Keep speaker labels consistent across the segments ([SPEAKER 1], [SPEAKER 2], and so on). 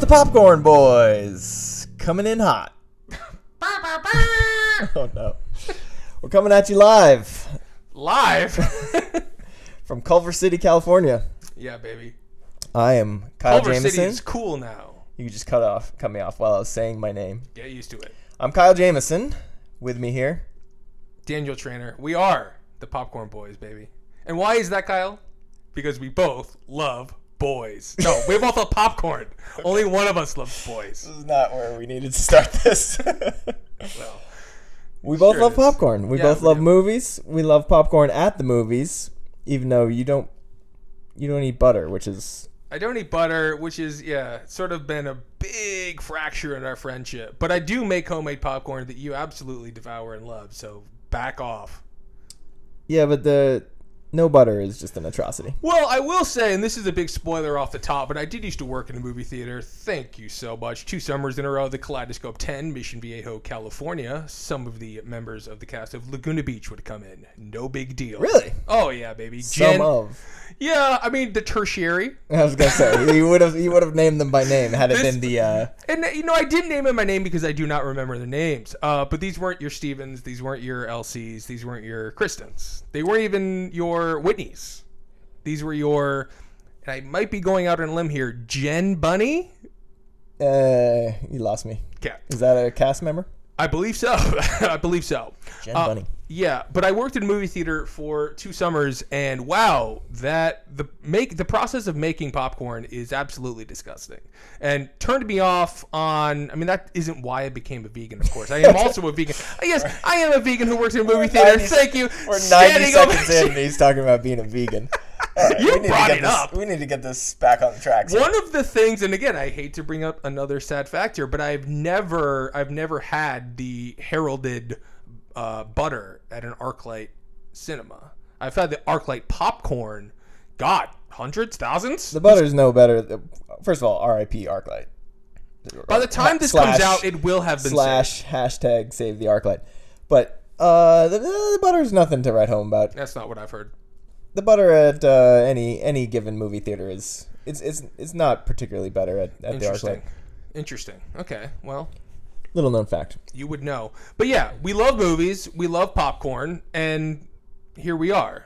[SPEAKER 1] the Popcorn Boys coming in hot.
[SPEAKER 2] Bah, bah, bah.
[SPEAKER 1] Oh no. We're coming at you live
[SPEAKER 2] Live.
[SPEAKER 1] from Culver City, California.
[SPEAKER 2] yeah, baby.
[SPEAKER 1] I am Kyle
[SPEAKER 2] Culver City
[SPEAKER 1] Jameson.
[SPEAKER 2] is cool now.
[SPEAKER 1] You just cut off cut me off while I was saying my name.
[SPEAKER 2] Get used to it.
[SPEAKER 1] I'm Kyle Jameson with me here.
[SPEAKER 2] Daniel Trainer, we are the Popcorn Boys, baby. And why is that, Kyle? Because we both love boys. No, we both love popcorn. Only one of us loves boys.
[SPEAKER 1] This is not where we needed to start this.
[SPEAKER 2] Well,
[SPEAKER 1] we both
[SPEAKER 2] Sure
[SPEAKER 1] love
[SPEAKER 2] is.
[SPEAKER 1] popcorn. We
[SPEAKER 2] Yeah,
[SPEAKER 1] both
[SPEAKER 2] we
[SPEAKER 1] love
[SPEAKER 2] do.
[SPEAKER 1] movies. We love popcorn at the movies, even though you don't you don't eat butter, which is
[SPEAKER 2] I don't eat butter, which is yeah, sort of been a big fracture in our friendship. But I do make homemade popcorn that you absolutely devour and love. So back off.
[SPEAKER 1] Yeah, but the no butter is just an atrocity.
[SPEAKER 2] Well, I will say, and this is a big spoiler off the top, but I did used to work in a movie theater. Thank you so much. Two summers in a row, the Kaleidoscope 10, Mission Viejo, California. Some of the members of the cast of Laguna Beach would come in. No big deal.
[SPEAKER 1] Really?
[SPEAKER 2] Oh yeah, baby.
[SPEAKER 1] Some
[SPEAKER 2] Jen.
[SPEAKER 1] of.
[SPEAKER 2] Yeah, I mean the tertiary.
[SPEAKER 1] I was gonna say you would have you would have named them by name had it
[SPEAKER 2] This-
[SPEAKER 1] been the uh,
[SPEAKER 2] And you know, I did name them by name because I do not remember their names. Uh, but these weren't your Stevens, these weren't your LCs, these weren't your Kristens. They weren't even your Whitneys. These were your. And I might be going out on a limb here. Jen Bunny.
[SPEAKER 1] uh you lost me.
[SPEAKER 2] Okay.
[SPEAKER 1] Is that a cast member?
[SPEAKER 2] I believe so. I believe so.
[SPEAKER 1] Jen
[SPEAKER 2] Uh,
[SPEAKER 1] Bunny.
[SPEAKER 2] Yeah, but I worked in a movie theater for two summers, and wow, that the make the process of making popcorn is absolutely disgusting, and turned me off on. I mean, that isn't why I became a vegan. Of course, I am also a vegan. Yes, I am a vegan who works in a movie theater.
[SPEAKER 1] 90
[SPEAKER 2] Thank you.
[SPEAKER 1] We're ninety
[SPEAKER 2] Standing
[SPEAKER 1] seconds
[SPEAKER 2] ovation.
[SPEAKER 1] in and he's talking about being a vegan. All right,
[SPEAKER 2] You
[SPEAKER 1] we need to
[SPEAKER 2] brought
[SPEAKER 1] get
[SPEAKER 2] it
[SPEAKER 1] this-
[SPEAKER 2] up.
[SPEAKER 1] We need to get this back on track.
[SPEAKER 2] One of the things, and again, I hate to bring up another sad factor, but I've never, I've never had the heralded uh, butter at an ArcLight cinema. I've had the ArcLight popcorn. God, hundreds, thousands.
[SPEAKER 1] the butter's no better. th- First of all, R.I.P. ArcLight.
[SPEAKER 2] By the time this
[SPEAKER 1] Slash-
[SPEAKER 2] comes out, it will have been saved.
[SPEAKER 1] Slash hashtag save the ArcLight. But uh, the, the butter's nothing to write home about.
[SPEAKER 2] That's not what I've heard.
[SPEAKER 1] the butter at uh, any any given movie theater is it's it's it's not particularly better at, at the
[SPEAKER 2] Interesting.
[SPEAKER 1] ArcLight.
[SPEAKER 2] Interesting. Okay. Well,
[SPEAKER 1] Little known fact.
[SPEAKER 2] you would know. But yeah, we love movies. We love popcorn, and here we are.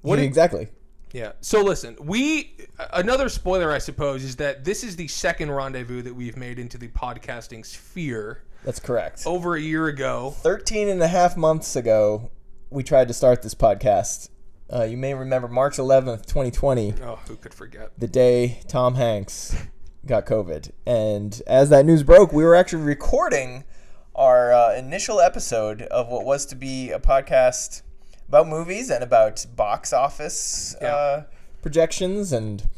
[SPEAKER 1] What
[SPEAKER 2] do-
[SPEAKER 1] exactly?
[SPEAKER 2] Yeah. So listen, we another spoiler, I suppose, is that this is the second rendezvous that we've made into the podcasting sphere.
[SPEAKER 1] That's correct.
[SPEAKER 2] Over a year ago,
[SPEAKER 1] 13 and a half months ago, we tried to start this podcast. Uh, you may remember March 11th, 2020,
[SPEAKER 2] oh, who could forget?
[SPEAKER 1] the day Tom Hanks got COVID. And as that news broke, we were actually recording our uh, initial episode of what was to be a podcast about movies and about box office uh, projections and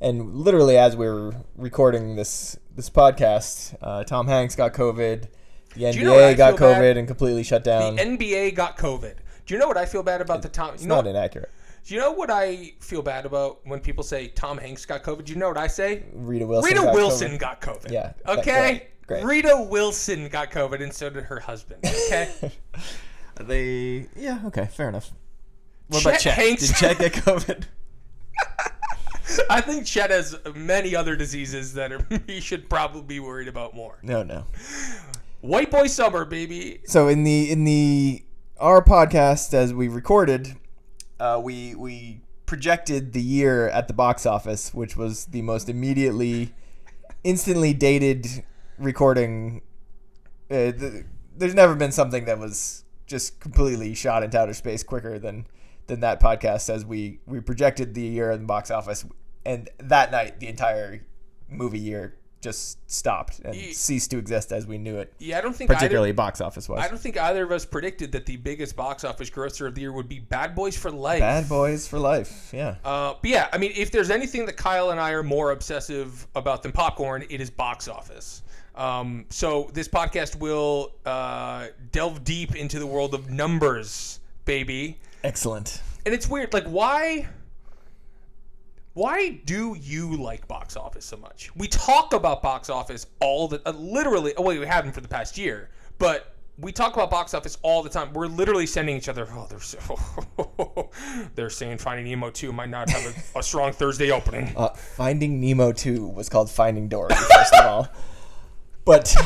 [SPEAKER 1] and literally as we were recording this this podcast, uh, Tom Hanks got COVID, the NBA
[SPEAKER 2] you know what I
[SPEAKER 1] got
[SPEAKER 2] feel
[SPEAKER 1] COVID
[SPEAKER 2] bad?
[SPEAKER 1] and completely shut down.
[SPEAKER 2] NBA got COVID. Do you know what I feel bad about the Tom? You
[SPEAKER 1] it's
[SPEAKER 2] know,
[SPEAKER 1] not
[SPEAKER 2] do
[SPEAKER 1] inaccurate.
[SPEAKER 2] you know what I feel bad about when people say Tom Hanks got COVID? Do you know what I say?
[SPEAKER 1] Rita Wilson.
[SPEAKER 2] Rita
[SPEAKER 1] got
[SPEAKER 2] Wilson
[SPEAKER 1] COVID.
[SPEAKER 2] got COVID.
[SPEAKER 1] Yeah, that-
[SPEAKER 2] Okay.
[SPEAKER 1] great, great.
[SPEAKER 2] Rita Wilson got COVID, and so did her husband. Okay.
[SPEAKER 1] They. Yeah. Okay. Fair enough. What
[SPEAKER 2] Chet Hanks-
[SPEAKER 1] get COVID?
[SPEAKER 2] I think Chet has many other diseases that are, he should probably be worried about more.
[SPEAKER 1] No. No.
[SPEAKER 2] White boy summer, baby.
[SPEAKER 1] So in the in the our podcast as we recorded, uh, we we projected the year at the box office, which was the most immediately, instantly dated recording. Uh, th there's never been something that was just completely shot into outer space quicker than than that podcast as we we projected the year in the box office, and that night the entire movie year just stopped and ceased to exist as we knew it
[SPEAKER 2] Yeah, I don't think either,
[SPEAKER 1] particularly box office
[SPEAKER 2] I
[SPEAKER 1] wise.
[SPEAKER 2] don't think either of us predicted that the biggest box office grosser of the year would be Bad Boys for Life.
[SPEAKER 1] Bad Boys for Life, yeah.
[SPEAKER 2] Uh, but yeah, I mean, if there's anything that Kyle and I are more obsessive about than popcorn, it is box office. Um, so this podcast will uh, delve deep into the world of numbers, baby.
[SPEAKER 1] Excellent.
[SPEAKER 2] and it's weird like why why do you like box office so much we talk about box office all the uh, literally oh wait we haven't for the past year but we talk about box office all the time we're literally sending each other oh there's they're saying Finding Nemo 2 might not have a, a strong Thursday opening.
[SPEAKER 1] Uh, Finding Nemo 2 was called Finding Dory, first of all. But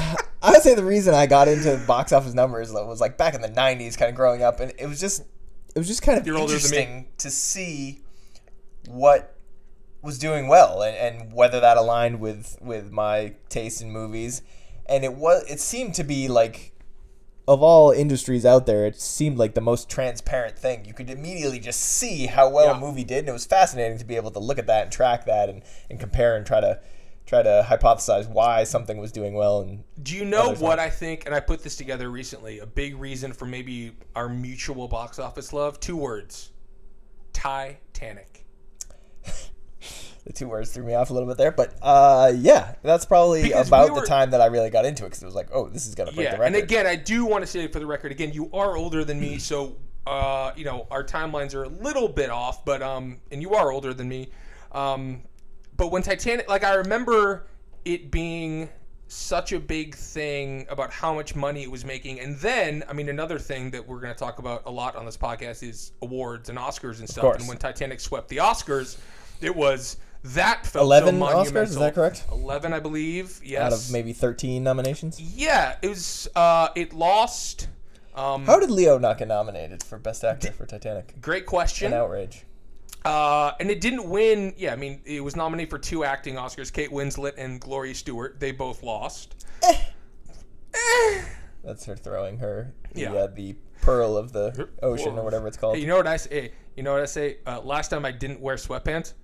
[SPEAKER 1] I would say the reason I got into box office numbers was like back in the 90s, kind of growing up, and it was just it was just kind of
[SPEAKER 2] You're older than me.
[SPEAKER 1] interesting to see what was doing well and, and whether that aligned with with my taste in movies. And it was it seemed to be like of all industries out there, it seemed like the most transparent thing. You could immediately just see how well
[SPEAKER 2] Yeah.
[SPEAKER 1] a movie did, and it was fascinating to be able to look at that and track that and, and compare and try to try to hypothesize why something was doing well. And
[SPEAKER 2] Do you know
[SPEAKER 1] Others
[SPEAKER 2] what I think? And I put this together recently. A big reason for maybe our mutual box office love. Two words: Titanic.
[SPEAKER 1] the two words threw me off a little bit there, but uh, yeah, that's probably
[SPEAKER 2] Because
[SPEAKER 1] about
[SPEAKER 2] we were-
[SPEAKER 1] the time that I really got into it because it was like, oh, this is gonna break
[SPEAKER 2] Yeah,
[SPEAKER 1] the
[SPEAKER 2] and
[SPEAKER 1] record.
[SPEAKER 2] again, I do want to say for the record, again, you are older than me, so uh, you know our timelines are a little bit off. But um, and you are older than me. Um, but when Titanic, like I remember it being such a big thing about how much money it was making, and then I mean another thing that we're going to talk about a lot on this podcast is awards and Oscars and stuff.
[SPEAKER 1] course.
[SPEAKER 2] And when Titanic swept the Oscars, it was that felt
[SPEAKER 1] 11
[SPEAKER 2] so
[SPEAKER 1] Oscars, is
[SPEAKER 2] monumental.
[SPEAKER 1] that correct?
[SPEAKER 2] Eleven, I believe. Yes.
[SPEAKER 1] Out of maybe thirteen nominations.
[SPEAKER 2] Yeah, it was. Uh, it lost. Um,
[SPEAKER 1] How did Leo not get nominated for Best Actor for Titanic?
[SPEAKER 2] great
[SPEAKER 1] An
[SPEAKER 2] question.
[SPEAKER 1] outrage.
[SPEAKER 2] Uh, and it didn't win. Yeah, I mean, it was nominated for two acting Oscars: Kate Winslet and Gloria Stewart. They both lost.
[SPEAKER 1] That's her throwing her the,
[SPEAKER 2] Yeah.
[SPEAKER 1] uh, the pearl of the ocean or whatever it's called.
[SPEAKER 2] Hey, you know what I say? Hey, you know what I say? Uh, last time I didn't wear sweatpants.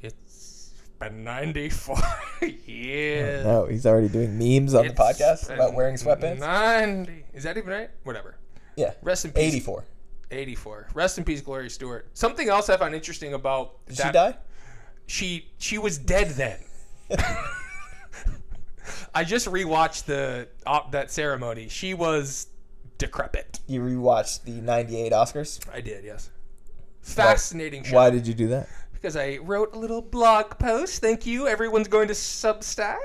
[SPEAKER 2] It's been ninety-four. yeah.
[SPEAKER 1] No, he's already doing memes on the podcast
[SPEAKER 2] It's
[SPEAKER 1] about
[SPEAKER 2] been
[SPEAKER 1] wearing sweatpants.
[SPEAKER 2] Ninety. Is that even right? Whatever.
[SPEAKER 1] yeah,
[SPEAKER 2] Rest in peace.
[SPEAKER 1] 84.
[SPEAKER 2] 84. Rest in peace, Gloria Stewart. Something else I found interesting about
[SPEAKER 1] Did
[SPEAKER 2] that
[SPEAKER 1] she die?
[SPEAKER 2] she she was dead then. I just rewatched the op, that ceremony. She was decrepit.
[SPEAKER 1] You rewatched the 98 Oscars?
[SPEAKER 2] I did, yes. Fascinating show
[SPEAKER 1] Why did you do that?
[SPEAKER 2] because I wrote a little blog post. Thank you. Everyone's going to Substack.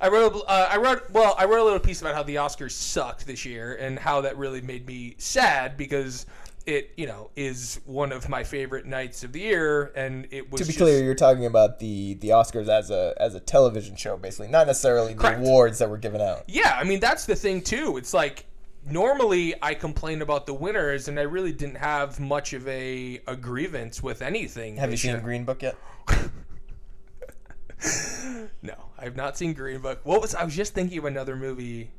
[SPEAKER 2] I wrote, a bl- uh, I wrote, well, I wrote a little piece about how the Oscars sucked this year and how that really made me sad because it, you know, is one of my favorite nights of the year, and it was
[SPEAKER 1] To be
[SPEAKER 2] just-
[SPEAKER 1] clear, you're talking about the, the Oscars as a as a television show, basically, not necessarily the
[SPEAKER 2] Correct.
[SPEAKER 1] awards that were given out.
[SPEAKER 2] Yeah, I mean that's the thing too. It's like normally I complain about the winners, and I really didn't have much of a, a grievance with anything.
[SPEAKER 1] Have you
[SPEAKER 2] this
[SPEAKER 1] seen
[SPEAKER 2] year.
[SPEAKER 1] Green Book yet?
[SPEAKER 2] No, I have not seen Green Book. What was I was just thinking of another movie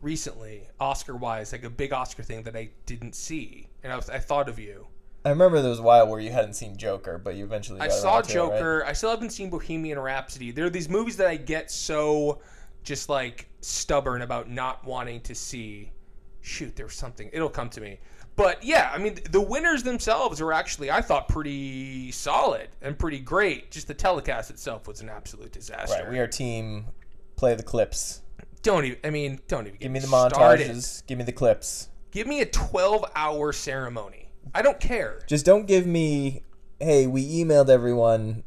[SPEAKER 2] recently, Oscar wise, like a big Oscar thing that I didn't see, and I was I thought of you.
[SPEAKER 1] I remember there was a while where you hadn't seen Joker, but you eventually.
[SPEAKER 2] I
[SPEAKER 1] got
[SPEAKER 2] saw
[SPEAKER 1] around to it, right?
[SPEAKER 2] Joker. I still haven't seen Bohemian Rhapsody. There are these movies that I get so just like stubborn about not wanting to see. Shoot, there's something. It'll come to me. But yeah, I mean, th- the winners themselves were actually, I thought, pretty solid and pretty great. Just the telecast itself was an absolute disaster.
[SPEAKER 1] Right, we are team. Play the clips.
[SPEAKER 2] Don't even. I mean, don't even. Get
[SPEAKER 1] Give me the
[SPEAKER 2] started.
[SPEAKER 1] montages. Give me the clips.
[SPEAKER 2] Give me a 12-hour ceremony. I don't care.
[SPEAKER 1] Just don't give me, hey, we emailed everyone.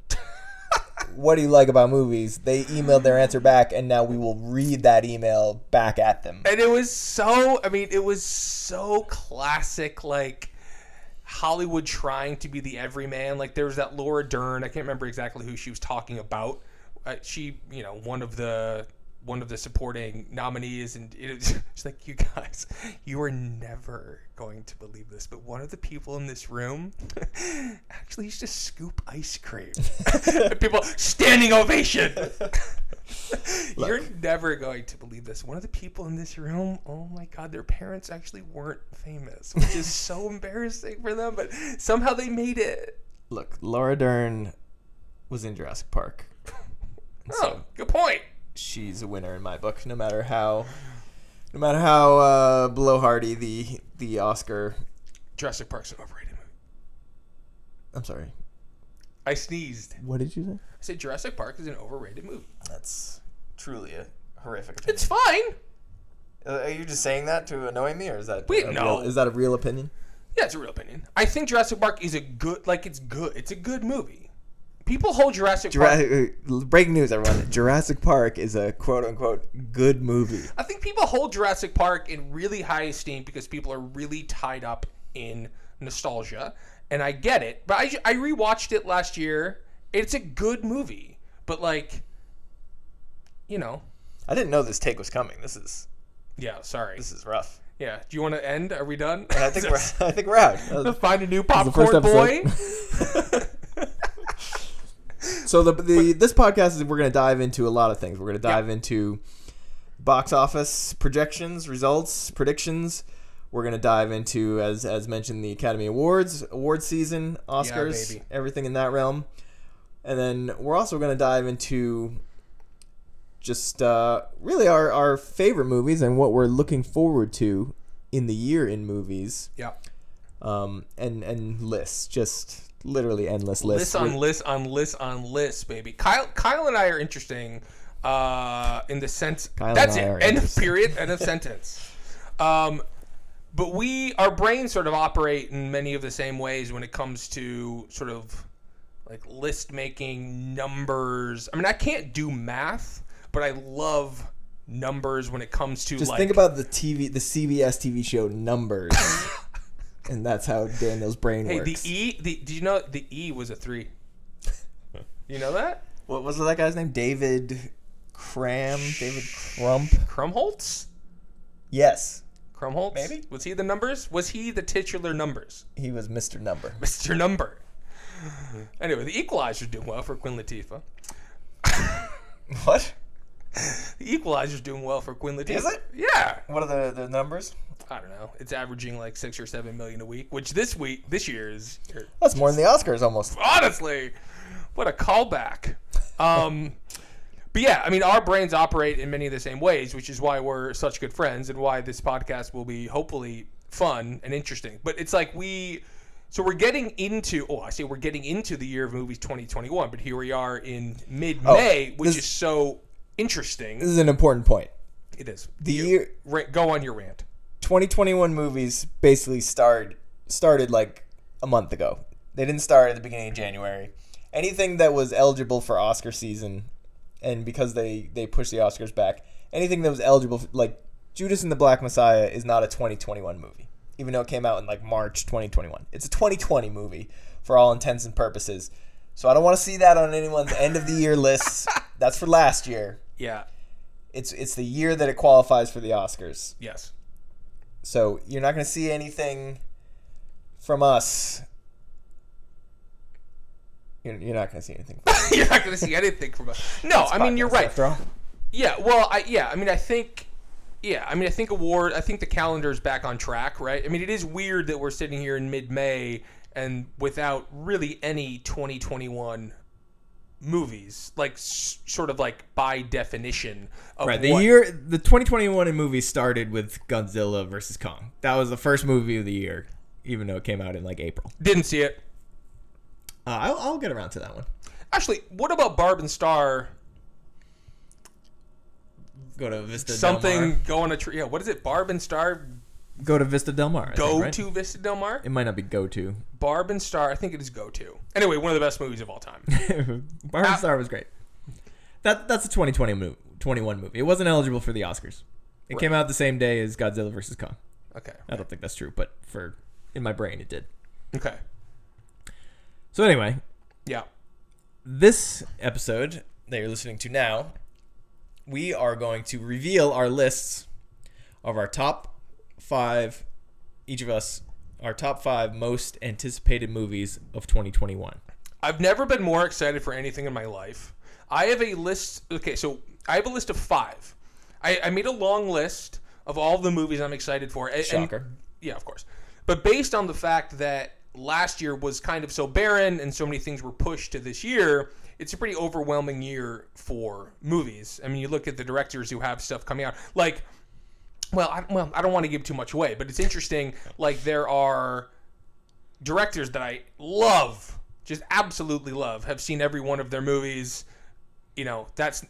[SPEAKER 1] what do you like about movies? They emailed their answer back, and now we will read that email back at them.
[SPEAKER 2] and it was so i mean it was so classic like hollywood trying to be the everyman like there was that laura dern i can't remember exactly who she was talking about uh, she you know one of the one of the supporting nominees and it was, she's like you guys you are never going to believe this but one of the people in this room actually used to scoop ice cream people standing ovation You're never going to believe this. One of the people in this room, oh my God, their parents actually weren't famous, which is so embarrassing for them, but somehow they made it.
[SPEAKER 1] Look, Laura Dern was in Jurassic Park.
[SPEAKER 2] Oh, good point.
[SPEAKER 1] She's a winner in my book, no matter how, no matter how uh, blowhardy the the Oscar.
[SPEAKER 2] Jurassic Park's an overrated movie.
[SPEAKER 1] I'm sorry.
[SPEAKER 2] I sneezed. I
[SPEAKER 1] What did you say?
[SPEAKER 2] said Jurassic Park is an overrated movie.
[SPEAKER 1] That's truly a horrific Uh,
[SPEAKER 2] It's fine.
[SPEAKER 1] Are you just saying that to annoy me, or is that
[SPEAKER 2] Wait,
[SPEAKER 1] a
[SPEAKER 2] no.
[SPEAKER 1] real- is that a real opinion?
[SPEAKER 2] Yeah, it's a real opinion. I think Jurassic Park is a good, like, it's good. It's a good movie. people hold Jurassic Park.
[SPEAKER 1] Jura- uh, breaking news, everyone. Jurassic Park is a quote unquote good movie.
[SPEAKER 2] I think people hold Jurassic Park in really high esteem because people are really tied up in nostalgia, and I get it. But I, I rewatched it last year. It's a good movie, but like, you know,
[SPEAKER 1] I didn't know this take was coming. This is
[SPEAKER 2] yeah. Sorry.
[SPEAKER 1] this is rough.
[SPEAKER 2] Yeah. Do you want to end? Are we done?
[SPEAKER 1] I think we're I think we're out. That was-
[SPEAKER 2] find a new
[SPEAKER 1] the first
[SPEAKER 2] popcorn boy.
[SPEAKER 1] So the, the this podcast is we're going to dive into a lot of things. We're going to dive into box office projections, results, predictions. We're going to dive into as as mentioned the Academy Awards, award season, Oscars,
[SPEAKER 2] baby.
[SPEAKER 1] everything in that realm. And then we're also going to dive into just uh, really our our favorite movies and what we're looking forward to in the year in movies.
[SPEAKER 2] yeah.
[SPEAKER 1] Um and and lists, just literally endless lists.
[SPEAKER 2] List on list on list on list, baby. Kyle, Kyle and I are interesting uh, in the sense.
[SPEAKER 1] and
[SPEAKER 2] that's
[SPEAKER 1] I
[SPEAKER 2] it.
[SPEAKER 1] are
[SPEAKER 2] End of
[SPEAKER 1] interesting.
[SPEAKER 2] period. End of sentence. Um, but we, our brains sort of operate in many of the same ways when it comes to sort of like list making numbers. I mean, I can't do math, but I love numbers when it comes to
[SPEAKER 1] Just
[SPEAKER 2] like
[SPEAKER 1] think about the TV, the CBS TV show numbers, and that's how Daniel's brain
[SPEAKER 2] Hey, the
[SPEAKER 1] works.
[SPEAKER 2] E, the, did you know the E was a three? you know that?
[SPEAKER 1] what was that guy's name? David Cram, David Crump.
[SPEAKER 2] Krumholtz?
[SPEAKER 1] Yes,
[SPEAKER 2] Krumholtz?
[SPEAKER 1] Maybe.
[SPEAKER 2] Was he the numbers? Was he the titular numbers?
[SPEAKER 1] he was Mr. Number.
[SPEAKER 2] Mr. Number. Anyway, the Equalizer's doing well for Quinn Latifah.
[SPEAKER 1] What?
[SPEAKER 2] The Equalizer's doing well for Quinn Latifah.
[SPEAKER 1] Is it?
[SPEAKER 2] Yeah.
[SPEAKER 1] What are the the numbers?
[SPEAKER 2] I don't know. It's averaging like six or seven million a week, which this week, this year is or
[SPEAKER 1] That's more than the Oscars almost.
[SPEAKER 2] honestly, what a callback. Um, but yeah, I mean, our brains operate in many of the same ways, which is why we're such good friends and why this podcast will be hopefully fun and interesting. But it's like we, so we're getting into, oh, I say we're getting into the year of movies 2021, but here we are in mid May, which
[SPEAKER 1] Oh, this-
[SPEAKER 2] is so interesting.
[SPEAKER 1] This is an important point.
[SPEAKER 2] It is.
[SPEAKER 1] The
[SPEAKER 2] You-
[SPEAKER 1] year
[SPEAKER 2] ra- go on your rant.
[SPEAKER 1] 2021 movies basically started started like a month ago. They didn't start at the beginning of January. Anything that was eligible for Oscar season, and because they they pushed the Oscars back, anything that was eligible, like Judas and the Black Messiah, is not a 2021 movie, even though it came out in like March 2021. It's a 2020 movie for all intents and purposes. So I don't want to see that on anyone's end of the year lists. That's for last year.
[SPEAKER 2] Yeah.
[SPEAKER 1] It's it's the year that it qualifies for the Oscars.
[SPEAKER 2] Yes.
[SPEAKER 1] So you're not going to see anything from us. You're, you're not going to see anything. From us
[SPEAKER 2] you're not going to see anything from us. No, I mean, you're
[SPEAKER 1] podcast,
[SPEAKER 2] right.
[SPEAKER 1] After all,
[SPEAKER 2] Yeah, well, I yeah, I mean, I think yeah, I mean, I think award, I think the calendar is back on track, right? I mean, it is weird that we're sitting here in mid-May and without really any 2021 movies, like s- sort of like by definition of
[SPEAKER 3] Right, the
[SPEAKER 2] what-
[SPEAKER 3] year the 2021 movie started with Godzilla versus Kong. That was the first movie of the year, even though it came out in like April.
[SPEAKER 2] Didn't see it.
[SPEAKER 3] Uh, I'll, I'll get around to that one.
[SPEAKER 2] Actually, what about Barb and Star?
[SPEAKER 3] Go to Vista Del Mar.
[SPEAKER 2] Something go on a tree. Yeah, what is it? Barb and Star
[SPEAKER 3] Go to Vista Del Mar. I
[SPEAKER 2] go
[SPEAKER 3] think, right?
[SPEAKER 2] to Vista Del Mar.
[SPEAKER 3] It might not be go to.
[SPEAKER 2] Barb and Star, I think it is go to. Anyway, one of the best movies of all time.
[SPEAKER 3] Barb
[SPEAKER 2] Ah.
[SPEAKER 3] Star was great. That that's a 2020 movie, 21 movie. It wasn't eligible for the Oscars. It came out the same day as Godzilla versus Kong.
[SPEAKER 2] Okay.
[SPEAKER 3] I don't think that's true, but for in my brain it did.
[SPEAKER 2] Okay.
[SPEAKER 3] So anyway,
[SPEAKER 2] Yeah.
[SPEAKER 3] this episode that you're listening to now, we are going to reveal our lists of our top five, each of us, our top five most anticipated movies of 2021.
[SPEAKER 2] I've never been more excited for anything in my life. I have a list. Okay, so I have a list of five. I, I made a long list of all the movies I'm excited for. and- and-
[SPEAKER 3] Shocker.
[SPEAKER 2] yeah, of course. But based on the fact that last year was kind of so barren and so many things were pushed to this year, it's a pretty overwhelming year for movies. I mean, you look at the directors who have stuff coming out. Like, well, I, well, I don't want to give too much away, but it's interesting. Like, there are directors that I love, just absolutely love, have seen every one of their movies. You know, that's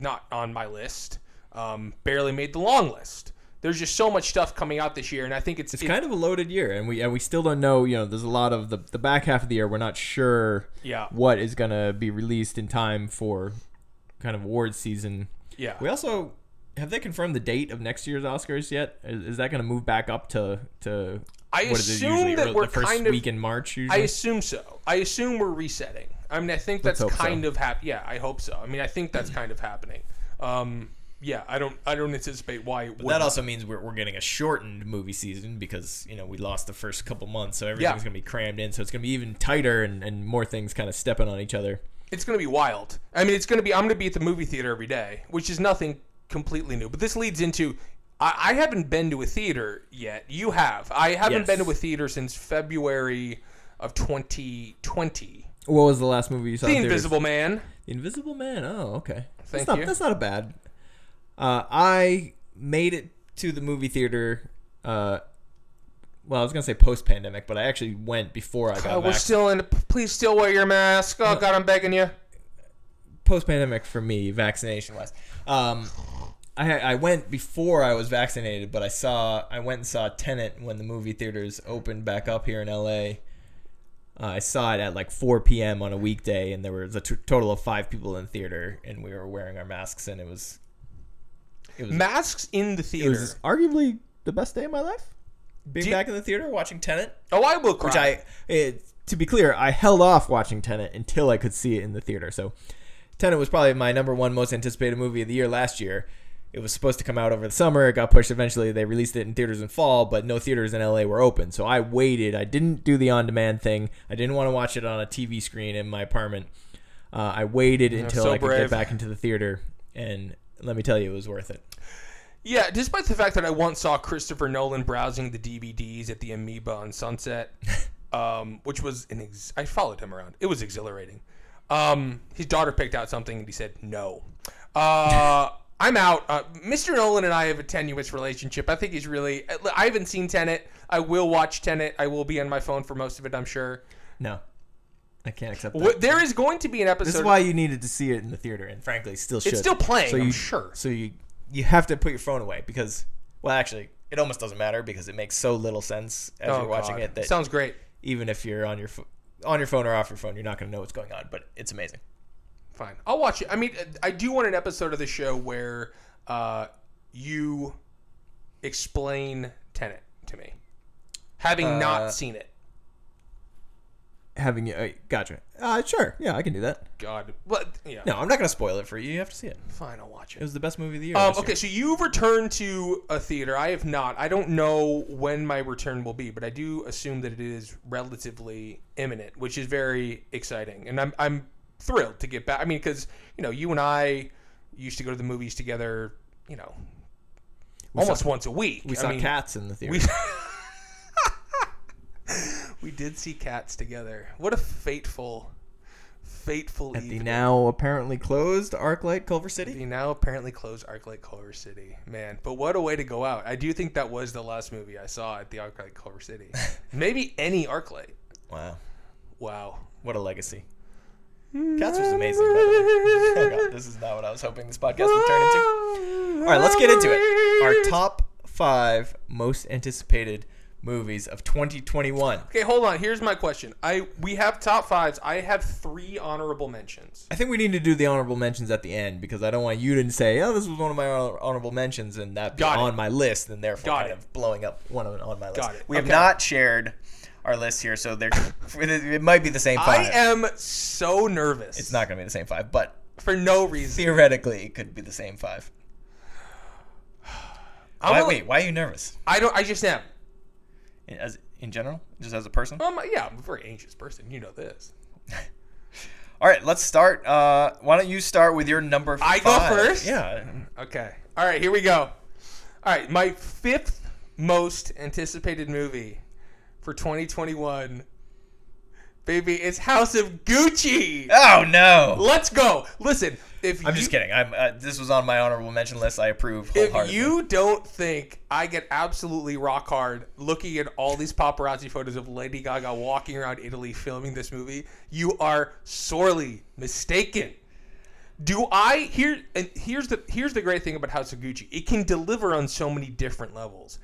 [SPEAKER 2] not on my list. Um, barely made the long list. There's just so much stuff coming out this year, and I think it's,
[SPEAKER 1] It's
[SPEAKER 2] it-
[SPEAKER 1] kind of a loaded year, and we and we still don't know. You know, there's a lot of the the back half of the year. We're not sure
[SPEAKER 2] Yeah.
[SPEAKER 1] what is gonna be released in time for kind of awards season.
[SPEAKER 2] yeah.
[SPEAKER 1] We also have they confirmed the date of next year's Oscars yet? Is, is that gonna move back up to to
[SPEAKER 2] I
[SPEAKER 1] what is it
[SPEAKER 2] assume
[SPEAKER 1] usually
[SPEAKER 2] that
[SPEAKER 1] early-
[SPEAKER 2] we're
[SPEAKER 1] the first
[SPEAKER 2] kind of-
[SPEAKER 1] week in March
[SPEAKER 2] I
[SPEAKER 1] usually?
[SPEAKER 2] assume so. I assume we're resetting. I mean, I think that's
[SPEAKER 1] hope so.
[SPEAKER 2] kind of hap- Yeah, I hope so. I mean, I think that's kind of happening. Um, yeah, I don't. I don't anticipate why it would.
[SPEAKER 1] that also means we're, we're getting a shortened movie season because you know we lost the first couple months, so everything's gonna be crammed in. So it's gonna be even tighter and, and more things kind of stepping on each other.
[SPEAKER 2] it's going to be wild. I mean, it's going to be. I'm going to be at the movie theater every day, which is nothing completely new. But this leads into. I, I haven't been to a theater yet. You have. I haven't
[SPEAKER 1] Yes.
[SPEAKER 2] been to a theater since February of 2020.
[SPEAKER 1] What was the last movie you saw?
[SPEAKER 2] The
[SPEAKER 1] in theaters?
[SPEAKER 2] Invisible Man.
[SPEAKER 1] The Invisible Man. Oh, okay.
[SPEAKER 2] Thank
[SPEAKER 1] that's not,
[SPEAKER 2] you.
[SPEAKER 1] That's not a bad. Uh, I made it to the movie theater. Uh, well, I was gonna say post pandemic, but I actually went before I got
[SPEAKER 2] Uh, we're
[SPEAKER 1] vaccinated.
[SPEAKER 2] still in. Please still wear your mask. Oh God, I'm begging you.
[SPEAKER 1] post pandemic for me, vaccination wise. Um, I I went before I was vaccinated, but I saw I went and saw Tenant when the movie theaters opened back up here in L.A. Uh, I saw it at like 4 p.m. on a weekday, and there was a t- total of five people in the theater, and we were wearing our masks, and it was
[SPEAKER 2] Masks in the theater.
[SPEAKER 1] it was arguably the best day of my life. Being
[SPEAKER 2] Do you-
[SPEAKER 1] back in the theater watching Tenant,
[SPEAKER 2] oh, I will cry.
[SPEAKER 1] which I it, to be clear, I held off watching Tenant until I could see it in the theater. So, Tenant was probably my number one most anticipated movie of the year last year. It was supposed to come out over the summer. It got pushed eventually. They released it in theaters in fall, but no theaters in LA were open. So I waited. I didn't do the on demand thing. I didn't want to watch it on a TV screen in my apartment. Uh, I waited until
[SPEAKER 2] so
[SPEAKER 1] I could
[SPEAKER 2] brave.
[SPEAKER 1] get back into the theater. And let me tell you, it was worth it.
[SPEAKER 2] Yeah, despite the fact that I once saw Christopher Nolan browsing the DVDs at the Amoeba on Sunset, um, which was an ex- I followed him around. It was exhilarating. Um, his daughter picked out something and he said no. Uh, I'm out. Uh, Mr. Nolan and I have a tenuous relationship. I think he's really. I- I haven't seen Tenet. I will watch Tenet. I will be on my phone for most of it. I'm sure.
[SPEAKER 1] No, I can't accept that.
[SPEAKER 2] Wh- There is going to be an episode.
[SPEAKER 1] This is why you needed to see it in the theater, and frankly, still should.
[SPEAKER 2] still playing,
[SPEAKER 1] So
[SPEAKER 2] I'm
[SPEAKER 1] you,
[SPEAKER 2] sure.
[SPEAKER 1] So you you have to put your phone away because, well, actually, it almost doesn't matter because it makes so little sense as
[SPEAKER 2] Oh,
[SPEAKER 1] you're watching
[SPEAKER 2] God.
[SPEAKER 1] it that
[SPEAKER 2] sounds great.
[SPEAKER 1] even if you're on your pho- on your phone or off your phone, you're not going to know what's going on. But it's amazing.
[SPEAKER 2] Fine. I'll watch it. I mean, I do want an episode of the show where uh, you explain Tenet to me, having
[SPEAKER 1] Uh,
[SPEAKER 2] not seen it.
[SPEAKER 1] Having you, uh, gotcha. Uh, sure, yeah, I can do that.
[SPEAKER 2] God, but yeah,
[SPEAKER 1] No, I'm not going to spoil it for you. You have to see it.
[SPEAKER 2] fine. I'll watch
[SPEAKER 1] It
[SPEAKER 2] it.
[SPEAKER 1] was the best movie of the year.
[SPEAKER 2] Um,
[SPEAKER 1] this year.
[SPEAKER 2] okay, so you've returned to a theater. I have not. I don't know when my return will be, but I do assume that it is relatively imminent, which is very exciting, and I'm I'm thrilled to get back. I mean, because you know, you and I used to go to the movies together. You know. Almost once a week.
[SPEAKER 1] We
[SPEAKER 2] I
[SPEAKER 1] saw
[SPEAKER 2] mean,
[SPEAKER 1] cats in the theater.
[SPEAKER 2] We we did see cats together. What a fateful, fateful
[SPEAKER 1] At the
[SPEAKER 2] evening.
[SPEAKER 1] now apparently closed ArcLight Culver City.
[SPEAKER 2] They now apparently close ArcLight Culver City, man. But what a way to go out! I do think that was the last movie I saw at the ArcLight Culver City. Maybe any ArcLight.
[SPEAKER 1] Wow,
[SPEAKER 2] Wow.
[SPEAKER 1] what a legacy. Cats was amazing. By the way. Oh god, this is not what I was hoping this podcast would turn into. All right, let's get into it. Our top five most anticipated movies of 2021.
[SPEAKER 2] Okay, hold on. Here's my question. I we have top fives. I have three honorable mentions.
[SPEAKER 1] I think we need to do the honorable mentions at the end because I don't want you to say, "Oh, this was one of my honor- honorable mentions," and that be
[SPEAKER 2] Got it.
[SPEAKER 1] on my list, and therefore
[SPEAKER 2] Got
[SPEAKER 1] kind
[SPEAKER 2] it.
[SPEAKER 1] of blowing up one on, on my list.
[SPEAKER 2] Got it.
[SPEAKER 1] We have
[SPEAKER 2] Okay.
[SPEAKER 1] not shared our list here, so there it might be the same
[SPEAKER 2] I
[SPEAKER 1] five.
[SPEAKER 2] am so nervous.
[SPEAKER 1] it's not going to be the same five, but
[SPEAKER 2] for no reason.
[SPEAKER 1] theoretically, it could be the same five. Why,
[SPEAKER 2] I'm gonna-
[SPEAKER 1] wait, why are you nervous?
[SPEAKER 2] I don't. I just am.
[SPEAKER 1] As in general, just as a person.
[SPEAKER 2] Um, yeah, I'm a very anxious person. You know this.
[SPEAKER 1] All right, let's start. Uh, why don't you start with your number five?
[SPEAKER 2] I go first?
[SPEAKER 1] Yeah.
[SPEAKER 2] Okay. All right, here we go. All right, my fifth most anticipated movie for 2021, baby, it's House of Gucci.
[SPEAKER 1] Oh, no.
[SPEAKER 2] Let's go. Listen, if
[SPEAKER 1] I'm
[SPEAKER 2] you,
[SPEAKER 1] just kidding. I'm, uh, this was on my honorable mention list. I approve
[SPEAKER 2] if
[SPEAKER 1] wholeheartedly.
[SPEAKER 2] you don't think I get absolutely rock hard looking at all these paparazzi photos of Lady Gaga walking around Italy filming this movie, you are sorely mistaken. Do I here? And here's the here's the great thing about House of Gucci. It can deliver on so many different levels.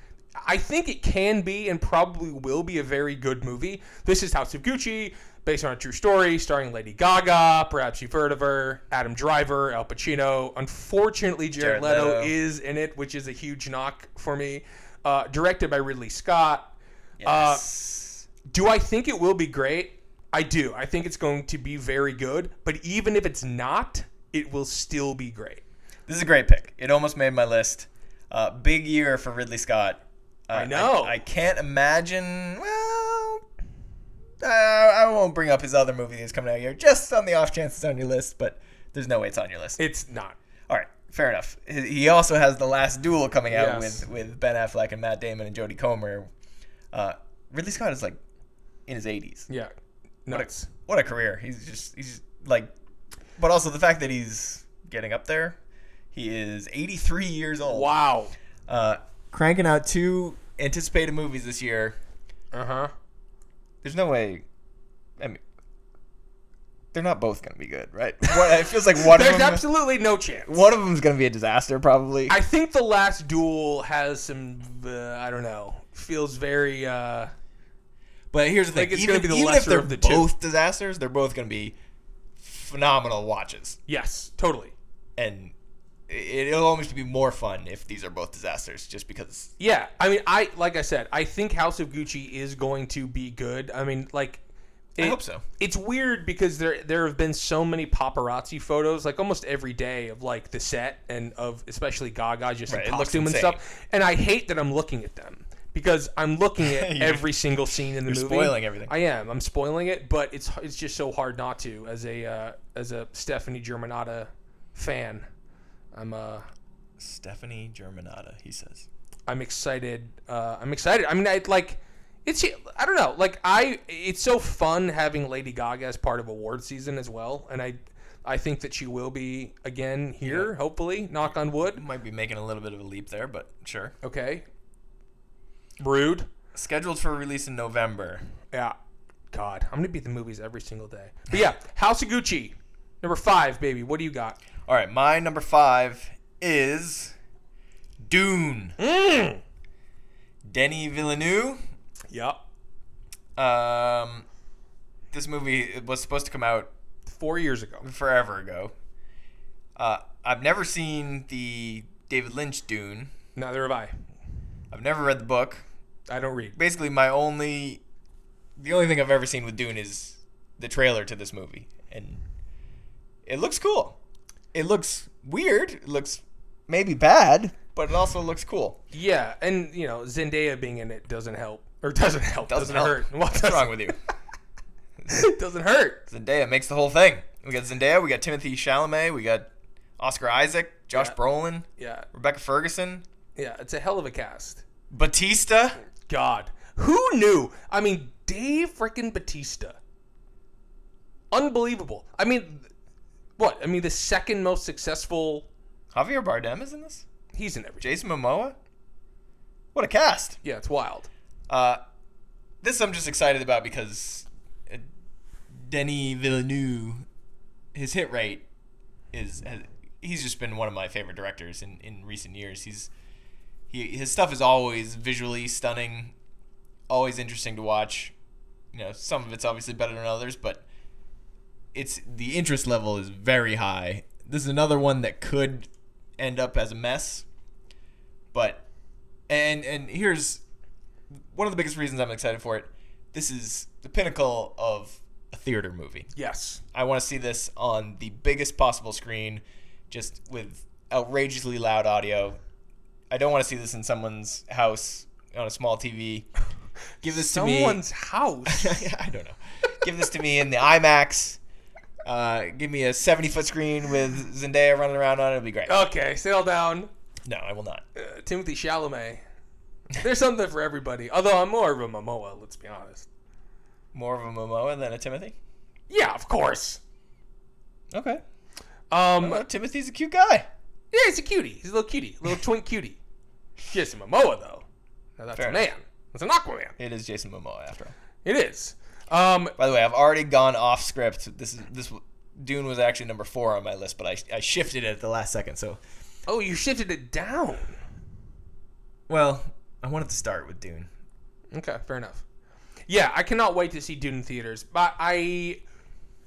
[SPEAKER 2] I think it can be and probably will be a very good movie. This is House of Gucci, based on a true story, starring Lady Gaga. Perhaps you've heard of her. Adam Driver, Al Pacino. Unfortunately,
[SPEAKER 1] Jared
[SPEAKER 2] Jared, Leto,
[SPEAKER 1] Leto.
[SPEAKER 2] is in it, which is a huge knock for me. Uh, directed by Ridley Scott. Uh, do I think it will be great? I do. I think it's going to be very good. But even if it's not, it will still be great.
[SPEAKER 1] This is a great pick. It almost made my list. Uh, big year for Ridley Scott. Uh,
[SPEAKER 2] I know.
[SPEAKER 1] I, can't imagine. Well, uh, I won't bring up his other movie that's coming out here, just on the off chance it's on your list. But there's no way it's on your list.
[SPEAKER 2] It's not.
[SPEAKER 1] All right, fair enough. He- He also has the Last Duel coming out
[SPEAKER 2] Yes.
[SPEAKER 1] with with Ben Affleck and Matt Damon and Jodie Comer. Uh, Ridley Scott is like in his 80s.
[SPEAKER 2] Yeah. Nuts.
[SPEAKER 1] What a career! He's just he's just, like, but also the fact that he's getting up there. He is 83 years old.
[SPEAKER 2] Wow.
[SPEAKER 1] Uh, cranking out two anticipated movies this year.
[SPEAKER 2] Uh huh.
[SPEAKER 1] There's no way. I mean, they're not both gonna be good, right? One, it feels like one of
[SPEAKER 2] There's
[SPEAKER 1] them.
[SPEAKER 2] absolutely no chance.
[SPEAKER 4] One of them's gonna be a disaster, probably.
[SPEAKER 2] I think the last duel has some. Uh, I don't know. Feels very. Uh,
[SPEAKER 1] but here's the thing:
[SPEAKER 2] Like, it's
[SPEAKER 1] even,
[SPEAKER 2] gonna be the
[SPEAKER 1] even if
[SPEAKER 2] lesser
[SPEAKER 1] they're
[SPEAKER 2] of the two.
[SPEAKER 1] both disasters, they're both gonna be phenomenal watches,
[SPEAKER 2] yes, totally.
[SPEAKER 1] and i- it'll almost be more fun if these are both disasters, just because.
[SPEAKER 2] Yeah, I mean, I like I said, I think House of Gucci is going to be good. I mean, like,
[SPEAKER 1] I
[SPEAKER 2] it-
[SPEAKER 1] hope so.
[SPEAKER 2] It's weird because there there have been so many paparazzi photos, like almost every day, of like the set and of especially Gaga just
[SPEAKER 1] Right, it
[SPEAKER 2] in
[SPEAKER 1] looks
[SPEAKER 2] costume and
[SPEAKER 1] insane.
[SPEAKER 2] stuff. And I hate that I'm looking at them because I'm looking at
[SPEAKER 1] You're-
[SPEAKER 2] every single scene in the
[SPEAKER 1] you're
[SPEAKER 2] movie.
[SPEAKER 1] spoiling everything.
[SPEAKER 2] I am. I'm spoiling it, but it's it's just so hard not to as a uh, as a Stephanie Germanata fan. I'm uh
[SPEAKER 1] Stephanie Germanata, he says.
[SPEAKER 2] I'm excited. Uh, I'm excited. I mean, I like. It's I don't know. Like I, it's so fun having Lady Gaga as part of award season as well, and I, I think that she will be again here. Hopefully, knock on wood.
[SPEAKER 1] Might be making a little bit of a leap there, but sure.
[SPEAKER 2] Okay. Rude.
[SPEAKER 1] Scheduled for release in November.
[SPEAKER 2] Yeah. God, I'm gonna be at the movies every single day. But yeah, House of Gucci, number five, baby. What do you got?
[SPEAKER 1] All right, my number five is Dune.
[SPEAKER 2] Mm.
[SPEAKER 1] Denny Villeneuve.
[SPEAKER 2] Yep.
[SPEAKER 1] Um, this movie was supposed to come out
[SPEAKER 2] Four years ago.
[SPEAKER 1] forever ago. Uh, I've never seen the David Lynch Dune.
[SPEAKER 2] Neither have I.
[SPEAKER 1] I've never read the book.
[SPEAKER 2] I don't read.
[SPEAKER 1] Basically, my only, the only thing I've ever seen with Dune is the trailer to this movie, and it looks cool. It looks weird. It looks maybe bad, but it also looks cool.
[SPEAKER 2] Yeah, and you know Zendaya being in it doesn't help or doesn't help doesn't,
[SPEAKER 1] help.
[SPEAKER 2] hurt. Well,
[SPEAKER 1] What's wrong with you?
[SPEAKER 2] It doesn't hurt.
[SPEAKER 1] Zendaya makes the whole thing. We got Zendaya, we got Timothy Chalamet, we got Oscar Isaac, Josh
[SPEAKER 2] Yeah.
[SPEAKER 1] Brolin,
[SPEAKER 2] Yeah,
[SPEAKER 1] Rebecca Ferguson,
[SPEAKER 2] yeah, it's a hell of a cast.
[SPEAKER 1] Batista.
[SPEAKER 2] God, who knew? I mean, Dave frickin' Batista. Unbelievable. I mean, what? I mean, the second most successful.
[SPEAKER 1] Javier Bardem is in this.
[SPEAKER 2] He's in every.
[SPEAKER 1] Jason Momoa. What a cast.
[SPEAKER 2] Yeah, it's wild.
[SPEAKER 1] Uh, this I'm just excited about because uh, Denis Villeneuve, his hit rate is has, he's just been one of my favorite directors in, in recent years. He's he his stuff is always visually stunning, always interesting to watch. You know, some of it's obviously better than others, but it's the interest level is very high. This is another one that could end up as a mess, but and and here's one of the biggest reasons I'm excited for it. This is the pinnacle of a theater movie.
[SPEAKER 2] Yes.
[SPEAKER 1] I want to see this on the biggest possible screen, just with outrageously loud audio. I don't want to see this in someone's house on a small TV. Give this to me.
[SPEAKER 2] Someone's house.
[SPEAKER 1] I don't know. Give this to me in the IMAX. Uh, give me a 70 foot screen with Zendaya running around on it. It'll be great.
[SPEAKER 2] okay, settle down.
[SPEAKER 1] No, I will not.
[SPEAKER 2] Uh, Timothy Chalamet. There's something for everybody. Although I'm more of a Momoa. Let's be honest.
[SPEAKER 1] More of a Momoa than a Timothy?
[SPEAKER 2] Yeah, of course.
[SPEAKER 1] Okay.
[SPEAKER 2] Um,
[SPEAKER 1] Well, Timothy's a cute guy.
[SPEAKER 2] Yeah, he's a cutie. He's a little cutie, a little twink cutie. Jason Momoa, though. Now that's
[SPEAKER 1] Fair
[SPEAKER 2] a
[SPEAKER 1] enough.
[SPEAKER 2] man. That's an Aquaman.
[SPEAKER 1] It is Jason Momoa, after all.
[SPEAKER 2] It is. Um,
[SPEAKER 1] By the way, I've already gone off script. This is this. Dune was actually number four on my list, but I, I shifted it at the last second. So,
[SPEAKER 2] Oh, you shifted it down.
[SPEAKER 1] well, I wanted to start with Dune.
[SPEAKER 2] Okay, fair enough. Yeah, I cannot wait to see Dune in theaters. But I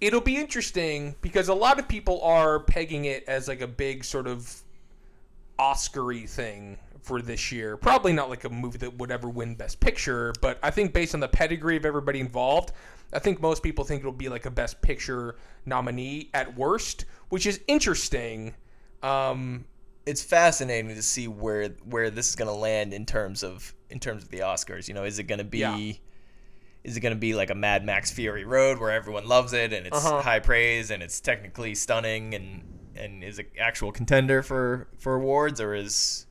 [SPEAKER 2] it'll be interesting because a lot of people are pegging it as like a big sort of Oscary thing for this year. Probably not like a movie that would ever win Best Picture, but I think based on the pedigree of everybody involved, I think most people think it'll be like a Best Picture nominee at worst, which is interesting. Um,
[SPEAKER 1] It's fascinating to see where where this is going to land in terms of in terms of the Oscars. You know, is it going to be
[SPEAKER 2] Yeah.
[SPEAKER 1] is it going to be like a Mad Max Fury Road where everyone loves it and it's
[SPEAKER 2] Uh-huh.
[SPEAKER 1] high praise and it's technically stunning and and is an actual contender for for awards or is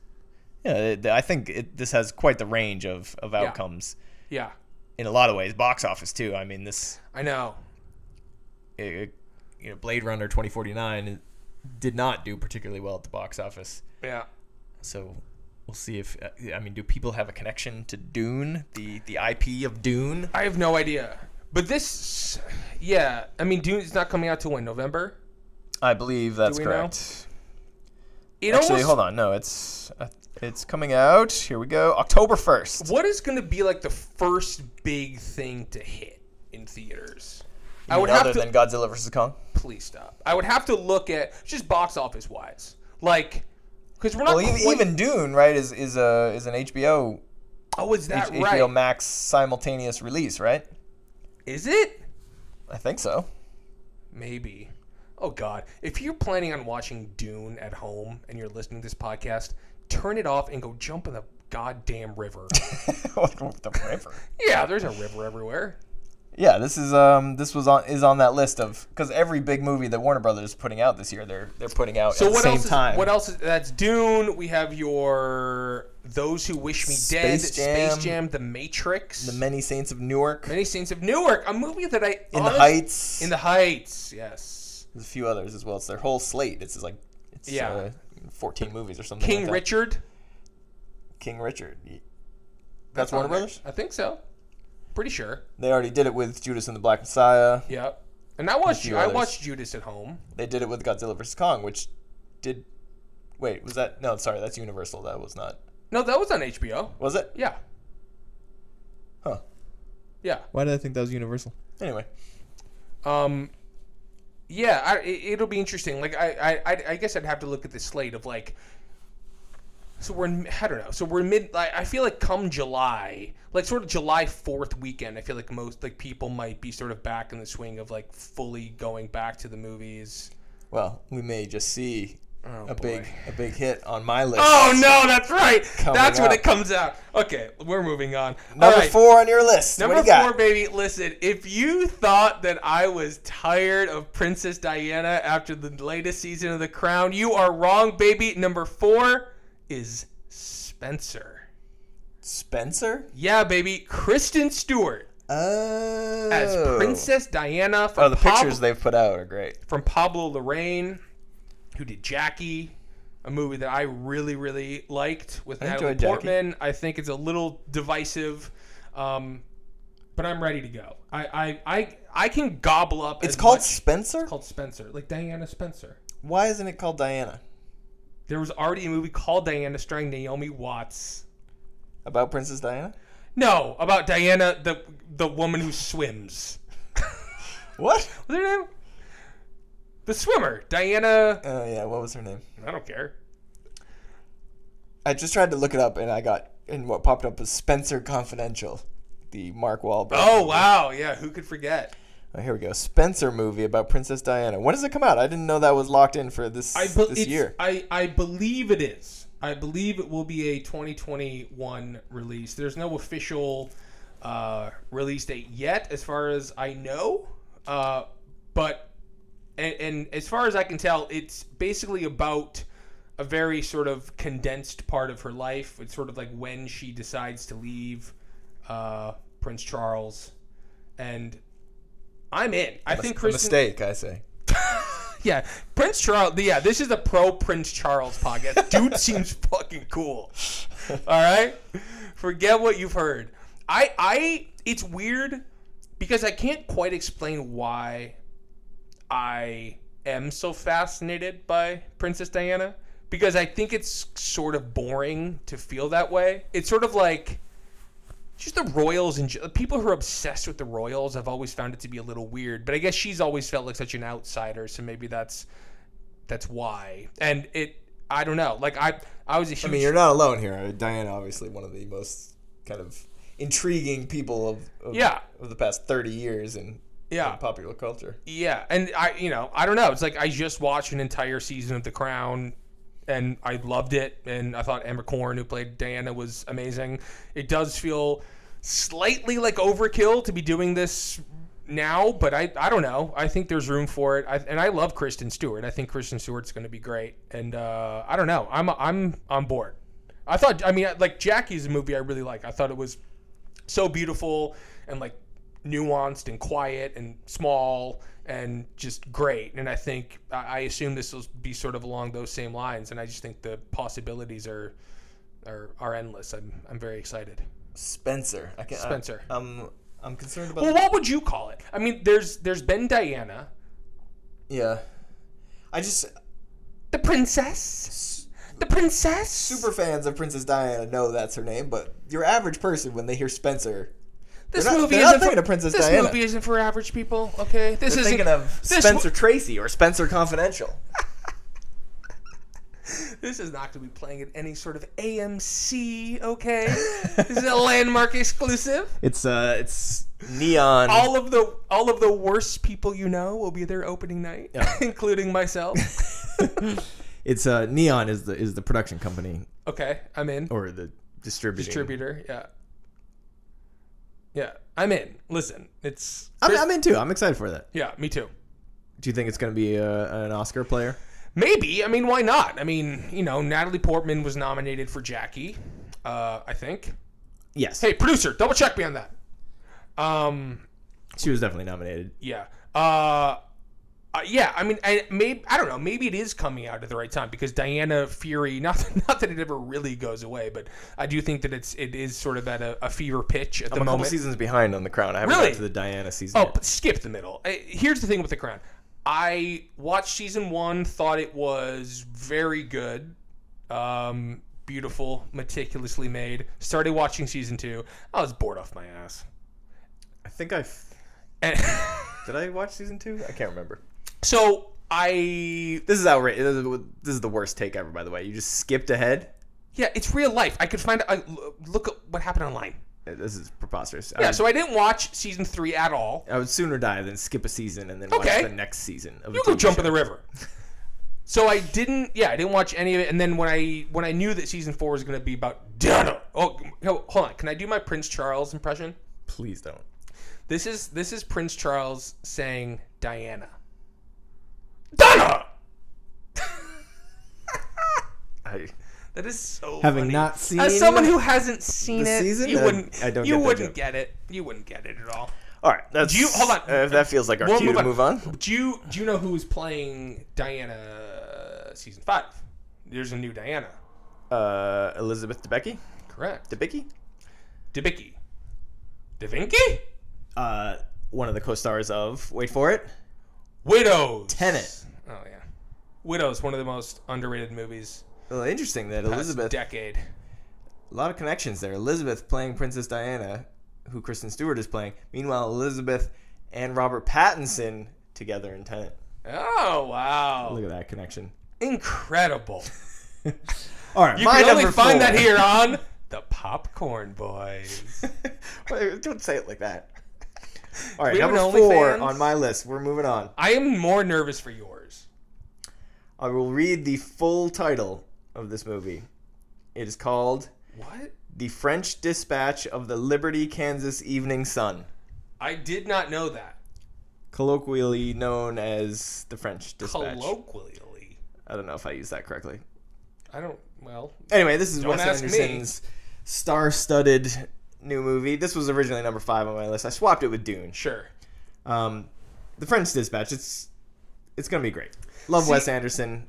[SPEAKER 1] yeah, it, I think it, this has quite the range of of outcomes
[SPEAKER 2] yeah,
[SPEAKER 1] in a lot of ways. Box office too. I mean, this
[SPEAKER 2] I know.
[SPEAKER 1] it, it- you know, Blade Runner 2049 did not do particularly well at the box office.
[SPEAKER 2] Yeah.
[SPEAKER 1] So we'll see if uh, I mean, do people have a connection to Dune, the the IP of Dune?
[SPEAKER 2] I have no idea. But this, yeah, I mean, Dune is not coming out till when November.
[SPEAKER 1] I believe that's
[SPEAKER 2] Do we know? It
[SPEAKER 1] Actually,
[SPEAKER 2] almost,
[SPEAKER 1] hold on. No, it's uh, it's coming out. Here we go. October 1st.
[SPEAKER 2] What is going to be like the first big thing to hit in theaters? I would
[SPEAKER 1] other
[SPEAKER 2] have to
[SPEAKER 1] than Godzilla vs Kong.
[SPEAKER 2] please stop. I would have to look at just box office wise, like because we're not
[SPEAKER 1] Well, e-
[SPEAKER 2] quite-
[SPEAKER 1] even Dune, right, is is a is an HBO
[SPEAKER 2] Oh, is that right?
[SPEAKER 1] HBO Max simultaneous release, right?
[SPEAKER 2] Is it?
[SPEAKER 1] I think so.
[SPEAKER 2] Maybe. Oh God! If you're planning on watching Dune at home and you're listening to this podcast, turn it off and go jump in the goddamn river.
[SPEAKER 1] the river.
[SPEAKER 2] yeah, there's a river everywhere.
[SPEAKER 1] Yeah, this is um this was on is on that list of because every big movie that Warner Brothers is putting out this year they're they're putting out
[SPEAKER 2] So
[SPEAKER 1] at the
[SPEAKER 2] what
[SPEAKER 1] same
[SPEAKER 2] else? Is,
[SPEAKER 1] time.
[SPEAKER 2] What else? Is, that's Dune. We have your Those Who Wish Me Dead,
[SPEAKER 1] Space Jam.
[SPEAKER 2] Space Jam, The Matrix,
[SPEAKER 1] The Many Saints of Newark,
[SPEAKER 2] Many Saints of Newark, a movie that I
[SPEAKER 1] In the
[SPEAKER 2] honest-
[SPEAKER 1] Heights,
[SPEAKER 2] in the Heights. Yes,
[SPEAKER 1] there's a few others as well. It's their whole slate. It's just like it's
[SPEAKER 2] Yeah.
[SPEAKER 1] uh, 14 movies or something.
[SPEAKER 2] King
[SPEAKER 1] like that.
[SPEAKER 2] Richard.
[SPEAKER 1] King Richard. Y- That's Warner
[SPEAKER 2] on there.
[SPEAKER 1] Brothers.
[SPEAKER 2] I think so. Pretty sure.
[SPEAKER 1] They already did it with Judas and the Black Messiah.
[SPEAKER 2] Yep. And I watched
[SPEAKER 1] few
[SPEAKER 2] I
[SPEAKER 1] others.
[SPEAKER 2] watched Judas at home.
[SPEAKER 1] They did it with Godzilla vs Kong, which did. Wait, was that no? Sorry, that's Universal. That was not.
[SPEAKER 2] No, that was on HBO.
[SPEAKER 1] Was it?
[SPEAKER 2] Yeah.
[SPEAKER 1] Huh.
[SPEAKER 2] Yeah.
[SPEAKER 4] Why did I think that was Universal?
[SPEAKER 1] Anyway,
[SPEAKER 2] Um, yeah, I, it, it'll be interesting. Like, I, I, I- I guess I'd have to look at the slate of like. So we're in, I don't know. So we're in mid. Like, I feel like come July, like sort of July Fourth weekend, I feel like most like people might be sort of back in the swing of like fully going back to the movies.
[SPEAKER 1] well, we may just see
[SPEAKER 2] Oh,
[SPEAKER 1] a
[SPEAKER 2] boy.
[SPEAKER 1] big a big hit on my list.
[SPEAKER 2] Oh no, that's right. that's when
[SPEAKER 1] up.
[SPEAKER 2] it comes out. Okay, we're moving on.
[SPEAKER 1] Number
[SPEAKER 2] All right.
[SPEAKER 1] four on your list.
[SPEAKER 2] Number
[SPEAKER 1] what do you
[SPEAKER 2] four,
[SPEAKER 1] got?
[SPEAKER 2] baby. Listen, if you thought that I was tired of Princess Diana after the latest season of The Crown, you are wrong, baby. Number four is Spencer.
[SPEAKER 1] Spencer
[SPEAKER 2] Yeah, baby. Kristen Stewart
[SPEAKER 1] oh.
[SPEAKER 2] as Princess Diana from,
[SPEAKER 1] Oh, the
[SPEAKER 2] Pab-
[SPEAKER 1] pictures they've put out are great.
[SPEAKER 2] from Pablo Lorraine, who did Jackie, a movie that I really, really liked with Natalie
[SPEAKER 1] enjoyed Jackie.
[SPEAKER 2] Portman. I think it's a little divisive. Um, but I'm ready to go. I, I, I, I can gobble up.
[SPEAKER 1] It's
[SPEAKER 2] as
[SPEAKER 1] called
[SPEAKER 2] much-
[SPEAKER 1] Spencer.
[SPEAKER 2] called Spencer, like Diana Spencer.
[SPEAKER 1] Why isn't it called Diana?
[SPEAKER 2] There was already a movie called Diana starring Naomi Watts.
[SPEAKER 1] About Princess Diana?
[SPEAKER 2] No, about Diana, the the woman who swims.
[SPEAKER 1] What?
[SPEAKER 2] What's her name? The swimmer, Diana.
[SPEAKER 1] Oh yeah, what was her name?
[SPEAKER 2] I don't care.
[SPEAKER 1] I just tried to look it up and I got and what popped up was Spencer Confidential, the Mark Wahlberg.
[SPEAKER 2] Oh wow, yeah, who could forget?
[SPEAKER 1] Oh, here we go. Spencer movie about Princess Diana. When does it come out? I didn't know that was locked in for this
[SPEAKER 2] I bel
[SPEAKER 1] this
[SPEAKER 2] it's-
[SPEAKER 1] year.
[SPEAKER 2] I, I believe it is. I believe it will be a 2021 release. There's no official uh, release date yet, as far as I know. Uh, but and, and as far as I can tell, it's basically about a very sort of condensed part of her life. It's sort of like when she decides to leave uh, Prince Charles, and I'm in. I think Kristen,
[SPEAKER 1] mistake, I say.
[SPEAKER 2] yeah, Prince Charles. Yeah, this is a pro Prince Charles podcast. Dude seems fucking cool. All right, forget what you've heard. I, I, it's weird because I can't quite explain why I am so fascinated by Princess Diana because I think it's sort of boring to feel that way. It's sort of like just the royals and ju- people who are obsessed with the royals. I've always found it to be a little weird, but I guess she's always felt like such an outsider, so maybe that's that's why. And it, I don't know. Like I, I was a
[SPEAKER 1] I
[SPEAKER 2] huge
[SPEAKER 1] mean, you're not alone here. Diana, obviously, one of the most kind of intriguing people of, of
[SPEAKER 2] Yeah. Ah.
[SPEAKER 1] of the past 30 years in,
[SPEAKER 2] yeah.
[SPEAKER 1] in popular culture.
[SPEAKER 2] Yeah, and I, you know, I don't know. It's like I just watched an entire season of The Crown, and I loved it. And I thought Emma Corrin, who played Diana, was amazing. It does feel slightly like overkill to be doing this now, but I, I don't know. I think there's room for it. I, and I love Kristen Stewart. I think Kristen Stewart's going to be great. And uh, I don't know. I'm, I'm on board. I thought, I mean, like Jackie's a movie I really like. I thought it was so beautiful and like nuanced and quiet and small and just great. And I think I I assume this will be sort of along those same lines. And I just think the possibilities are are, are endless. I'm I'm very excited.
[SPEAKER 1] Spencer. I can,
[SPEAKER 2] Spencer.
[SPEAKER 1] I, am I'm concerned about.
[SPEAKER 2] Well, what would you call it? I mean, there's there's been Diana,
[SPEAKER 1] yeah. I just
[SPEAKER 2] the princess, the princess.
[SPEAKER 1] super fans of Princess Diana know that's her name, but your average person when they hear Spencer,
[SPEAKER 2] this
[SPEAKER 1] they're not-
[SPEAKER 2] movie
[SPEAKER 1] they're not
[SPEAKER 2] isn't
[SPEAKER 1] thinking
[SPEAKER 2] for,
[SPEAKER 1] of Princess
[SPEAKER 2] this
[SPEAKER 1] Diana.
[SPEAKER 2] movie isn't for average people. Okay, this
[SPEAKER 1] they're
[SPEAKER 2] isn't
[SPEAKER 1] thinking of
[SPEAKER 2] this
[SPEAKER 1] Spencer Tracy or Spencer Confidential.
[SPEAKER 2] This is not going to be playing at any sort of AMC, okay? this is a landmark exclusive.
[SPEAKER 1] It's uh, it's neon.
[SPEAKER 2] All of the all of the worst people you know will be there opening night, including myself.
[SPEAKER 1] it's uh, neon is the is the production company
[SPEAKER 2] Okay, I'm in.
[SPEAKER 1] or the distributor.
[SPEAKER 2] Distributor, yeah. Yeah, I'm in. Listen, it's
[SPEAKER 1] I'm, I'm in too. I'm excited for that.
[SPEAKER 2] Yeah, me too.
[SPEAKER 1] Do you think it's going to be uh an Oscar player?
[SPEAKER 2] Maybe. I mean, why not? I mean, you know, Natalie Portman was nominated for Jackie, uh, I think.
[SPEAKER 1] Yes,
[SPEAKER 2] Hey, producer, double check me on that. Um
[SPEAKER 1] she was definitely nominated.
[SPEAKER 2] Yeah. Uh, uh, yeah. I mean, I maybe I don't know. Maybe it is coming out at the right time because Diana Fury. Not that, not that it ever really goes away, but I do think that it's it is sort of at a, a fever pitch at the
[SPEAKER 1] I'm a couple
[SPEAKER 2] moment.
[SPEAKER 1] seasons behind on the Crown. I haven't
[SPEAKER 2] Really?
[SPEAKER 1] got to the Diana season.
[SPEAKER 2] Oh,
[SPEAKER 1] yet.
[SPEAKER 2] but skip the middle. I, here's the thing with the Crown. I watched season one, thought it was very good, um, beautiful, meticulously made. Started watching season two. I was bored off my ass.
[SPEAKER 1] I think I f-
[SPEAKER 2] And
[SPEAKER 1] did. I watch season two. I can't remember.
[SPEAKER 2] so I
[SPEAKER 1] This is outrageous. This is- this is the worst take ever, by the way. You just skipped ahead.
[SPEAKER 2] Yeah, it's real life. I could find. I, look at what happened online.
[SPEAKER 1] Uh, This is preposterous. I,
[SPEAKER 2] Yeah,
[SPEAKER 1] would,
[SPEAKER 2] so I didn't watch season three at all.
[SPEAKER 1] I would sooner die than skip a season and then
[SPEAKER 2] Okay.
[SPEAKER 1] watch the next season. Of
[SPEAKER 2] You go jump in the river. So I didn't. Yeah, I didn't watch any of it. And then when I when I knew that season four was going to be about Diana. Oh, no, hold on. Can I do my Prince Charles impression?
[SPEAKER 1] Please don't.
[SPEAKER 2] This is this is Prince Charles saying Diana. Diana.
[SPEAKER 1] I,
[SPEAKER 2] That is so.
[SPEAKER 1] Having
[SPEAKER 2] funny.
[SPEAKER 1] not seen
[SPEAKER 2] as someone who hasn't seen
[SPEAKER 1] the
[SPEAKER 2] it,
[SPEAKER 1] season,
[SPEAKER 2] you
[SPEAKER 1] I-
[SPEAKER 2] wouldn't.
[SPEAKER 1] I don't
[SPEAKER 2] you
[SPEAKER 1] get that
[SPEAKER 2] wouldn't
[SPEAKER 1] joke.
[SPEAKER 2] get it. You wouldn't get it at all.
[SPEAKER 1] all right. That's,
[SPEAKER 2] Do you- hold on.
[SPEAKER 1] uh, if that feels like our
[SPEAKER 2] We'll
[SPEAKER 1] cue to move on.
[SPEAKER 2] Do you do you know who's playing Diana season five? There's a new Diana.
[SPEAKER 1] Uh, Elizabeth Debicki.
[SPEAKER 2] Correct.
[SPEAKER 1] Debicki.
[SPEAKER 2] Debicki. Devinky?
[SPEAKER 1] Uh, one of the co-stars of Wait for It.
[SPEAKER 2] Widows.
[SPEAKER 1] Tenet.
[SPEAKER 2] Oh yeah. Widows, one of the most underrated movies
[SPEAKER 1] Well, interesting that
[SPEAKER 2] past
[SPEAKER 1] Elizabeth.
[SPEAKER 2] decade.
[SPEAKER 1] A lot of connections there. Elizabeth playing Princess Diana, who Kristen Stewart is playing. Meanwhile, Elizabeth and Robert Pattinson together in Tenet.
[SPEAKER 2] Oh wow.
[SPEAKER 1] Look at that connection.
[SPEAKER 2] Incredible.
[SPEAKER 1] All right,
[SPEAKER 2] You
[SPEAKER 1] my
[SPEAKER 2] can only
[SPEAKER 1] number
[SPEAKER 2] find
[SPEAKER 1] four.
[SPEAKER 2] that here on The Popcorn Boys.
[SPEAKER 1] Wait, Don't say it like that. All right,
[SPEAKER 2] We have
[SPEAKER 1] number
[SPEAKER 2] an
[SPEAKER 1] four
[SPEAKER 2] OnlyFans?
[SPEAKER 1] on my list. We're moving on.
[SPEAKER 2] I am more nervous for yours.
[SPEAKER 1] I will read the full title of this movie. It is called
[SPEAKER 2] What?
[SPEAKER 1] "The French Dispatch of the Liberty, Kansas Evening Sun,"
[SPEAKER 2] I did not know that.
[SPEAKER 1] colloquially known as the French Dispatch.
[SPEAKER 2] Colloquially.
[SPEAKER 1] I don't know if I used that correctly.
[SPEAKER 2] I don't well,
[SPEAKER 1] Anyway, this is Wes
[SPEAKER 2] ask me.
[SPEAKER 1] Anderson's star-studded new movie. This was originally number five on my list. I swapped it with Dune.
[SPEAKER 2] sure.
[SPEAKER 1] Um, the French Dispatch. It's it's gonna be great. Love
[SPEAKER 2] See-
[SPEAKER 1] Wes Anderson.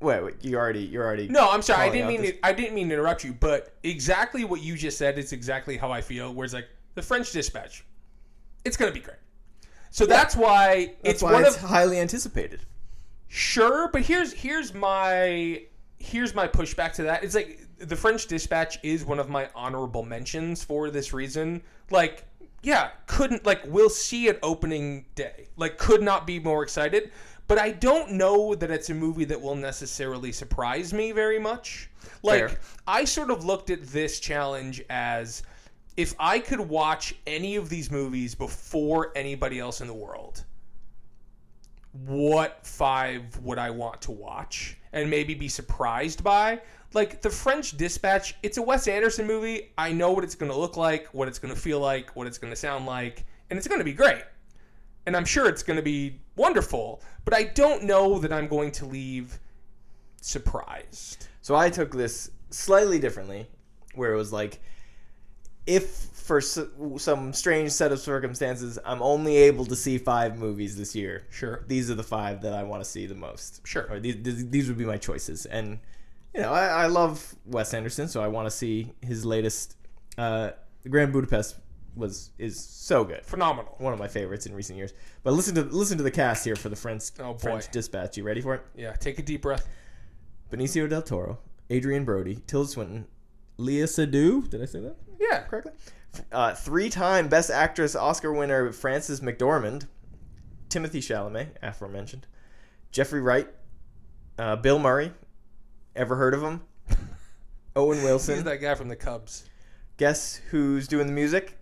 [SPEAKER 1] Wait, wait, you already you're already
[SPEAKER 2] No, I'm sorry. I
[SPEAKER 1] calling
[SPEAKER 2] didn't
[SPEAKER 1] out
[SPEAKER 2] mean
[SPEAKER 1] this-
[SPEAKER 2] to, I didn't mean to interrupt you, but exactly what you just said is exactly how I feel. Where it's like the French Dispatch, it's gonna be great. So that's why
[SPEAKER 1] That's
[SPEAKER 2] it's
[SPEAKER 1] why
[SPEAKER 2] one
[SPEAKER 1] it's
[SPEAKER 2] of
[SPEAKER 1] highly anticipated.
[SPEAKER 2] sure but here's here's my here's my pushback to that it's like the french dispatch is one of my honorable mentions for this reason like yeah couldn't like we'll see it opening day like could not be more excited but i don't know that it's a movie that will necessarily surprise me very much like
[SPEAKER 5] Fair.
[SPEAKER 2] i sort of looked at this challenge as if i could watch any of these movies before anybody else in the world what five would I want to watch and maybe be surprised by. Like The French Dispatch, it's a Wes Anderson movie. I know what it's going to look like, what it's going to feel like, what it's going to sound like, and it's going to be great. And I'm sure it's going to be wonderful, but I don't know that I'm going to leave surprised.
[SPEAKER 1] So I took this slightly differently, where it was like, if for s- some strange set of circumstances, I'm only able to see five movies this year.
[SPEAKER 2] Sure.
[SPEAKER 1] These are the five that I want to see the most.
[SPEAKER 2] Sure.
[SPEAKER 1] Or these, these, these would be my choices. And, you know, I, I love Wes Anderson, so I want to see his latest. Uh, the Grand Budapest was is so good.
[SPEAKER 2] Phenomenal.
[SPEAKER 1] One of my favorites in recent years. But listen to listen to the cast here for the French
[SPEAKER 2] Oh, boy.
[SPEAKER 1] French Dispatch. You ready for it?
[SPEAKER 2] Yeah, take a deep breath.
[SPEAKER 1] Benicio del Toro, Adrian Brody, Tilda Swinton, Leah Sadu. Did I say that
[SPEAKER 2] Yeah.
[SPEAKER 1] correctly? Uh, three-time Best Actress Oscar winner Frances McDormand, Timothy Chalamet, aforementioned, Jeffrey Wright, uh, Bill Murray. Ever heard of him? Owen
[SPEAKER 2] He's
[SPEAKER 1] Wilson.
[SPEAKER 2] that guy from the Cubs.
[SPEAKER 1] Guess who's doing the music?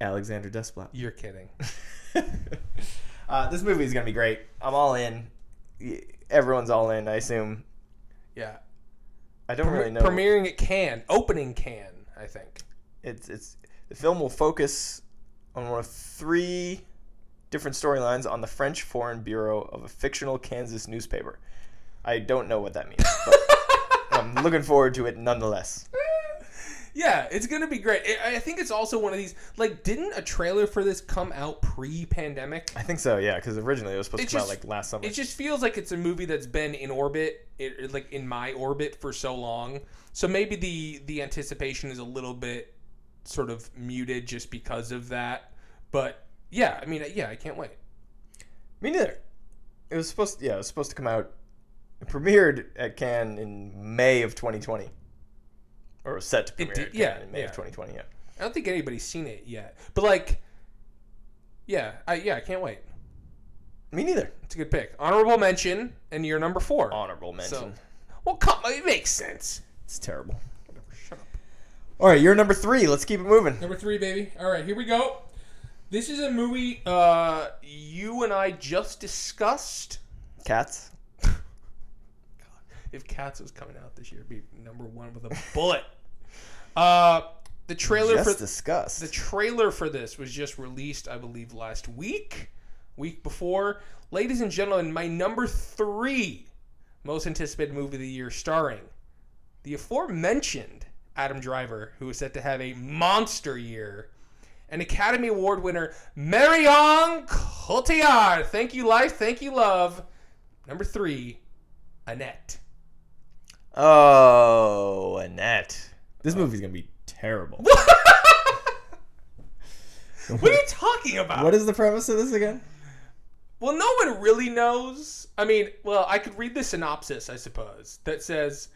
[SPEAKER 1] Alexander Desplat.
[SPEAKER 2] You're kidding.
[SPEAKER 1] uh, this movie is gonna be great. I'm all in. Y- Everyone's all in, I assume.
[SPEAKER 2] Yeah.
[SPEAKER 1] I don't really know.
[SPEAKER 2] Premiering at Cannes, opening Cannes, I think.
[SPEAKER 1] it's it's the film will focus on one of three different storylines on the French Foreign Bureau of a fictional Kansas newspaper. I don't know what that means, but I'm looking forward to it nonetheless.
[SPEAKER 2] Yeah, it's gonna be great. I I think it's also one of these. Like, didn't a trailer for this come out pre-pandemic?
[SPEAKER 1] I think so, yeah, because originally it was supposed
[SPEAKER 2] It
[SPEAKER 1] to come
[SPEAKER 2] just-
[SPEAKER 1] out like last summer.
[SPEAKER 2] It just feels like it's a movie that's been in orbit, it, it- like in my orbit for so long. So maybe the the anticipation is a little bit sort of muted just because of that. But yeah, I mean, yeah, I can't wait.
[SPEAKER 1] Me neither. It was supposed, yeah, it was supposed to come out. It premiered at Cannes in May of 2020, or was set to premiere.
[SPEAKER 2] did-
[SPEAKER 1] at
[SPEAKER 2] yeah,
[SPEAKER 1] Cannes in May
[SPEAKER 2] yeah.
[SPEAKER 1] of 2020. Yeah.
[SPEAKER 2] I don't think anybody's seen it yet. But like, yeah, I yeah, I can't wait.
[SPEAKER 1] Me neither.
[SPEAKER 2] It's a good pick. Honorable mention, and you're number four.
[SPEAKER 1] Honorable mention.
[SPEAKER 2] So, well, come, it makes sense.
[SPEAKER 1] It's terrible.
[SPEAKER 2] Shut up.
[SPEAKER 1] All right, you're number three. Let's keep it moving.
[SPEAKER 2] Number three, baby. All right, here we go. This is a movie uh, you and I just discussed.
[SPEAKER 1] Cats.
[SPEAKER 2] If Cats was coming out this year, it'd be number one with a bullet. uh, the trailer
[SPEAKER 1] Just
[SPEAKER 2] for
[SPEAKER 1] discussed.
[SPEAKER 2] the trailer for this was just released, I believe, last week, week before. Ladies and gentlemen, my number three most anticipated movie of the year, starring the aforementioned Adam Driver, who is set to have a monster year, an Academy Award winner, Marion Cotillard. Thank you, life. Thank you, love. Number three, Annette.
[SPEAKER 1] oh, Annette. This movie's gonna be terrible.
[SPEAKER 2] What are you talking about?
[SPEAKER 1] what is the premise of this again?
[SPEAKER 2] Well, no one really knows. I mean, well, I could read the synopsis, I suppose, that says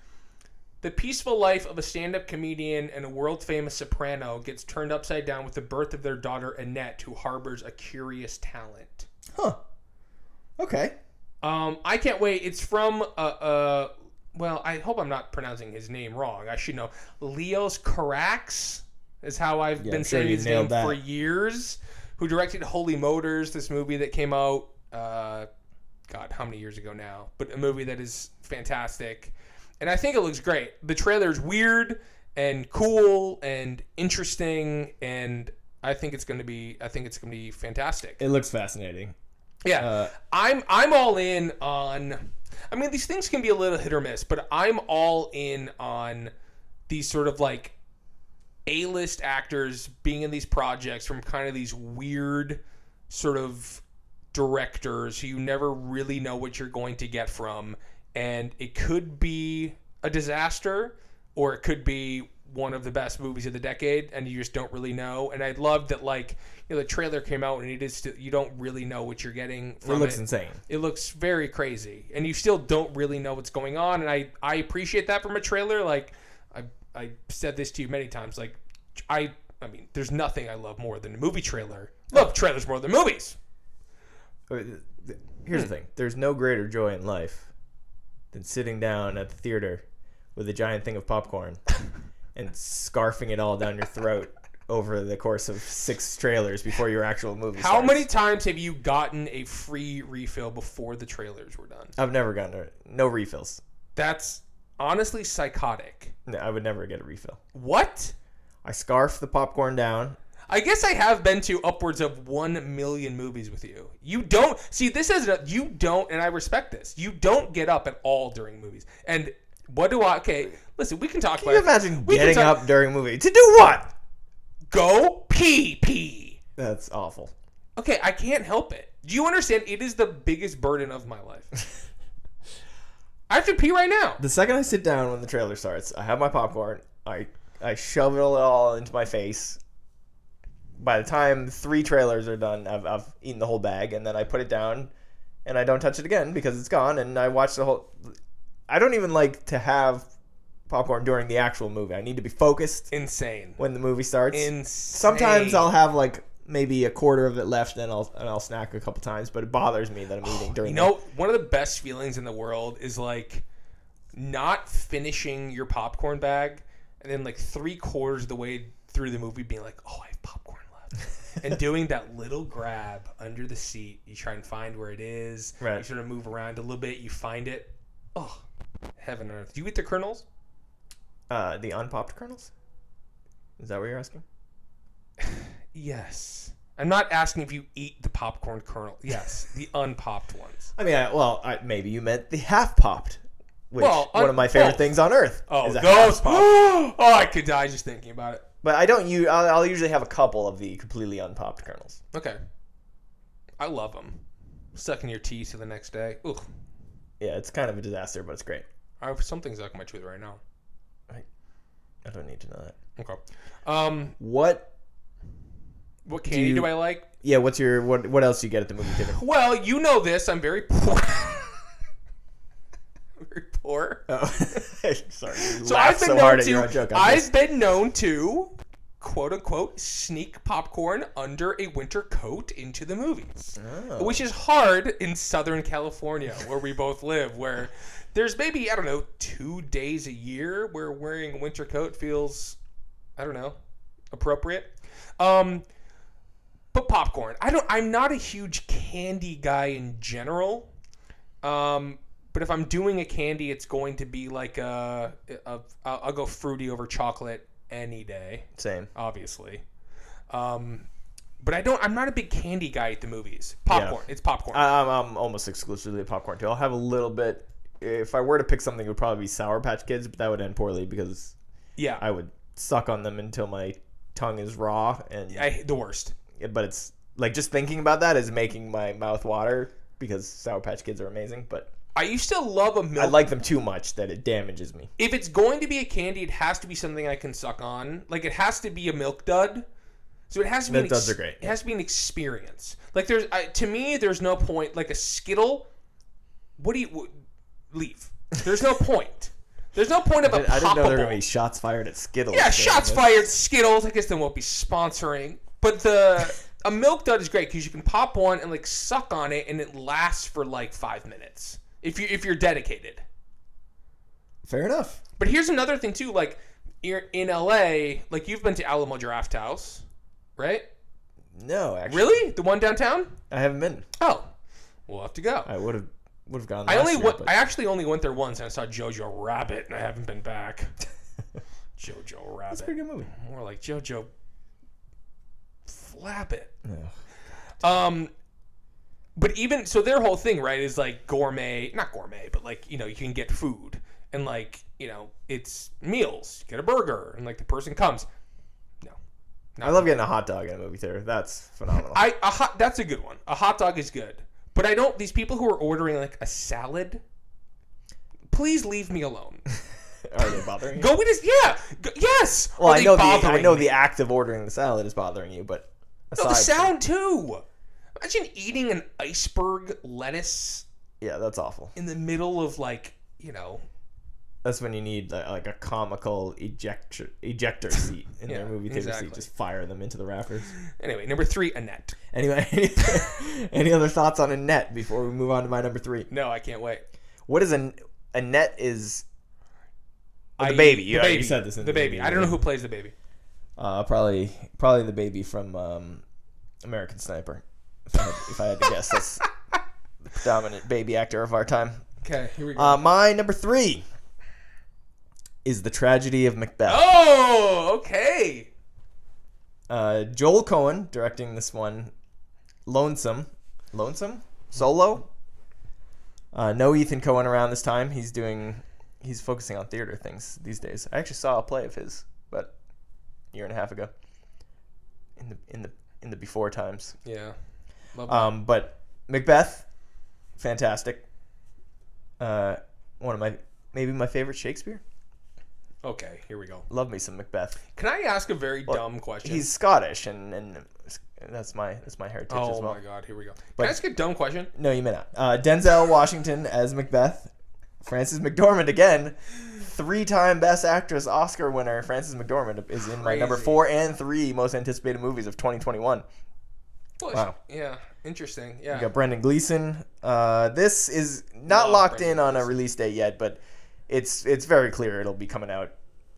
[SPEAKER 2] the peaceful life of a stand up comedian and a world famous soprano gets turned upside down with the birth of their daughter, Annette, who harbors a curious talent.
[SPEAKER 1] Huh. Okay.
[SPEAKER 2] Um, I can't wait. It's from, uh, uh, well, I hope I'm not pronouncing his name wrong. I should know. Leos Carax is how I've
[SPEAKER 1] Yeah,
[SPEAKER 2] been
[SPEAKER 1] I'm sure
[SPEAKER 2] saying
[SPEAKER 1] you
[SPEAKER 2] his name
[SPEAKER 1] nailed that.
[SPEAKER 2] for years. Who directed Holy Motors, this movie that came out, uh, God, how many years ago now? But a movie that is fantastic. And I think it looks great. The trailer's weird and cool and interesting and I think it's gonna be I think it's gonna be fantastic.
[SPEAKER 1] It looks fascinating.
[SPEAKER 2] Yeah,
[SPEAKER 1] Uh,
[SPEAKER 2] I'm I'm all in on. I mean, these things can be a little hit or miss, but I'm all in on these sort of like A-list actors being in these projects from kind of these weird sort of directors who you never really know what you're going to get from, and it could be a disaster or it could be one of the best movies of the decade, and you just don't really know. And I love that like you know the trailer came out and it is still, you don't really know what you're getting.
[SPEAKER 1] It
[SPEAKER 2] From
[SPEAKER 1] looks insane.
[SPEAKER 2] it looks very crazy and you still don't really know what's going on and i i appreciate that from a trailer like i i said this to you many times like i i mean there's nothing i love more than a movie trailer look trailers more than movies
[SPEAKER 1] Okay, th- th- Here's the
[SPEAKER 2] Hmm.
[SPEAKER 1] thing: there's no greater joy in life than sitting down at the theater with a giant thing of popcorn and scarfing it all down your throat over the course of six trailers before your actual movie.
[SPEAKER 2] how
[SPEAKER 1] starts.
[SPEAKER 2] many times have you gotten a free refill before the trailers were done
[SPEAKER 1] I've never gotten a, no refills.
[SPEAKER 2] that's honestly psychotic
[SPEAKER 1] No, I would never get a refill.
[SPEAKER 2] what
[SPEAKER 1] I scarf the popcorn down.
[SPEAKER 2] I guess I have been to upwards of one million movies with you. You don't see this is a, you don't, and I respect this. You don't get up at all during movies. And what do I? Okay, listen, we can talk
[SPEAKER 1] Can you
[SPEAKER 2] about. it.
[SPEAKER 1] imagine
[SPEAKER 2] We can
[SPEAKER 1] getting
[SPEAKER 2] talk-
[SPEAKER 1] up during a movie to do what?
[SPEAKER 2] Go pee pee.
[SPEAKER 1] That's awful.
[SPEAKER 2] Okay, I can't help it. Do you understand? It is the biggest burden of my life. I have to pee right now.
[SPEAKER 1] The second I sit down when the trailer starts, I have my popcorn. I I shove it all into my face. By the time three trailers are done, I've, I've eaten the whole bag, and then I put it down, and I don't touch it again because it's gone. And I watch the whole. I don't even like to have popcorn during the actual movie. I need to be focused
[SPEAKER 2] Insane.
[SPEAKER 1] when the movie starts.
[SPEAKER 2] Insane.
[SPEAKER 1] Sometimes I'll have like maybe a quarter of it left, then I'll and I'll snack a couple times. But it bothers me that I'm eating during.
[SPEAKER 2] You know, one of the best feelings in the world is like not finishing your popcorn bag and then like three quarters of the way through the movie being like, oh, I have popcorn left. and doing that little grab under the seat. You try and find where it is.
[SPEAKER 1] Right.
[SPEAKER 2] You sort of move around a little bit. You find it. Oh, heaven on earth. Do you eat the kernels?
[SPEAKER 1] the, uh, the unpopped kernels. Is that what you're asking?
[SPEAKER 2] Yes. I'm not asking if you eat the popcorn kernel. Yes, the unpopped ones.
[SPEAKER 1] I mean, I, well, I, maybe you meant the half popped, which
[SPEAKER 2] Well,
[SPEAKER 1] one
[SPEAKER 2] un-
[SPEAKER 1] of my favorite
[SPEAKER 2] both.
[SPEAKER 1] things on earth.
[SPEAKER 2] Oh,
[SPEAKER 1] is a
[SPEAKER 2] those
[SPEAKER 1] half
[SPEAKER 2] pop. Oh, I could die just thinking about it.
[SPEAKER 1] But I don't. You, I'll, I'll usually have a couple of the completely unpopped kernels.
[SPEAKER 2] Okay. I love them. Sucking your teeth to the next day. Ugh.
[SPEAKER 1] Yeah, it's kind of a disaster, but it's great.
[SPEAKER 2] I have something stuck in my tooth right now.
[SPEAKER 1] I don't need to know that.
[SPEAKER 2] Okay. Um,
[SPEAKER 1] What?
[SPEAKER 2] what candy
[SPEAKER 1] you-
[SPEAKER 2] do I like?
[SPEAKER 1] Yeah, what's your what? What else do you get at the movie theater?
[SPEAKER 2] Well, you know this. I'm very poor. very poor.
[SPEAKER 1] oh, sorry. You laughed
[SPEAKER 2] So I've been
[SPEAKER 1] so
[SPEAKER 2] known
[SPEAKER 1] hard at
[SPEAKER 2] to.
[SPEAKER 1] your own joke. I
[SPEAKER 2] I've been known to, quote unquote, sneak popcorn under a winter coat into the movies,
[SPEAKER 1] Oh.
[SPEAKER 2] which is hard in Southern California, where we both live, where there's maybe I don't know two days a year where wearing a winter coat feels, I don't know, appropriate. Um, but popcorn. I don't. I'm not a huge candy guy in general. Um, but if I'm doing a candy, it's going to be like a, a I'll I'll go fruity over chocolate any day,
[SPEAKER 1] same.
[SPEAKER 2] obviously. Um, but I don't. I'm not a big candy guy at the movies. Popcorn. It's popcorn.
[SPEAKER 1] I, I'm, I'm almost exclusively popcorn too. I'll have a little bit. If I were to pick something, it would probably be Sour Patch Kids, but that would end poorly because
[SPEAKER 2] yeah.
[SPEAKER 1] I would suck on them until my tongue is raw and
[SPEAKER 2] I, hate the worst.
[SPEAKER 1] but it's like just thinking about that is making my mouth water because Sour Patch Kids are amazing, but
[SPEAKER 2] I used to love a
[SPEAKER 1] I
[SPEAKER 2] milk.
[SPEAKER 1] like them too much that it damages me.
[SPEAKER 2] if it's going to be a candy, it has to be something I can suck on. Like it has to be a milk dud. So it has to be.
[SPEAKER 1] Milk
[SPEAKER 2] an ex-
[SPEAKER 1] duds are great.
[SPEAKER 2] It has to be an experience. Like there's I, to me, there's no point. Like a skittle. What do you w- leave? There's no point. There's no point of a
[SPEAKER 1] I didn't know there were gonna be
[SPEAKER 2] poppable.
[SPEAKER 1] shots fired at Skittles.
[SPEAKER 2] Yeah,
[SPEAKER 1] during
[SPEAKER 2] shots
[SPEAKER 1] this.
[SPEAKER 2] fired. Skittles. I guess they won't be sponsoring. But the a milk dud is great because you can pop one and like suck on it, and it lasts for like five minutes if you if you're dedicated.
[SPEAKER 1] Fair enough.
[SPEAKER 2] But here's another thing too. Like you're in LA, like you've been to Alamo Draft House, right?
[SPEAKER 1] No, actually,
[SPEAKER 2] Really, the one downtown?
[SPEAKER 1] I haven't been.
[SPEAKER 2] Oh, we'll have to go.
[SPEAKER 1] I would have would have gone.
[SPEAKER 2] I
[SPEAKER 1] last
[SPEAKER 2] only
[SPEAKER 1] year,
[SPEAKER 2] went.
[SPEAKER 1] but-
[SPEAKER 2] I actually only went there once, and I saw Jojo Rabbit, and I haven't been back. Jojo
[SPEAKER 1] It's a
[SPEAKER 2] Rabbit,
[SPEAKER 1] pretty good movie.
[SPEAKER 2] more like Jojo Flap it.
[SPEAKER 1] No.
[SPEAKER 2] Um, but even so, their whole thing, right, is like gourmet, not gourmet, but like you know, you can get food and like you know, it's meals. You get a burger, and like the person comes.
[SPEAKER 1] I love getting a hot dog in a movie theater. That's phenomenal.
[SPEAKER 2] I a hot, that's a good one. A hot dog is good, but I don't. These people who are ordering like a salad, please leave me alone.
[SPEAKER 1] Are they bothering you?
[SPEAKER 2] Go with his yeah. Go, yes.
[SPEAKER 1] well,
[SPEAKER 2] Are
[SPEAKER 1] I
[SPEAKER 2] they
[SPEAKER 1] know the I
[SPEAKER 2] bothering
[SPEAKER 1] know
[SPEAKER 2] me?
[SPEAKER 1] the act of ordering the salad is bothering you, but aside,
[SPEAKER 2] No, the sound too. Imagine eating an iceberg lettuce
[SPEAKER 1] yeah, that's awful.
[SPEAKER 2] in the middle of like you know.
[SPEAKER 1] That's when you need uh, like a comical ejector ejector seat in
[SPEAKER 2] Yeah,
[SPEAKER 1] their movie theater
[SPEAKER 2] exactly.
[SPEAKER 1] seat. Just fire them into the rafters.
[SPEAKER 2] Anyway, number three, Annette.
[SPEAKER 1] Anyway, any other thoughts on Annette before we move on to my number three?
[SPEAKER 2] No, I can't wait.
[SPEAKER 1] What is an Annette is
[SPEAKER 2] I-
[SPEAKER 1] the baby.
[SPEAKER 2] the
[SPEAKER 1] You,
[SPEAKER 2] baby.
[SPEAKER 1] you said this in
[SPEAKER 2] the baby. I don't know who plays the baby.
[SPEAKER 1] Uh, probably probably the baby from um, American Sniper. If I, had, if I had to guess, that's the predominant baby actor of our time.
[SPEAKER 2] Okay, here we go.
[SPEAKER 1] Uh, my number three is the tragedy of Macbeth.
[SPEAKER 2] oh, okay.
[SPEAKER 1] Uh, Joel Cohen directing this one. Lonesome, lonesome solo. Uh, no Ethan Cohen around this time. He's doing he's focusing on theater things these days. I actually saw a play of his, but a year and a half ago. In the in the in the before times.
[SPEAKER 2] Yeah. Love that.
[SPEAKER 1] Um, but Macbeth, fantastic. Uh, one of my maybe my favorite Shakespeare.
[SPEAKER 2] okay, here we go.
[SPEAKER 1] Love me some Macbeth.
[SPEAKER 2] Can I ask a very dumb question?
[SPEAKER 1] He's Scottish, and and that's my that's my heritage
[SPEAKER 2] oh
[SPEAKER 1] as well.
[SPEAKER 2] my god, here we go.
[SPEAKER 1] But-
[SPEAKER 2] Can I ask a dumb question?
[SPEAKER 1] No, you may not. Uh, Denzel Washington as Macbeth. Frances McDormand again, three-time Best Actress Oscar winner. Frances McDormand is in my number
[SPEAKER 2] Crazy.
[SPEAKER 1] four and three most anticipated movies of 2021.
[SPEAKER 2] Well,
[SPEAKER 1] Wow.
[SPEAKER 2] Yeah, interesting.
[SPEAKER 1] We
[SPEAKER 2] Yeah.
[SPEAKER 1] got Brendan Gleeson. Uh, this is not
[SPEAKER 2] Love
[SPEAKER 1] locked
[SPEAKER 2] Brendan
[SPEAKER 1] in on a release date yet, but it's it's very clear it'll be coming out,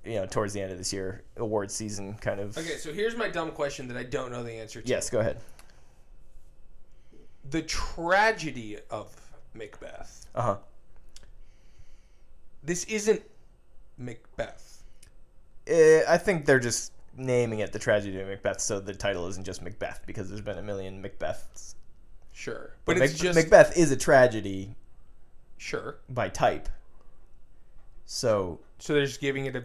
[SPEAKER 1] you know, towards the end of this year, award season kind of.
[SPEAKER 2] Okay, so here's my dumb question that I don't know the answer to.
[SPEAKER 1] Yes, go ahead.
[SPEAKER 2] The tragedy of Macbeth.
[SPEAKER 1] Uh huh.
[SPEAKER 2] This isn't Macbeth.
[SPEAKER 1] Eh, I think they're just naming it the tragedy of Macbeth, so the title isn't just Macbeth because there's been a million Macbeths.
[SPEAKER 2] Sure. But
[SPEAKER 1] Mac-
[SPEAKER 2] it's just
[SPEAKER 1] Macbeth is a tragedy
[SPEAKER 2] sure.
[SPEAKER 1] by type. So
[SPEAKER 2] So they're just giving it a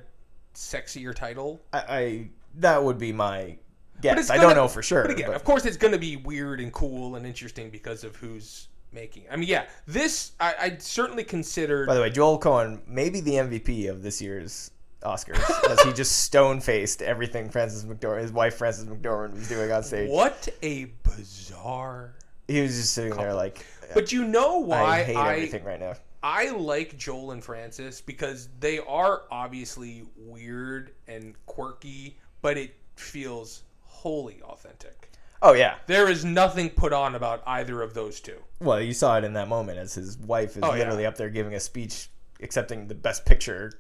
[SPEAKER 2] sexier title.
[SPEAKER 1] I, I that would be my guess.
[SPEAKER 2] it's
[SPEAKER 1] I don't
[SPEAKER 2] gonna-
[SPEAKER 1] know for sure.
[SPEAKER 2] But again,
[SPEAKER 1] but-
[SPEAKER 2] of course, it's going to be weird and cool and interesting because of who's making. It. I mean, yeah, this I, I certainly considered.
[SPEAKER 1] By the way, Joel Cohen may be the MVP of this year's Oscars, as he just stone faced everything Francis McDormand, his wife Frances McDormand, was doing on stage.
[SPEAKER 2] what a bizarre.
[SPEAKER 1] He was just sitting there like,
[SPEAKER 2] But you know
[SPEAKER 1] I,
[SPEAKER 2] why
[SPEAKER 1] hate
[SPEAKER 2] I
[SPEAKER 1] everything right now.
[SPEAKER 2] I, like Joel and Francis because they are obviously weird and quirky, but it feels wholly authentic.
[SPEAKER 1] Oh yeah,
[SPEAKER 2] There is nothing put on about either of those two.
[SPEAKER 1] well you saw it in that moment as his wife is
[SPEAKER 2] Oh, yeah.
[SPEAKER 1] literally up there giving a speech, accepting the Best Picture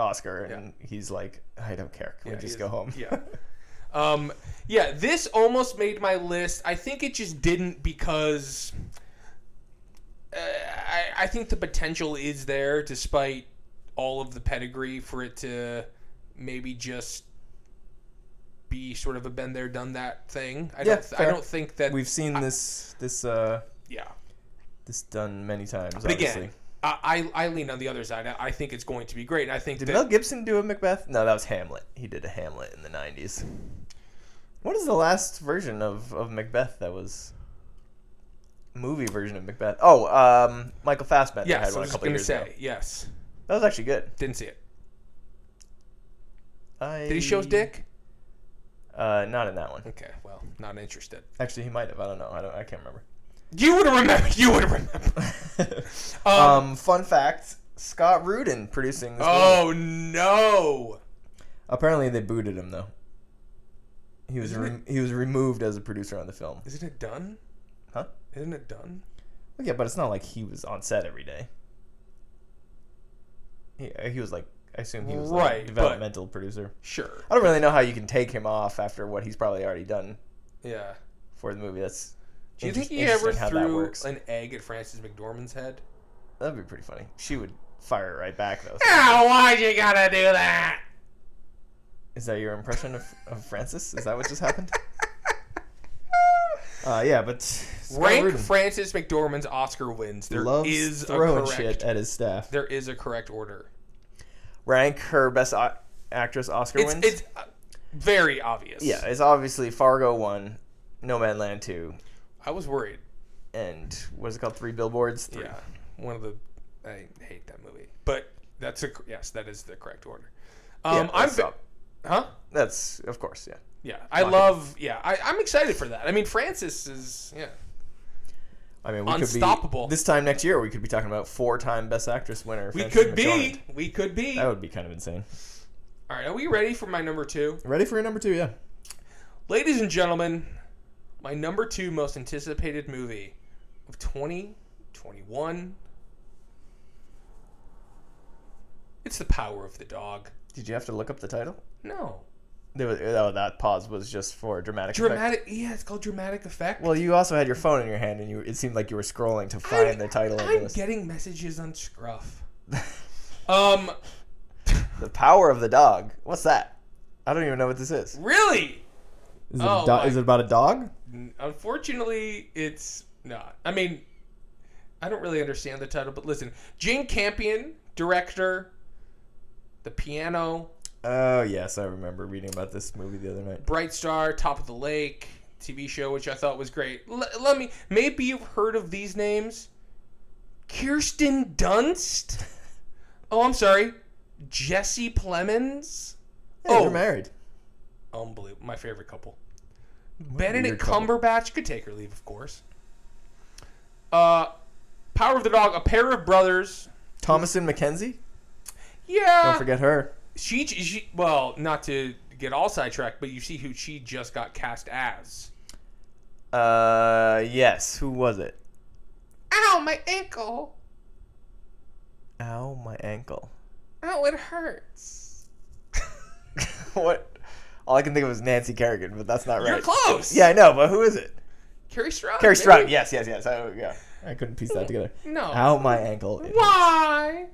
[SPEAKER 1] Oscar, and he's like, I don't care. Can we
[SPEAKER 2] Yeah,
[SPEAKER 1] just
[SPEAKER 2] he
[SPEAKER 1] go
[SPEAKER 2] is-
[SPEAKER 1] home?
[SPEAKER 2] Yeah. Um, yeah, this almost made my list. I think it just didn't because uh, I, I think the potential is there despite all of the pedigree for it to maybe just be sort of a been there, done that thing. I,
[SPEAKER 1] Yeah,
[SPEAKER 2] don't, I
[SPEAKER 1] fair.
[SPEAKER 2] don't think that.
[SPEAKER 1] We've seen this this uh
[SPEAKER 2] yeah.
[SPEAKER 1] this done many times.
[SPEAKER 2] But
[SPEAKER 1] obviously.
[SPEAKER 2] again, I, I, I lean on the other side. I, I think it's going to be great. And I think
[SPEAKER 1] Did
[SPEAKER 2] that.
[SPEAKER 1] Mel Gibson do a Macbeth? No, that was Hamlet. He did a Hamlet in the '90s. What is the last version of, of Macbeth that was movie version of Macbeth? Oh, um, Michael Fassbender
[SPEAKER 2] yes,
[SPEAKER 1] had
[SPEAKER 2] I
[SPEAKER 1] one a
[SPEAKER 2] was just
[SPEAKER 1] couple
[SPEAKER 2] going to
[SPEAKER 1] years
[SPEAKER 2] say.
[SPEAKER 1] ago.
[SPEAKER 2] Yes.
[SPEAKER 1] That was actually good.
[SPEAKER 2] Didn't see it.
[SPEAKER 1] I,
[SPEAKER 2] Did he show his dick?
[SPEAKER 1] Uh, not in that one.
[SPEAKER 2] Okay, well, not interested.
[SPEAKER 1] Actually, he might have. I don't know. I don't. I can't remember.
[SPEAKER 2] You would have remembered. You would have remembered.
[SPEAKER 1] um,
[SPEAKER 2] Um,
[SPEAKER 1] fun fact: Scott Rudin producing this. movie.
[SPEAKER 2] oh no!
[SPEAKER 1] Apparently, they booted him though. He was re- he was removed as a producer on the film.
[SPEAKER 2] Isn't it done?
[SPEAKER 1] Huh?
[SPEAKER 2] Isn't it done?
[SPEAKER 1] Yeah, but it's not like he was on set every day. He, he was like, I assume he was like
[SPEAKER 2] Right, but-
[SPEAKER 1] developmental producer.
[SPEAKER 2] Sure.
[SPEAKER 1] I don't really know how you can take him off after what he's probably already done
[SPEAKER 2] Yeah.
[SPEAKER 1] for the movie. That's
[SPEAKER 2] Do you
[SPEAKER 1] inter-
[SPEAKER 2] think he ever
[SPEAKER 1] interesting how that
[SPEAKER 2] threw
[SPEAKER 1] works.
[SPEAKER 2] an egg at Frances McDormand's head?
[SPEAKER 1] That'd be pretty funny. She would fire right back though.
[SPEAKER 2] Ah, why'd you gotta do that?
[SPEAKER 1] Is that your impression of, of Francis? Is that what just happened? Uh, yeah, but Scott
[SPEAKER 2] Rank
[SPEAKER 1] Rudin
[SPEAKER 2] Frances McDormand's Oscar wins. There is
[SPEAKER 1] loves
[SPEAKER 2] a
[SPEAKER 1] throwing
[SPEAKER 2] correct.
[SPEAKER 1] shit at his staff.
[SPEAKER 2] There is a correct order.
[SPEAKER 1] Rank her best o- actress Oscar
[SPEAKER 2] It's
[SPEAKER 1] wins.
[SPEAKER 2] it's uh, very obvious.
[SPEAKER 1] Yeah, it's obviously Fargo one, Nomadland two,
[SPEAKER 2] I was worried.
[SPEAKER 1] and what's it called? Three Billboards. Three.
[SPEAKER 2] Yeah. One of the I hate that movie, but That's a yes. That is the correct order. Um,
[SPEAKER 1] Yeah,
[SPEAKER 2] I'm
[SPEAKER 1] that's
[SPEAKER 2] ve-
[SPEAKER 1] up.
[SPEAKER 2] huh?
[SPEAKER 1] That's of course, yeah.
[SPEAKER 2] Yeah, I love. Yeah, I, I'm excited for that. I mean, Francis is yeah.
[SPEAKER 1] I mean, we
[SPEAKER 2] Unstoppable.
[SPEAKER 1] could be this time next year. We could be talking about four-time Best Actress winner.
[SPEAKER 2] We
[SPEAKER 1] Frances
[SPEAKER 2] could be.
[SPEAKER 1] McDormand.
[SPEAKER 2] We could be.
[SPEAKER 1] That
[SPEAKER 2] All
[SPEAKER 1] would be kind of insane.
[SPEAKER 2] right, are we ready for my number two?
[SPEAKER 6] Ready for your number two? Yeah.
[SPEAKER 2] Ladies and gentlemen, my number two most anticipated movie of 2021. It's The Power of the Dog.
[SPEAKER 1] Did you have to look up the title?
[SPEAKER 2] No.
[SPEAKER 1] There was, oh, that pause was just for dramatic. effect.
[SPEAKER 2] Dramatic. Yeah, it's called Dramatic Effect.
[SPEAKER 1] Well, you also had your phone in your hand, and you it seemed like you were scrolling to find
[SPEAKER 2] I'm,
[SPEAKER 1] the title
[SPEAKER 2] I'm
[SPEAKER 1] of this.
[SPEAKER 2] getting messages on Scruff. um,
[SPEAKER 1] the power of the dog. What's that? I don't even know what this is.
[SPEAKER 2] really?
[SPEAKER 6] Is,
[SPEAKER 2] Oh
[SPEAKER 6] it, a do-
[SPEAKER 2] my-
[SPEAKER 6] is it about a dog?
[SPEAKER 2] Unfortunately, it's not. I mean, I don't really understand the title, but listen, Jane Campion, director, The Piano,
[SPEAKER 1] Oh yes, I remember reading about this movie the other night.
[SPEAKER 2] Bright Star, Top of the Lake TV show, which I thought was great. L- let me, maybe you've heard of these names. Kirsten Dunst. Oh, I'm sorry, Jesse Plemons.
[SPEAKER 1] Hey,
[SPEAKER 2] Oh.
[SPEAKER 1] they're married.
[SPEAKER 2] Unbelievable, my favorite couple. Benedict
[SPEAKER 1] weird couple.
[SPEAKER 2] Cumberbatch could take her leave, of course. Uh, Power of the Dog, a pair of brothers.
[SPEAKER 1] Thomason McKenzie.
[SPEAKER 2] Yeah,
[SPEAKER 1] Don't
[SPEAKER 2] Ah.
[SPEAKER 1] forget her.
[SPEAKER 2] she, she. Well, not to get all sidetracked, but you see who she just got cast as.
[SPEAKER 1] Uh, yes. Who was it?
[SPEAKER 2] Ow, my ankle.
[SPEAKER 1] Ow, my ankle.
[SPEAKER 2] Oh, it hurts.
[SPEAKER 1] what? All I can think of is Nancy Kerrigan, but that's not right.
[SPEAKER 2] You're close.
[SPEAKER 1] Yeah, I know, but who is it?
[SPEAKER 2] Carrie Stroud.
[SPEAKER 1] Carrie
[SPEAKER 2] baby.
[SPEAKER 1] Stroud. Yes, yes, yes. I, yeah. I couldn't piece that together.
[SPEAKER 2] No.
[SPEAKER 1] Ow, my ankle. It-
[SPEAKER 2] Why?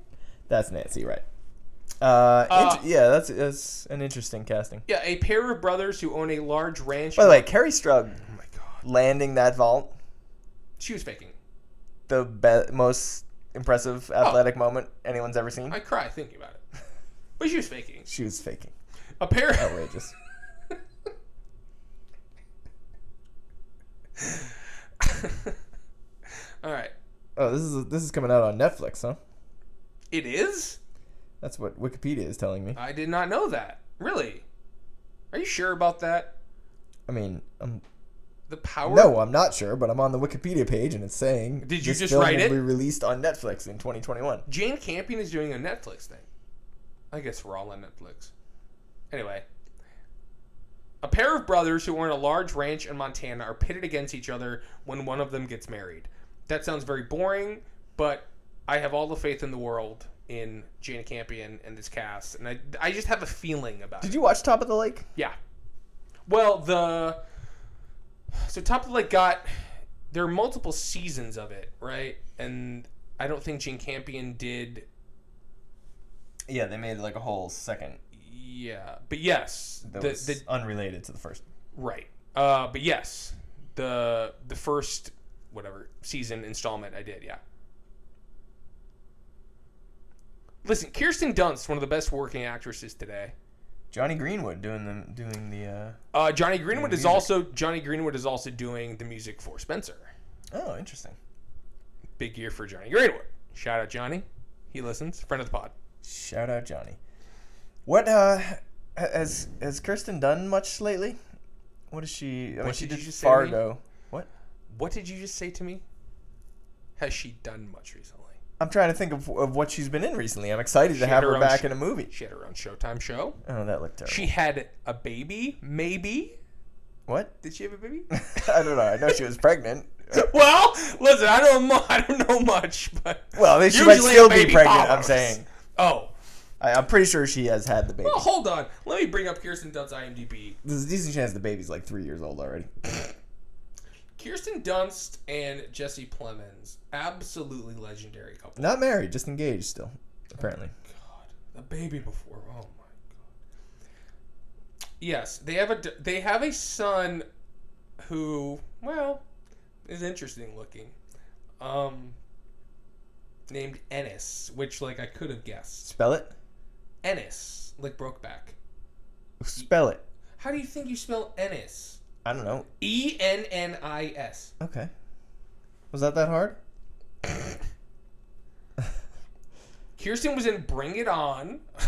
[SPEAKER 1] That's Nancy, right? Uh,
[SPEAKER 2] Uh,
[SPEAKER 1] int- yeah, that's that's an interesting casting.
[SPEAKER 2] Yeah, a pair of brothers who own a large ranch.
[SPEAKER 1] By the way, Carrie Strug
[SPEAKER 2] oh my god,
[SPEAKER 1] landing that vault,
[SPEAKER 2] she was faking.
[SPEAKER 1] the be- most impressive athletic moment anyone's ever seen.
[SPEAKER 2] Oh. I cry thinking about it. But she was faking.
[SPEAKER 1] She was faking.
[SPEAKER 2] A pair.
[SPEAKER 1] Outrageous.
[SPEAKER 2] All right.
[SPEAKER 1] oh, this is this is coming out on Netflix, huh?
[SPEAKER 2] It is?
[SPEAKER 1] That's what Wikipedia is telling me.
[SPEAKER 2] I did not know that. Really? Are you sure about that?
[SPEAKER 1] I mean, um,
[SPEAKER 2] The power
[SPEAKER 1] no, I'm not sure, but I'm on the Wikipedia page and it's saying
[SPEAKER 2] Did you
[SPEAKER 1] this
[SPEAKER 2] just
[SPEAKER 1] film
[SPEAKER 2] write
[SPEAKER 1] will
[SPEAKER 2] it?
[SPEAKER 1] Be released on Netflix in 2021.
[SPEAKER 2] Jane Campion is doing a Netflix thing. I guess we're all on Netflix. Anyway, a pair of brothers who own a large ranch in Montana are pitted against each other when one of them gets married. That sounds very boring, but I have all the faith in the world in Jane Campion and this cast, and I, I just have a feeling about it.
[SPEAKER 1] Did you watch Top of the Lake?
[SPEAKER 2] Yeah. Well, the so Top of the Lake got there are multiple seasons of it, right? And I don't think Gene Campion did.
[SPEAKER 1] Yeah, they made like a whole second
[SPEAKER 2] Yeah, but yes, the, the
[SPEAKER 1] unrelated to the first.
[SPEAKER 2] right. Uh, but yes, the the first whatever season installment I did. Yeah. Listen, Kirsten Dunst, one of the best working actresses today.
[SPEAKER 1] Johnny Greenwood doing the doing the. Uh...
[SPEAKER 2] Uh, Johnny Greenwood is
[SPEAKER 1] music.
[SPEAKER 2] also Johnny Greenwood is also doing the music for Spencer.
[SPEAKER 1] Oh, interesting.
[SPEAKER 2] big year for Johnny Greenwood. Shout out Johnny. He listens. Friend of the pod.
[SPEAKER 1] Shout out Johnny. What uh has has Kirsten done much lately? What is she? I mean,
[SPEAKER 2] What
[SPEAKER 1] she
[SPEAKER 2] did you
[SPEAKER 1] did
[SPEAKER 2] just say to me?
[SPEAKER 1] Fargo. What?
[SPEAKER 2] What did you just say to me? Has she done much recently?
[SPEAKER 1] I'm trying to think of, of what she's been in recently. I'm excited to
[SPEAKER 2] had
[SPEAKER 1] have
[SPEAKER 2] her
[SPEAKER 1] her,
[SPEAKER 2] own
[SPEAKER 1] back
[SPEAKER 2] sh-
[SPEAKER 1] in a movie.
[SPEAKER 2] She had her own Showtime show.
[SPEAKER 1] Oh, that looked terrible.
[SPEAKER 2] She had a baby, maybe.
[SPEAKER 1] what?
[SPEAKER 2] Did she have a baby?
[SPEAKER 1] I don't know. I know she was pregnant.
[SPEAKER 2] well, listen, I don't, mu- I don't know much, but
[SPEAKER 1] Well, I mean, she might
[SPEAKER 2] usually a
[SPEAKER 1] still be
[SPEAKER 2] baby
[SPEAKER 1] pregnant. I'm
[SPEAKER 2] follows.
[SPEAKER 1] saying.
[SPEAKER 2] Oh,
[SPEAKER 1] I, I'm pretty sure she has had the baby.
[SPEAKER 2] well, hold on. Let me bring up Kirsten Dunst's IMDb.
[SPEAKER 1] There's a decent chance the baby's like three years old already.
[SPEAKER 2] Kirsten Dunst and Jesse Plemons, absolutely legendary couple.
[SPEAKER 1] Not married, just engaged still, apparently.
[SPEAKER 2] God, the baby before. Oh my god. Yes, they have a d- they have a son who well is interesting looking, um, named Ennis, which like I could have guessed.
[SPEAKER 1] Spell it.
[SPEAKER 2] Ennis, like Brokeback.
[SPEAKER 1] Spell it.
[SPEAKER 2] How do you think you spell Ennis?
[SPEAKER 1] I don't know.
[SPEAKER 2] E N N I S.
[SPEAKER 1] Okay. Was that that hard?
[SPEAKER 2] Kirsten was in Bring It On.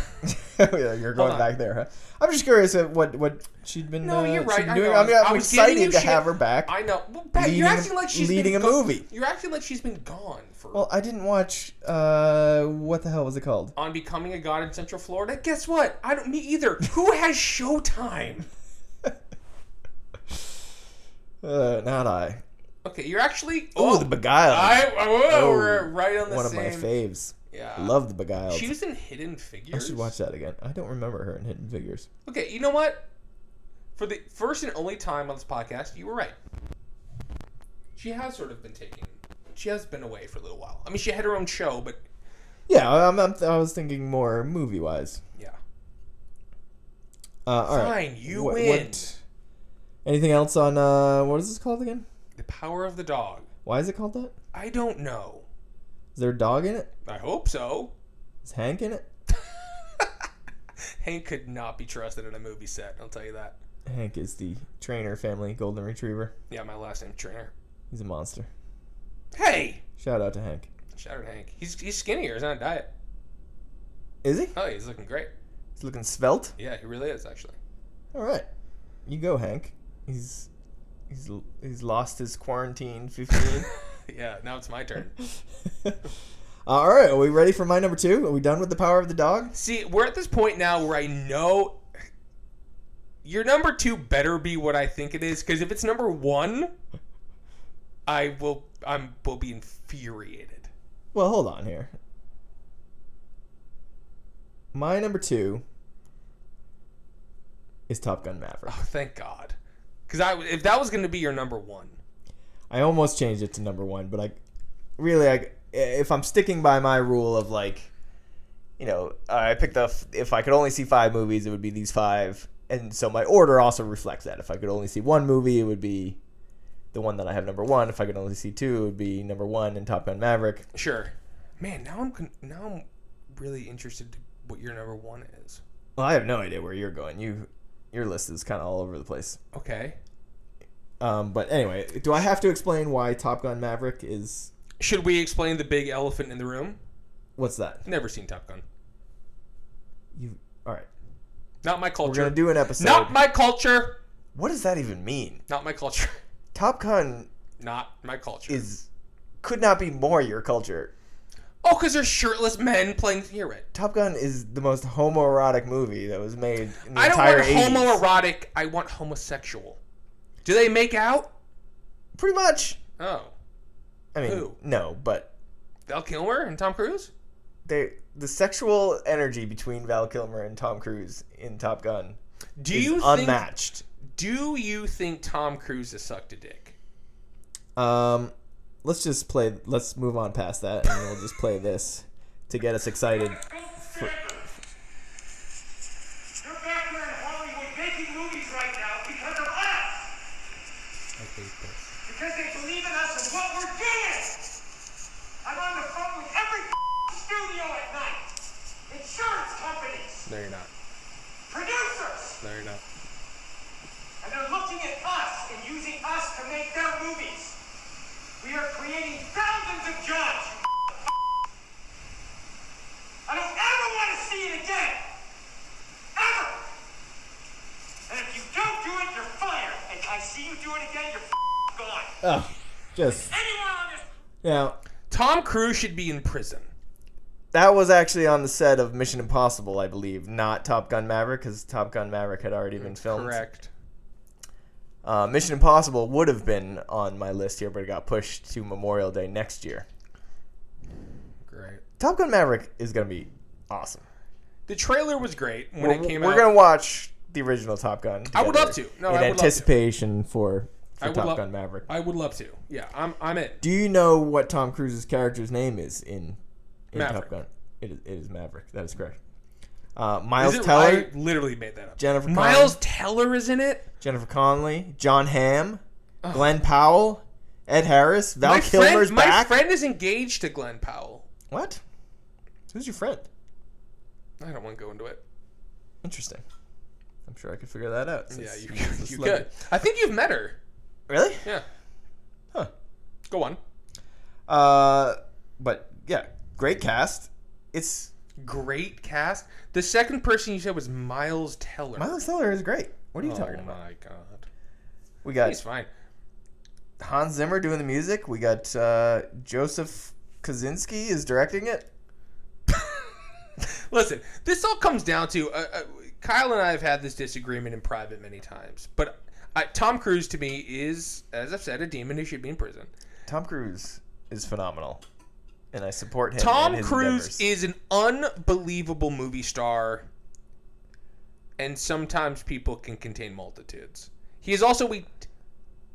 [SPEAKER 1] Oh, yeah, you're
[SPEAKER 2] Hold
[SPEAKER 1] going
[SPEAKER 2] on.
[SPEAKER 1] back there. Huh? I'm just curious at what what she'd been.
[SPEAKER 2] No,
[SPEAKER 1] uh,
[SPEAKER 2] you're
[SPEAKER 1] she'd
[SPEAKER 2] right.
[SPEAKER 1] been
[SPEAKER 2] I
[SPEAKER 1] doing.
[SPEAKER 2] know.
[SPEAKER 1] I mean,
[SPEAKER 2] I
[SPEAKER 1] I'm
[SPEAKER 2] was giving
[SPEAKER 1] excited
[SPEAKER 2] you
[SPEAKER 1] to
[SPEAKER 2] shit.
[SPEAKER 1] have her back.
[SPEAKER 2] I know. Well, Pat,
[SPEAKER 1] Leading
[SPEAKER 2] you're
[SPEAKER 1] a-
[SPEAKER 2] acting like she's
[SPEAKER 1] leading
[SPEAKER 2] been
[SPEAKER 1] a
[SPEAKER 2] go-
[SPEAKER 1] movie.
[SPEAKER 2] You're acting like she's been gone for
[SPEAKER 1] well, I didn't watch. Uh, what the hell was it called?
[SPEAKER 2] on becoming a god in Central Florida. Guess what? I don't. Me either. Who has Showtime?
[SPEAKER 1] Uh, not I.
[SPEAKER 2] Okay, you're actually.
[SPEAKER 1] Oh,
[SPEAKER 2] Oh,
[SPEAKER 1] The Beguiled.
[SPEAKER 2] I. Oh,
[SPEAKER 1] Oh,
[SPEAKER 2] we're right on the
[SPEAKER 1] One of
[SPEAKER 2] same. Uh,
[SPEAKER 1] my faves.
[SPEAKER 2] Yeah.
[SPEAKER 1] I Love The Beguiled.
[SPEAKER 2] She was in Hidden Figures.
[SPEAKER 1] I should watch that again. I don't remember her in Hidden Figures.
[SPEAKER 2] Okay, you know what? For the first and only time on this podcast, you were right. She has sort of been taking. She has been away for a little while. I mean, she had her own show, but
[SPEAKER 1] Yeah, I- I'm, I'm, I was thinking more movie wise.
[SPEAKER 2] yeah.
[SPEAKER 1] Uh, all right.
[SPEAKER 2] Fine, you
[SPEAKER 1] What-
[SPEAKER 2] win.
[SPEAKER 1] what- anything else on uh, what is this called again?
[SPEAKER 2] The power of the dog.
[SPEAKER 1] Why is it called that?
[SPEAKER 2] I don't know.
[SPEAKER 1] Is there a dog in it?
[SPEAKER 2] I hope so.
[SPEAKER 1] Is Hank in it?
[SPEAKER 2] Hank could not be trusted in a movie set. I'll tell you that.
[SPEAKER 1] Hank is the trainer family golden retriever.
[SPEAKER 2] Yeah, my last name Trainer.
[SPEAKER 1] He's a monster.
[SPEAKER 2] Hey,
[SPEAKER 1] Shout out to Hank.
[SPEAKER 2] shout out Hank. He's he's skinnier. He's on a diet.
[SPEAKER 1] Is he?
[SPEAKER 2] Oh, he's looking great.
[SPEAKER 1] He's looking svelte.
[SPEAKER 2] Yeah, he really is actually.
[SPEAKER 1] All right, you go, Hank. He's he's he's lost his quarantine fifteen.
[SPEAKER 2] yeah, now it's my turn.
[SPEAKER 1] All right, are we ready for my number two? Are we done with the power of the dog?
[SPEAKER 2] See, we're at this point now where I know your number two better be what I think it is, because if it's number one, I will I'm will be infuriated.
[SPEAKER 1] Well, hold on here. My number two is Top Gun Maverick.
[SPEAKER 2] Oh, thank God, because I if that was going to be your number one,
[SPEAKER 1] I almost changed it to number one, but I really, I if I'm sticking by my rule of like, you know, I picked the f- if I could only see five movies, it would be these five, and so my order also reflects that. If I could only see one movie, it would be the one that I have number one. If I could only see two, it would be number one and Top Gun Maverick.
[SPEAKER 2] sure. Man, now I'm con- now I'm really interested to what your number one is.
[SPEAKER 1] Well, I have no idea where you're going. You, your list is kind of all over the place.
[SPEAKER 2] Okay,
[SPEAKER 1] Um, but anyway, do I have to explain why Top Gun Maverick is
[SPEAKER 2] should we explain the big elephant in the room?
[SPEAKER 1] what's that?
[SPEAKER 2] Never seen Top Gun.
[SPEAKER 1] You all right?
[SPEAKER 2] Not my
[SPEAKER 1] We're gonna
[SPEAKER 2] culture.
[SPEAKER 1] do an episode.
[SPEAKER 2] Not my culture.
[SPEAKER 1] What does that even mean?
[SPEAKER 2] Not my culture.
[SPEAKER 1] Top Gun
[SPEAKER 2] Not my culture.
[SPEAKER 1] is could not be more your culture.
[SPEAKER 2] Oh, because they're shirtless men playing. You're right.
[SPEAKER 1] Top Gun is the most homoerotic movie that was made in the
[SPEAKER 2] I don't
[SPEAKER 1] entire
[SPEAKER 2] want
[SPEAKER 1] 80s.
[SPEAKER 2] homoerotic. I want homosexual. Do they make out?
[SPEAKER 1] Pretty much.
[SPEAKER 2] Oh,
[SPEAKER 1] I mean,
[SPEAKER 2] Who?
[SPEAKER 1] no, but
[SPEAKER 2] Val Kilmer and Tom Cruise.
[SPEAKER 1] they the sexual energy between Val Kilmer and Tom Cruise in Top Gun
[SPEAKER 2] Do
[SPEAKER 1] is
[SPEAKER 2] you think?
[SPEAKER 1] unmatched.
[SPEAKER 2] Do you think Tom Cruise has sucked a dick?
[SPEAKER 1] Um, let's just play. Let's move on past that, and we'll just play this to get us excited.
[SPEAKER 7] You're back here in Hollywood making movies right now because of us. Because they believe in us and what we're doing. I'm on the phone with every studio at night. Insurance companies,
[SPEAKER 2] No, you're not.
[SPEAKER 7] producers,
[SPEAKER 2] No, you're not.
[SPEAKER 7] and they're looking at us and using us to make their movies. We are creating thousands of jobs. you I don't ever want to see it again. Ever. And if you don't do it, you're fired. And if I see you do it again, you're gone.
[SPEAKER 1] Oh, just
[SPEAKER 7] Anyone on this
[SPEAKER 1] now.
[SPEAKER 2] Tom Cruise should be in prison.
[SPEAKER 1] That was actually on the set of Mission Impossible, I believe, not Top Gun Maverick, because Top Gun Maverick had already been filmed.
[SPEAKER 2] Correct.
[SPEAKER 1] Uh, Mission Impossible would have been on my list here, but it got pushed to Memorial Day next year.
[SPEAKER 2] Great.
[SPEAKER 1] Top Gun Maverick is going to be awesome.
[SPEAKER 2] The trailer was great when
[SPEAKER 1] We're,
[SPEAKER 2] it came
[SPEAKER 1] we're
[SPEAKER 2] out.
[SPEAKER 1] going to watch the original Top Gun.
[SPEAKER 2] I would
[SPEAKER 1] together
[SPEAKER 2] love to. No,
[SPEAKER 1] in
[SPEAKER 2] I would love to.
[SPEAKER 1] anticipation for, for
[SPEAKER 2] I would
[SPEAKER 1] Top
[SPEAKER 2] love-
[SPEAKER 1] Gun Maverick.
[SPEAKER 2] I would love to. Yeah, I'm. I'm in.
[SPEAKER 1] Do you know what Tom Cruise's character's name is in, in Top
[SPEAKER 2] Maverick.
[SPEAKER 1] Gun? It is, it is Maverick. That is correct. Uh, Miles
[SPEAKER 2] Is it-
[SPEAKER 1] Teller,
[SPEAKER 2] I literally made that up.
[SPEAKER 1] Jennifer
[SPEAKER 2] Miles Teller is in it.
[SPEAKER 1] Jennifer Connelly, John Hamm, Glenn Powell, Ed Harris, Val
[SPEAKER 2] my
[SPEAKER 1] Kilmer's
[SPEAKER 2] friend, my
[SPEAKER 1] back.
[SPEAKER 2] friend is engaged to Glenn Powell.
[SPEAKER 1] What? Who's your friend?
[SPEAKER 2] I don't want to go into it.
[SPEAKER 1] Interesting. I'm sure I could figure that out.
[SPEAKER 2] Yeah,
[SPEAKER 1] since she's
[SPEAKER 2] you,
[SPEAKER 1] a
[SPEAKER 2] could- you
[SPEAKER 1] celebrity.
[SPEAKER 2] could. I think you've met her.
[SPEAKER 1] Really?
[SPEAKER 2] Yeah.
[SPEAKER 1] Huh.
[SPEAKER 2] Go on.
[SPEAKER 1] Uh, but yeah, great cast. it's
[SPEAKER 2] Great cast. The second person you said was Miles Teller.
[SPEAKER 1] Miles Teller is great. What are you
[SPEAKER 2] oh
[SPEAKER 1] talking about?
[SPEAKER 2] my god,
[SPEAKER 1] We got
[SPEAKER 2] he's fine.
[SPEAKER 1] Hans Zimmer doing the music. We got uh, Joseph Kaczynski is directing it.
[SPEAKER 2] Listen, this all comes down to uh, uh, Kyle and I have had this disagreement in private many times, but I, Tom Cruise to me is, as I've said, a demon who should be in prison.
[SPEAKER 1] Tom Cruise is phenomenal, and I support him.
[SPEAKER 2] Tom
[SPEAKER 1] in his
[SPEAKER 2] Cruise
[SPEAKER 1] endeavors.
[SPEAKER 2] is an unbelievable movie star, and sometimes people can contain multitudes. He is also a t-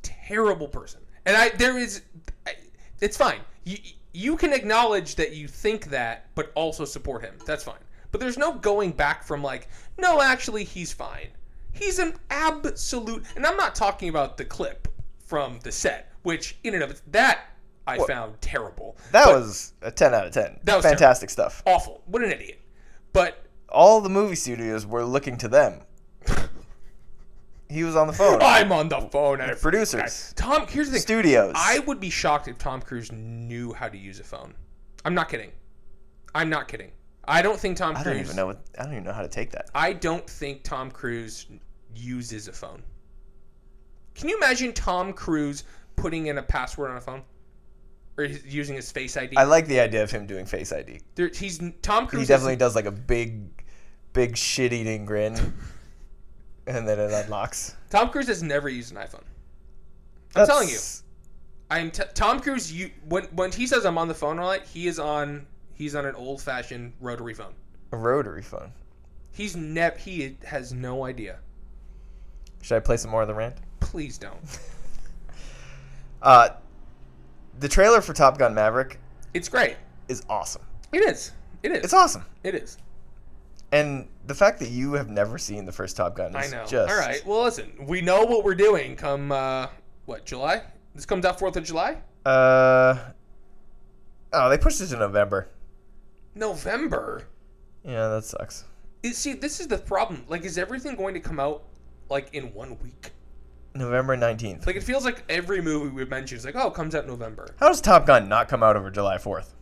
[SPEAKER 2] terrible person, and I there is, I, it's fine. You you can acknowledge that you think that, but also support him. That's fine. But there's no going back from like, no, actually, he's fine. He's an absolute, and I'm not talking about the clip from the set, which in and of it- that I found terrible
[SPEAKER 1] that was a ten out of ten.
[SPEAKER 2] That was
[SPEAKER 1] fantastic stuff.
[SPEAKER 2] awful. What an idiot. But
[SPEAKER 1] All the movie studios were looking to them. he was on the phone.
[SPEAKER 2] I'm on the phone and
[SPEAKER 1] Producers,
[SPEAKER 2] Tom, here's the thing.
[SPEAKER 1] studios.
[SPEAKER 2] I would be shocked if Tom Cruise knew how to use a phone. I'm not kidding. I'm not kidding. I don't think Tom
[SPEAKER 1] I
[SPEAKER 2] Cruise
[SPEAKER 1] don't even know. What, I don't even know how to take that.
[SPEAKER 2] I don't think Tom Cruise uses a phone. Can you imagine Tom Cruise putting in a password on a phone? Or his- using his face ID?
[SPEAKER 1] I like the idea of him doing Face ID.
[SPEAKER 2] there, he's Tom Cruise
[SPEAKER 1] He
[SPEAKER 2] is-
[SPEAKER 1] definitely does like a big, big shit-eating grin, and then it unlocks.
[SPEAKER 2] Tom Cruise has never used an iPhone.
[SPEAKER 1] I'm
[SPEAKER 2] telling you. I'm t- Tom Cruise. You when when he says I'm on the phone all night, he is on he's on an old fashioned rotary phone.
[SPEAKER 1] a rotary phone.
[SPEAKER 2] He's nev he has no idea.
[SPEAKER 1] Should I play some more of the rant?
[SPEAKER 2] Please don't.
[SPEAKER 1] Uh, the trailer for Top Gun Maverick
[SPEAKER 2] It's great.
[SPEAKER 1] is awesome.
[SPEAKER 2] It is. It is.
[SPEAKER 1] It's awesome.
[SPEAKER 2] it is.
[SPEAKER 1] And the fact that you have never seen the first Top Gun
[SPEAKER 2] I
[SPEAKER 1] is
[SPEAKER 2] know.
[SPEAKER 1] just
[SPEAKER 2] All right. Well, listen. We know what we're doing. Come uh, what July? This comes out Fourth of July.
[SPEAKER 1] Uh, oh, they pushed it to November.
[SPEAKER 2] November.
[SPEAKER 1] Yeah, that sucks.
[SPEAKER 2] Is see this is the problem. Like, is everything going to come out like in one week?
[SPEAKER 1] November nineteenth.
[SPEAKER 2] Like, it feels like every movie we've mentioned is like, oh, it comes out November.
[SPEAKER 1] How does Top Gun not come out over July fourth?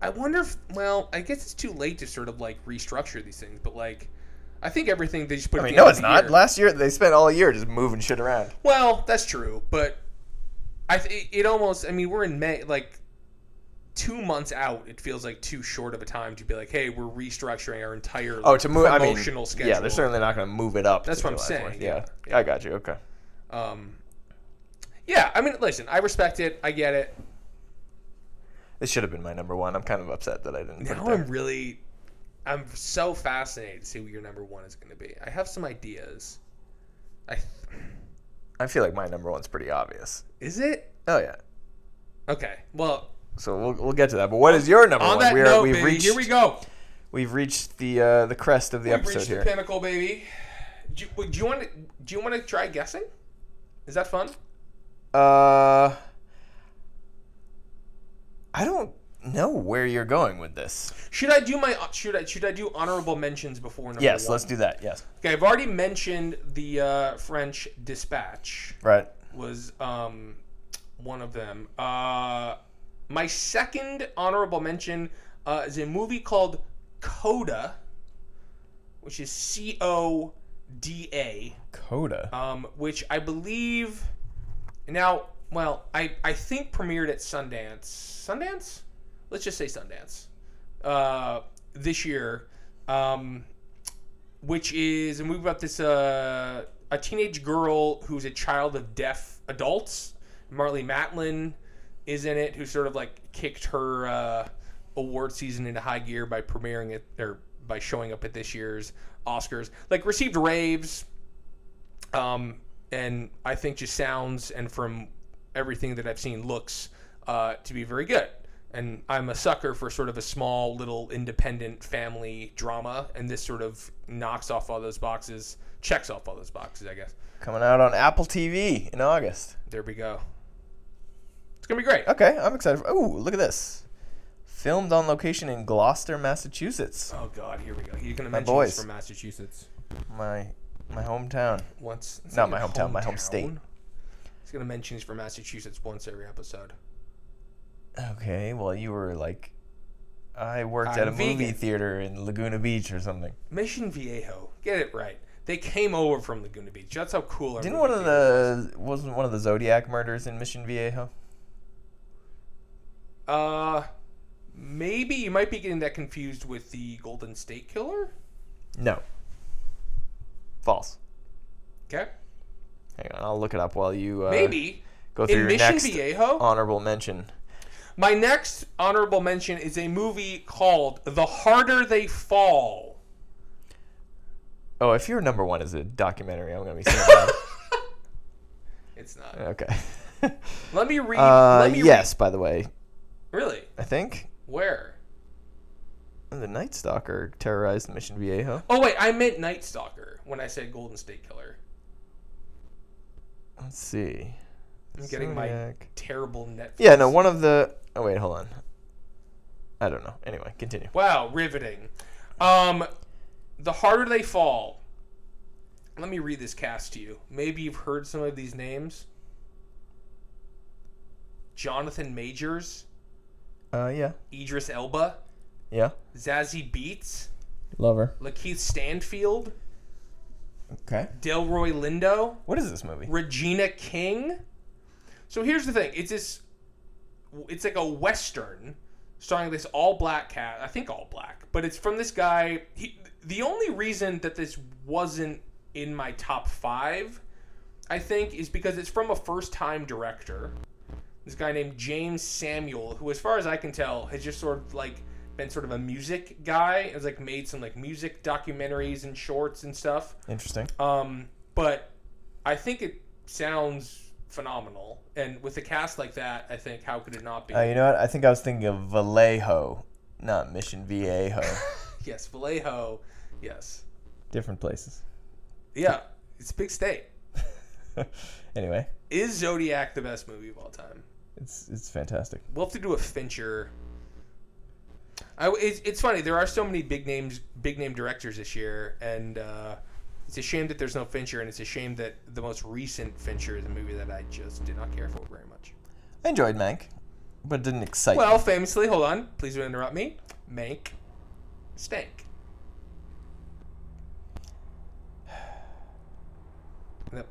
[SPEAKER 2] I wonder if well, I guess it's too late to sort of like restructure these things, but like I think everything they just put.
[SPEAKER 1] I
[SPEAKER 2] at
[SPEAKER 1] mean,
[SPEAKER 2] the end
[SPEAKER 1] no,
[SPEAKER 2] of
[SPEAKER 1] it's
[SPEAKER 2] the
[SPEAKER 1] not.
[SPEAKER 2] year-
[SPEAKER 1] Last year they spent all year just moving shit around.
[SPEAKER 2] well, that's true, but I th- it almost. I mean, we're in May, like two months out. It feels like too short of a time to be like, hey, we're restructuring our entire
[SPEAKER 1] Oh, to move. I mean,
[SPEAKER 2] promotional schedule.
[SPEAKER 1] yeah, they're certainly not going to move it up.
[SPEAKER 2] That's
[SPEAKER 1] to
[SPEAKER 2] what I'm
[SPEAKER 1] July
[SPEAKER 2] saying,
[SPEAKER 1] 4th.
[SPEAKER 2] yeah,
[SPEAKER 1] Yeah.
[SPEAKER 2] yeah.
[SPEAKER 1] I got you. Okay.
[SPEAKER 2] Um, yeah, I mean, listen, I respect it. I get it.
[SPEAKER 1] This should have been my number one. I'm kind of upset that I didn't. put it
[SPEAKER 2] Now
[SPEAKER 1] there.
[SPEAKER 2] I'm really, I'm so fascinated to see what your number one is going to be. I have some ideas. I
[SPEAKER 1] I feel like my number one's pretty obvious.
[SPEAKER 2] is it
[SPEAKER 1] Oh yeah.
[SPEAKER 2] okay? Well,
[SPEAKER 1] So we'll, we'll get to that. But what is your number
[SPEAKER 2] on
[SPEAKER 1] one?
[SPEAKER 2] that note,
[SPEAKER 1] Oh, we've
[SPEAKER 2] baby,
[SPEAKER 1] reached
[SPEAKER 2] here we go.
[SPEAKER 1] we've reached the uh, the crest of the
[SPEAKER 2] We've
[SPEAKER 1] episode
[SPEAKER 2] reached
[SPEAKER 1] here.
[SPEAKER 2] the pinnacle, baby. Do, you- do you want to? Do you want to try guessing? Is that fun?
[SPEAKER 1] uh, I don't know where you're going with this.
[SPEAKER 2] Should I do my? Should I? Should I do honorable mentions before number
[SPEAKER 1] Yes,
[SPEAKER 2] one?
[SPEAKER 1] let's do that. Yes.
[SPEAKER 2] Okay, I've already mentioned the uh, French Dispatch
[SPEAKER 1] Right.
[SPEAKER 2] was um, one of them. Uh, my second honorable mention uh, is a movie called Coda, which is C O D A.
[SPEAKER 1] Coda.
[SPEAKER 2] um, which I believe now. Well, I I think premiered at Sundance. Sundance, let's just say Sundance uh, this year, um, which is a movie about this uh, a teenage girl who's a child of deaf adults. Marley Matlin is in it, who sort of like kicked her uh, award season into high gear by premiering it or by showing up at this year's Oscars. Like received raves, um, and I think just sounds and from everything that I've seen looks uh, to be very good. And I'm a sucker for sort of a small little independent family drama, and this sort of knocks off all those boxes, checks off all those boxes, I guess.
[SPEAKER 1] Coming out on Apple TV in August.
[SPEAKER 2] There we go. It's gonna be great.
[SPEAKER 1] Okay, I'm excited. For, oh, look at this. Filmed on location in Gloucester, Massachusetts.
[SPEAKER 2] Oh God, here we go. You're gonna
[SPEAKER 1] My
[SPEAKER 2] mention this
[SPEAKER 1] boys.
[SPEAKER 2] from Massachusetts
[SPEAKER 1] My my hometown.
[SPEAKER 2] once. it's
[SPEAKER 1] Not
[SPEAKER 2] your
[SPEAKER 1] my hometown, my home state.
[SPEAKER 2] He's gonna mention he's from Massachusetts once every episode.
[SPEAKER 1] Okay, well you were like I worked
[SPEAKER 2] I'm
[SPEAKER 1] at a movie
[SPEAKER 2] vegan.
[SPEAKER 1] theater in Laguna Beach or something.
[SPEAKER 2] Mission Viejo. Get it right. They came over from Laguna Beach. That's how cool. our
[SPEAKER 1] Didn't
[SPEAKER 2] movie
[SPEAKER 1] one of
[SPEAKER 2] theater was.
[SPEAKER 1] the wasn't one of the Zodiac murders in Mission Viejo?
[SPEAKER 2] Uh, maybe you might be getting that confused with the Golden State Killer.
[SPEAKER 1] No. False.
[SPEAKER 2] Okay,
[SPEAKER 1] Hang on, I'll look it up while you uh,
[SPEAKER 2] maybe
[SPEAKER 1] go through
[SPEAKER 2] in
[SPEAKER 1] your
[SPEAKER 2] Mission
[SPEAKER 1] next uh,
[SPEAKER 2] Viejo.
[SPEAKER 1] honorable mention.
[SPEAKER 2] My next honorable mention is a movie called The Harder They Fall.
[SPEAKER 1] Oh, if your number one is a documentary, I'm gonna be so mad.
[SPEAKER 2] It's not.
[SPEAKER 1] okay.
[SPEAKER 2] Let me read.
[SPEAKER 1] Uh,
[SPEAKER 2] let me
[SPEAKER 1] yes, by the way,
[SPEAKER 2] Read. Really?
[SPEAKER 1] I think
[SPEAKER 2] Where?
[SPEAKER 1] the Night Stalker terrorized Mission Viejo.
[SPEAKER 2] Oh wait, I meant Night Stalker when I said Golden State Killer.
[SPEAKER 1] Let's see.
[SPEAKER 2] I'm getting my
[SPEAKER 1] Zodiac.
[SPEAKER 2] terrible Netflix.
[SPEAKER 1] Yeah, no, one of the. Oh wait, hold on. I don't know. Anyway, continue.
[SPEAKER 2] Wow, riveting. Um, the harder they fall. Let me read this cast to you. Maybe you've heard some of these names. Jonathan Majors,
[SPEAKER 1] Uh, yeah,
[SPEAKER 2] Idris Elba,
[SPEAKER 1] yeah.
[SPEAKER 2] Zazie Beats,
[SPEAKER 8] Lover.
[SPEAKER 2] Lakeith Stanfield,
[SPEAKER 8] Okay.
[SPEAKER 2] Delroy Lindo,
[SPEAKER 1] What is this movie?
[SPEAKER 2] Regina King. So here's the thing: it's this, it's like a western, starring this all black cat. I think all black, but it's from this guy. He, the only reason that this wasn't in my top five, I think, is because it's from a first time director, this guy named James Samuel, who, as far as I can tell, has just sort of like been sort of a music guy. Has like made some like music documentaries and shorts and stuff.
[SPEAKER 1] Interesting.
[SPEAKER 2] Um, but I think it sounds phenomenal, and with a cast like that, I think how could it not be?
[SPEAKER 1] Uh, you know what? I think I was thinking of Vallejo, not Mission Viejo.
[SPEAKER 2] yes, Vallejo. Yes,
[SPEAKER 1] Different places.
[SPEAKER 2] yeah, it's a big state.
[SPEAKER 1] anyway,
[SPEAKER 2] Is Zodiac the best movie of all time?
[SPEAKER 1] it's it's fantastic.
[SPEAKER 2] We'll have to do a Fincher. I, it's, it's funny. There are so many big names, big name directors this year, and uh, it's a shame that there's no Fincher, and it's a shame that the most recent Fincher is a movie that I just did not care for very much.
[SPEAKER 1] I enjoyed Mank, but it didn't excite
[SPEAKER 2] Well, famously, hold on, please don't interrupt me. Mank, stank. The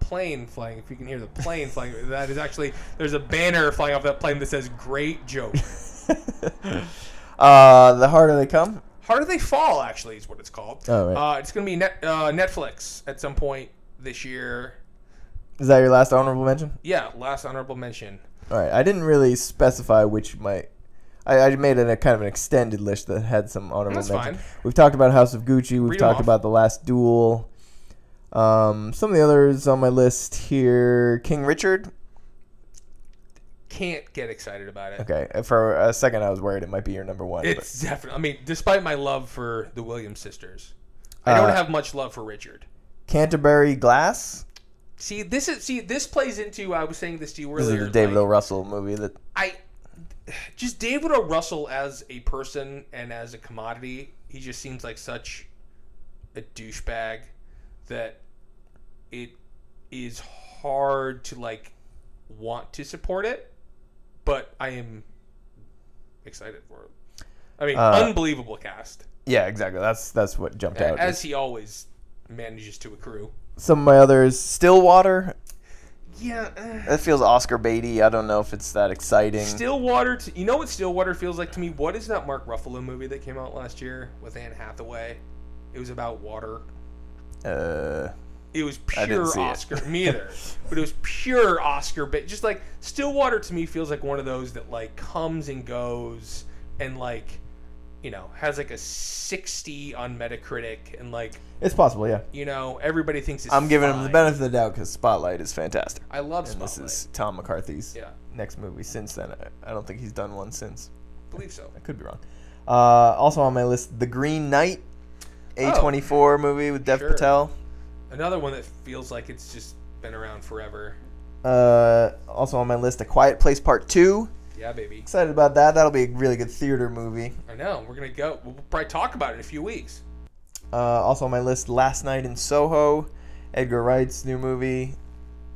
[SPEAKER 2] plane flying. If you can hear the plane flying, that is actually there's a banner flying off that plane that says "Great joke."
[SPEAKER 1] me. uh, the harder they come.
[SPEAKER 2] Harder They Fall actually is what it's called.
[SPEAKER 1] Oh, right.
[SPEAKER 2] uh, it's gonna be net, uh, Netflix at some point this year.
[SPEAKER 1] Is that your last honorable mention?
[SPEAKER 2] Yeah, last honorable mention.
[SPEAKER 1] All right. I didn't really specify which my. I, I made it a kind of an extended list that had some honorable
[SPEAKER 2] That's
[SPEAKER 1] mentions.
[SPEAKER 2] fine.
[SPEAKER 1] We've talked about House of Gucci. We've
[SPEAKER 2] Read 'em
[SPEAKER 1] talked
[SPEAKER 2] off.
[SPEAKER 1] about The Last Duel. Um, some of the others on my list here: King Richard.
[SPEAKER 2] Can't get excited about it.
[SPEAKER 1] Okay, uh, for a second I was worried it might be your number one. but-
[SPEAKER 2] It's definitely. I mean, despite my love for the Williams sisters, I don't
[SPEAKER 1] Uh,
[SPEAKER 2] have much love for Richard.
[SPEAKER 1] Canterbury Glass.
[SPEAKER 2] See, this is see this plays into. I was saying this to you
[SPEAKER 1] This
[SPEAKER 2] earlier.
[SPEAKER 1] is the David O.
[SPEAKER 2] like,
[SPEAKER 1] Russell movie that
[SPEAKER 2] I just David O. Russell as a person and as a commodity, he just seems like such a douchebag that it is hard to like want to support it. But I am excited for it. I mean,
[SPEAKER 1] Uh,
[SPEAKER 2] unbelievable cast.
[SPEAKER 1] Yeah, exactly. That's that's what jumped out.
[SPEAKER 2] as he always manages to accrue.
[SPEAKER 1] Some of my others, Stillwater.
[SPEAKER 2] Yeah.
[SPEAKER 1] That feels Oscar Beatty. I don't know if it's that exciting.
[SPEAKER 2] Stillwater, t- you know what Stillwater feels like to me? What is that Mark Ruffalo movie that came out last year with Anne Hathaway? It was about water.
[SPEAKER 1] uh,
[SPEAKER 2] It was
[SPEAKER 1] I didn't
[SPEAKER 2] pure
[SPEAKER 1] see it.
[SPEAKER 2] Oscar. Me either. But it was pure Oscar. But just like Stillwater to me feels like one of those that like comes and goes and like, you know, has like a 60 on Metacritic and like,
[SPEAKER 1] it's possible. Yeah,
[SPEAKER 2] you know, everybody thinks it's
[SPEAKER 1] I'm giving him the
[SPEAKER 2] fine.
[SPEAKER 1] benefit of the doubt because Spotlight is fantastic.
[SPEAKER 2] I love
[SPEAKER 1] And
[SPEAKER 2] Spotlight.
[SPEAKER 1] this is Tom McCarthy's
[SPEAKER 2] Yeah,
[SPEAKER 1] next movie. Since then, I, I don't think he's done one since.
[SPEAKER 2] believe so.
[SPEAKER 1] I could be wrong. Uh, also on my list, The Green Knight, A24 movie with Dev
[SPEAKER 2] Oh, Sure.
[SPEAKER 1] Patel.
[SPEAKER 2] Another one that feels like it's just been around forever.
[SPEAKER 1] Uh, also on my list, A Quiet Place Part Two.
[SPEAKER 2] Yeah, baby.
[SPEAKER 1] Excited about that. That'll be a really good theater movie.
[SPEAKER 2] I know. We're gonna go. We'll probably talk about it in a few weeks.
[SPEAKER 1] Uh, also on my list, Last Night in Soho, Edgar Wright's new movie.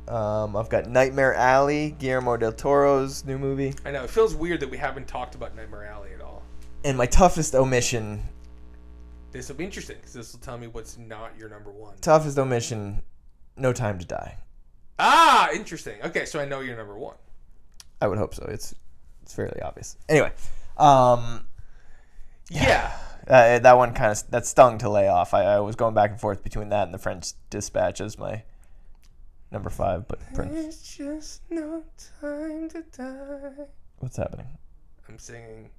[SPEAKER 1] Um, I've got Nightmare Alley, Guillermo del Toro's new movie.
[SPEAKER 2] I know. It feels weird that we haven't talked about Nightmare Alley at all.
[SPEAKER 1] And my toughest omission,
[SPEAKER 2] This will be interesting because this will tell me what's not your number one.
[SPEAKER 1] toughest omission, No Time to Die.
[SPEAKER 2] Ah, interesting. Okay, so I know your number one.
[SPEAKER 1] I would hope so. It's it's fairly obvious. Anyway, um,
[SPEAKER 2] Yeah.
[SPEAKER 1] uh, that one kind of that stung to lay off. I, I was going back and forth between that and the French Dispatch as my number five, but Prince.
[SPEAKER 2] It's just no time to die.
[SPEAKER 1] What's happening?
[SPEAKER 2] I'm singing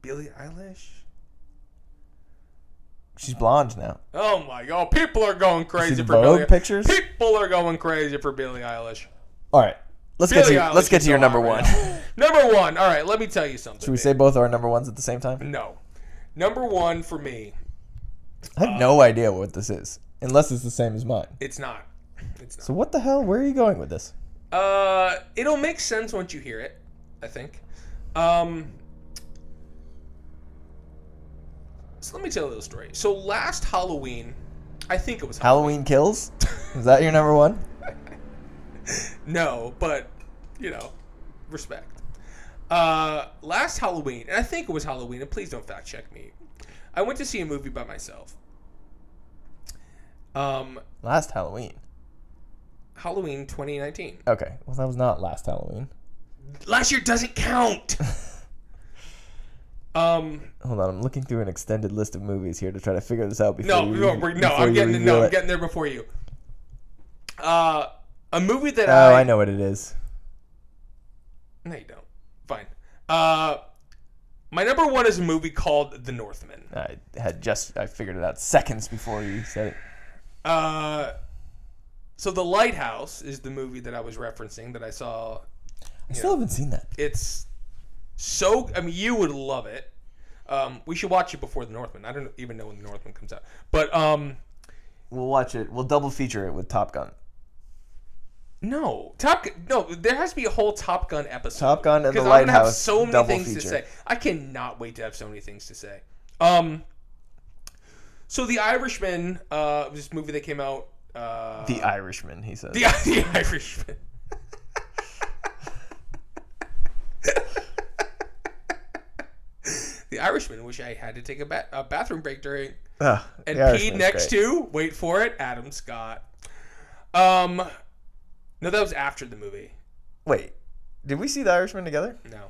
[SPEAKER 2] Billie Eilish.
[SPEAKER 1] She's blonde now.
[SPEAKER 2] Oh my god, people are going crazy
[SPEAKER 1] the
[SPEAKER 2] for Billie
[SPEAKER 1] Vogue pictures?
[SPEAKER 2] People are going crazy for Billie Eilish.
[SPEAKER 1] All right, let's get
[SPEAKER 2] Billie
[SPEAKER 1] to
[SPEAKER 2] Eilish
[SPEAKER 1] let's get
[SPEAKER 2] is
[SPEAKER 1] to your
[SPEAKER 2] so
[SPEAKER 1] number
[SPEAKER 2] hot
[SPEAKER 1] one.
[SPEAKER 2] right Number one. All right, let me tell you something.
[SPEAKER 1] Should we say both our number ones at the same time?
[SPEAKER 2] no? Number one for me,
[SPEAKER 1] I have no idea what this is, unless it's the same as mine.
[SPEAKER 2] it's not. It's not.
[SPEAKER 1] So what the hell? Where are you going with this?
[SPEAKER 2] Uh, it'll make sense once you hear it. I think. Um. So let me tell you a little story. So last Halloween, I think it was
[SPEAKER 1] Halloween Kills? Is that your number one?
[SPEAKER 2] No, but you know, respect. Uh, last Halloween, and I think it was Halloween, and please don't fact check me. I went to see a movie by myself. Um,
[SPEAKER 1] Last Halloween.
[SPEAKER 2] Halloween 2019.
[SPEAKER 1] Okay. Well, that was not last Halloween.
[SPEAKER 2] Last year doesn't count. um,
[SPEAKER 1] Hold on, I'm looking through an extended list of movies here to try to figure this out before
[SPEAKER 2] no,
[SPEAKER 1] you
[SPEAKER 2] no,
[SPEAKER 1] re-
[SPEAKER 2] we're- no,
[SPEAKER 1] before
[SPEAKER 2] I'm
[SPEAKER 1] you
[SPEAKER 2] getting
[SPEAKER 1] reveal
[SPEAKER 2] no, I'm
[SPEAKER 1] it.
[SPEAKER 2] getting there before you. Uh, a movie that
[SPEAKER 1] Oh, I know what it is.
[SPEAKER 2] No, you don't. Fine. Uh, my number one is a movie called The Northman.
[SPEAKER 1] I had just I figured it out seconds before you said it.
[SPEAKER 2] Uh, so the lighthouse is the movie that I was referencing that I saw.
[SPEAKER 1] I still haven't seen that.
[SPEAKER 2] It's so. I mean, you would love it. Um, we should watch it before the Northman. I don't even know when the Northman comes out, but um,
[SPEAKER 1] We'll watch it. We'll double feature it with Top Gun.
[SPEAKER 2] no, Top. Gun- No, there has to be a whole Top Gun episode.
[SPEAKER 1] Top Gun and
[SPEAKER 2] 'Cause
[SPEAKER 1] The
[SPEAKER 2] I'm gonna have
[SPEAKER 1] Lighthouse
[SPEAKER 2] so many
[SPEAKER 1] double
[SPEAKER 2] things to
[SPEAKER 1] feature.
[SPEAKER 2] say. I cannot wait to have so many things to say. Um, so the Irishman, uh, was this movie that came out. Uh,
[SPEAKER 1] The Irishman, he says.
[SPEAKER 2] The, the Irishman. the Irishman, which I had to take a, ba- a bathroom break during
[SPEAKER 1] Ugh,
[SPEAKER 2] and
[SPEAKER 1] The
[SPEAKER 2] peed
[SPEAKER 1] Irishman's
[SPEAKER 2] next
[SPEAKER 1] great.
[SPEAKER 2] to, wait for it, Adam Scott. Um, no, that was after the movie.
[SPEAKER 1] Wait, did we see The Irishman together?
[SPEAKER 2] No.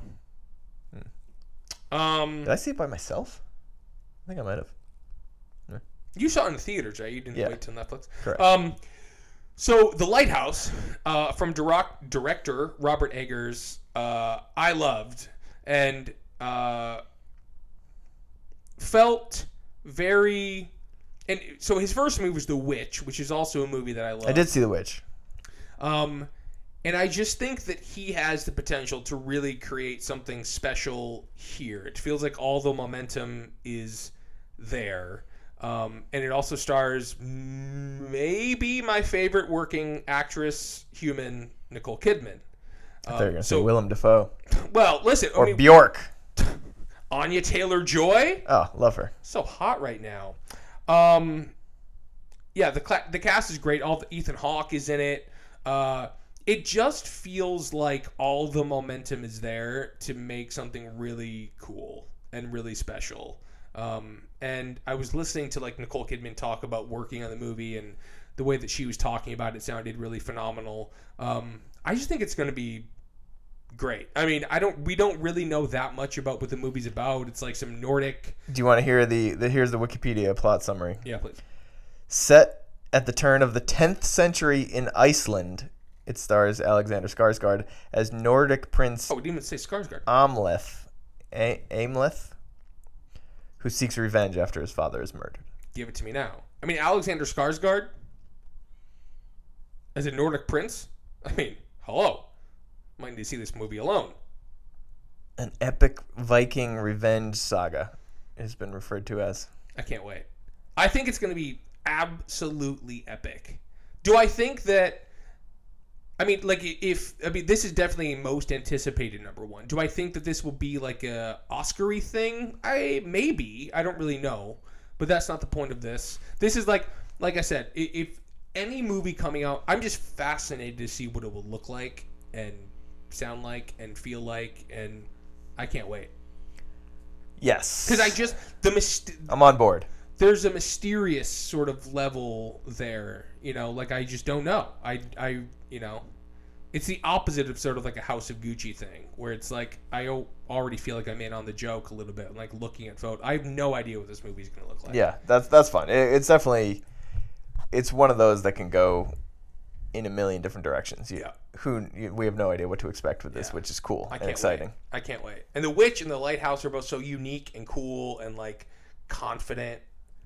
[SPEAKER 2] Um,
[SPEAKER 1] Hmm. Did I see it by myself? I think I might have.
[SPEAKER 2] you saw it in the theaters, right? You didn't
[SPEAKER 1] Yeah.
[SPEAKER 2] wait till Netflix.
[SPEAKER 1] Correct.
[SPEAKER 2] Um, so the lighthouse uh, from Dirac- director Robert Eggers, uh, I loved and uh, felt very. And so his first movie was The Witch, which is also a movie that I love.
[SPEAKER 1] I did see The Witch.
[SPEAKER 2] Um, and I just think that he has the potential to really create something special here. It feels like all the momentum is there. Um, and it also stars maybe my favorite working actress, human, Nicole Kidman.
[SPEAKER 1] I thought you were gonna
[SPEAKER 2] Uh, so-
[SPEAKER 1] say Willem Dafoe
[SPEAKER 2] Well, listen, I
[SPEAKER 1] or
[SPEAKER 2] mean,
[SPEAKER 1] Bjork.
[SPEAKER 2] Anya Taylor Joy,
[SPEAKER 1] Oh, love her.
[SPEAKER 2] so hot right now. Um, yeah, the cla the cast is great. All the Ethan Hawke is in it. Uh, it just feels like all the momentum is there to make something really cool and really special. Um, and I was listening to like Nicole Kidman talk about working on the movie and the way that she was talking about it sounded really phenomenal. Um, I just think it's going to be great. I mean, I don't we don't really know that much about what the movie's about. It's like some Nordic.
[SPEAKER 1] Do you want to hear the, the here's the Wikipedia plot summary?
[SPEAKER 2] Yeah, please.
[SPEAKER 1] Set at the turn of the 10th century in Iceland, it stars Alexander Skarsgård as Nordic prince
[SPEAKER 2] Oh, we didn't even say Skarsgård.
[SPEAKER 1] Amleth, A- Amleth, who seeks revenge after his father is murdered.
[SPEAKER 2] Give it to me now. I mean, Alexander Skarsgård as a Nordic prince. I mean, hello. Might need to see this movie alone.
[SPEAKER 1] An epic Viking revenge saga has been referred to as.
[SPEAKER 2] I can't wait. I think it's going to be absolutely epic. Do I think that? I mean, like, i- if I mean, this is definitely most anticipated number one. Do I think that this will be like a Oscary thing? I maybe. I don't really know, but that's not the point of this. This is like, like I said, i- if any movie coming out, I'm just fascinated to see what it will look like and sound like and feel like, and I can't wait.
[SPEAKER 1] Yes.
[SPEAKER 2] Because I just the myst-
[SPEAKER 1] I'm on board.
[SPEAKER 2] there's a mysterious sort of level there, you know, like I just don't know. I I you know, it's the opposite of sort of like a House of Gucci thing where it's like I al- already feel like I'm in on the joke a little bit, like looking at vote. I have no idea what this movie's going to look like.
[SPEAKER 1] Yeah, that's that's fun. It, it's definitely it's one of those that can go in a million different directions. You,
[SPEAKER 2] Yeah.
[SPEAKER 1] Who you, we have no idea what to expect with this,
[SPEAKER 2] Yeah.
[SPEAKER 1] which is cool
[SPEAKER 2] I
[SPEAKER 1] and
[SPEAKER 2] can't
[SPEAKER 1] exciting.
[SPEAKER 2] wait. I can't wait. And the witch and the lighthouse are both so unique and cool and like confident.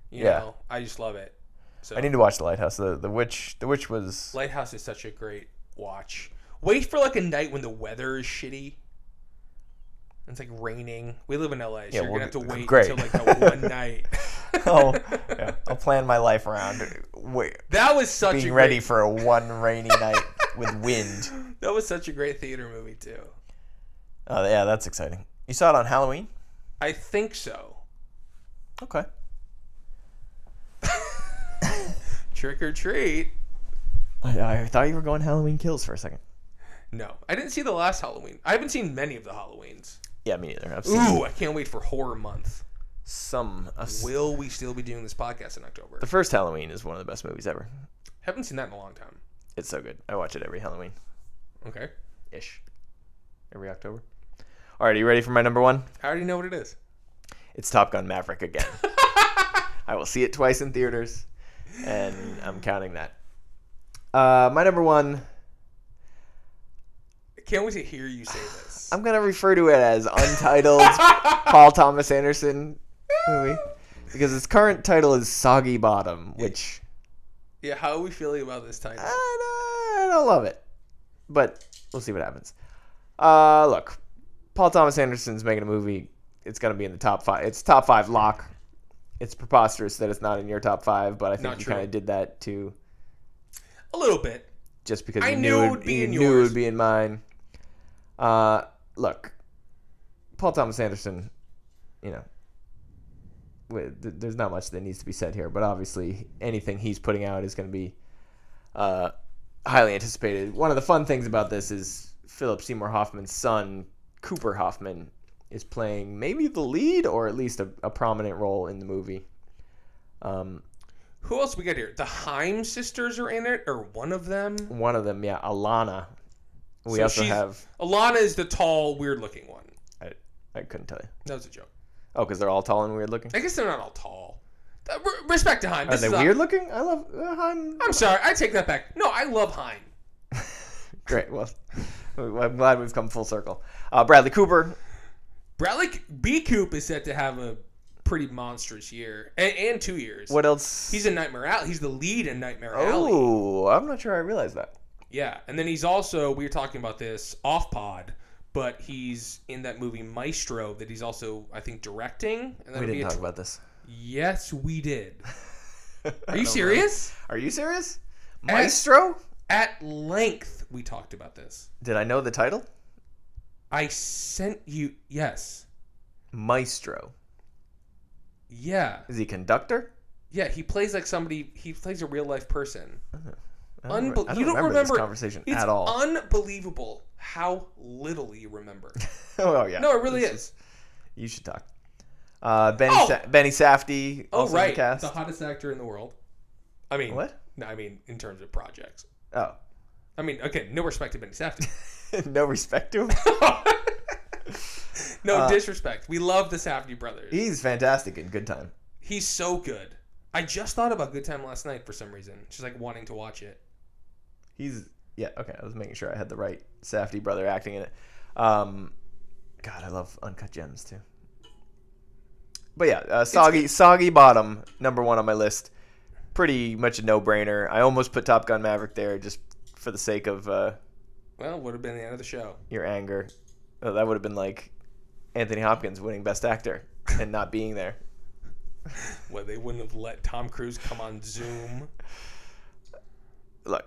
[SPEAKER 2] You
[SPEAKER 1] Yeah.
[SPEAKER 2] know, I just love it. So
[SPEAKER 1] I need to watch the lighthouse. The the witch the witch was
[SPEAKER 2] Lighthouse is such a great watch. Wait for like a night when the weather is shitty. and It's like raining. We live in LA, so you're
[SPEAKER 1] we'll
[SPEAKER 2] gonna have to
[SPEAKER 1] get-
[SPEAKER 2] wait
[SPEAKER 1] great.
[SPEAKER 2] until like the one night.
[SPEAKER 1] I'll, oh, yeah, I'll plan my life around wait,
[SPEAKER 2] That was such a
[SPEAKER 1] being
[SPEAKER 2] great,
[SPEAKER 1] ready for a one rainy night with wind.
[SPEAKER 2] that was such a great theater movie too.
[SPEAKER 1] Oh yeah, that's exciting. You saw it on Halloween?
[SPEAKER 2] I think so.
[SPEAKER 1] Okay.
[SPEAKER 2] Trick or treat.
[SPEAKER 1] I, I thought you were going Halloween Kills for a second.
[SPEAKER 2] No, I didn't see the last Halloween. I haven't seen many of the Halloweens.
[SPEAKER 1] Yeah, me neither. I've seen
[SPEAKER 2] Ooh, I can't wait for Horror Month.
[SPEAKER 1] some. I've s-
[SPEAKER 2] Will we still be doing this podcast in October?
[SPEAKER 1] the first Halloween is one of the best movies ever.
[SPEAKER 2] Haven't seen that in a long time.
[SPEAKER 1] It's so good. I watch it every Halloween.
[SPEAKER 2] Okay,
[SPEAKER 1] ish. Every October. All right, are you ready for my number one?
[SPEAKER 2] I already know what it is.
[SPEAKER 1] It's Top Gun Maverick again. I will see it twice in theaters, and I'm counting that. Uh, my number one,
[SPEAKER 2] I can't wait to hear you say this.
[SPEAKER 1] I'm going to refer to it as Untitled Paul Thomas Anderson movie because its current title is Soggy Bottom, which
[SPEAKER 2] Yeah, how are we feeling about this title?
[SPEAKER 1] I don't, I don't love it, but we'll see what happens. Uh, look, Paul Thomas Anderson's making a movie. It's gonna be in the top five. It's top five lock. It's preposterous that it's not in your top five, but I think
[SPEAKER 2] Not
[SPEAKER 1] you
[SPEAKER 2] true.
[SPEAKER 1] kind of did that too,
[SPEAKER 2] A little bit.
[SPEAKER 1] just because
[SPEAKER 2] I
[SPEAKER 1] you
[SPEAKER 2] knew
[SPEAKER 1] knew,
[SPEAKER 2] it would
[SPEAKER 1] it,
[SPEAKER 2] be
[SPEAKER 1] you
[SPEAKER 2] in
[SPEAKER 1] knew it
[SPEAKER 2] yours.
[SPEAKER 1] would be in mine. Uh, look, Paul Thomas Anderson. You know, wi- th- there's not much that needs to be said here, but obviously anything he's putting out is going to be uh, highly anticipated. One of the fun things about this is Philip Seymour Hoffman's son, Cooper Hoffman, is playing maybe the lead or at least a, a prominent role in the movie. Um,
[SPEAKER 2] Who else we got here? The Heim sisters are in it, or one of them.
[SPEAKER 1] one of them, yeah, Alana. We
[SPEAKER 2] So
[SPEAKER 1] also
[SPEAKER 2] she's-
[SPEAKER 1] have.
[SPEAKER 2] Alana is the tall, weird-looking one.
[SPEAKER 1] I, I couldn't tell you.
[SPEAKER 2] That was a joke.
[SPEAKER 1] Oh, because they're all tall and weird looking.
[SPEAKER 2] I guess they're not all tall. Uh, re- respect to Heim.
[SPEAKER 1] Are
[SPEAKER 2] This
[SPEAKER 1] they
[SPEAKER 2] is a-
[SPEAKER 1] weird looking? I love. Uh, I'm
[SPEAKER 2] I'm sorry. I take that back. No, I love Heim.
[SPEAKER 1] great. Well, I'm glad we've come full circle. Uh, Bradley Cooper,
[SPEAKER 2] Bradley C- B. Coop is set to have a pretty monstrous year and, and two years.
[SPEAKER 1] what else?
[SPEAKER 2] He's in Nightmare Alley. He's the lead in Nightmare Alley.
[SPEAKER 1] Oh, I'm not sure I realized that.
[SPEAKER 2] Yeah, and then he's also we were talking about this off pod, but he's in that movie Maestro that he's also I think directing. And that'll
[SPEAKER 1] We
[SPEAKER 2] be
[SPEAKER 1] didn't
[SPEAKER 2] a
[SPEAKER 1] talk
[SPEAKER 2] tw-
[SPEAKER 1] about this.
[SPEAKER 2] Yes, we did. Are you serious?
[SPEAKER 1] Are you serious? Maestro?
[SPEAKER 2] At length, we talked about this.
[SPEAKER 1] Did I know the title?
[SPEAKER 2] I sent you. Yes.
[SPEAKER 1] Maestro.
[SPEAKER 2] Yeah.
[SPEAKER 1] Is he conductor?
[SPEAKER 2] Yeah. He plays like somebody. He plays a real life person.
[SPEAKER 1] I don't,
[SPEAKER 2] Unbe-
[SPEAKER 1] I
[SPEAKER 2] you don't
[SPEAKER 1] this
[SPEAKER 2] remember-
[SPEAKER 1] conversation
[SPEAKER 2] It's
[SPEAKER 1] at all.
[SPEAKER 2] unbelievable how little you remember.
[SPEAKER 1] oh yeah.
[SPEAKER 2] No, it really
[SPEAKER 1] This
[SPEAKER 2] is.
[SPEAKER 1] You should talk. Uh, Benny
[SPEAKER 2] Oh!
[SPEAKER 1] Sa- Benny Safdie.
[SPEAKER 2] Oh
[SPEAKER 1] also in
[SPEAKER 2] right,
[SPEAKER 1] The cast.
[SPEAKER 2] the hottest actor in the world. I mean,
[SPEAKER 1] What?
[SPEAKER 2] No, I mean in terms of projects.
[SPEAKER 1] Oh,
[SPEAKER 2] I mean, okay, no respect to Benny Safdie.
[SPEAKER 1] no respect to him.
[SPEAKER 2] no
[SPEAKER 1] Uh,
[SPEAKER 2] disrespect. We love the Safdie brothers.
[SPEAKER 1] He's fantastic in Good Time.
[SPEAKER 2] He's so good. I just thought about Good Time last night for some reason. Just like wanting to watch it.
[SPEAKER 1] He's yeah okay. I was making sure I had the right Safety brother acting in it. Um, God, I love Uncut Gems too. But yeah, uh, soggy soggy bottom number one on my list. Pretty much a no brainer. I almost put Top Gun Maverick there just for the sake of uh,
[SPEAKER 2] Well, would have been the end of the show.
[SPEAKER 1] your anger. Uh, that would have been like Anthony Hopkins winning Best Actor and not being there.
[SPEAKER 2] Well, they wouldn't have let Tom Cruise come on Zoom.
[SPEAKER 1] Look,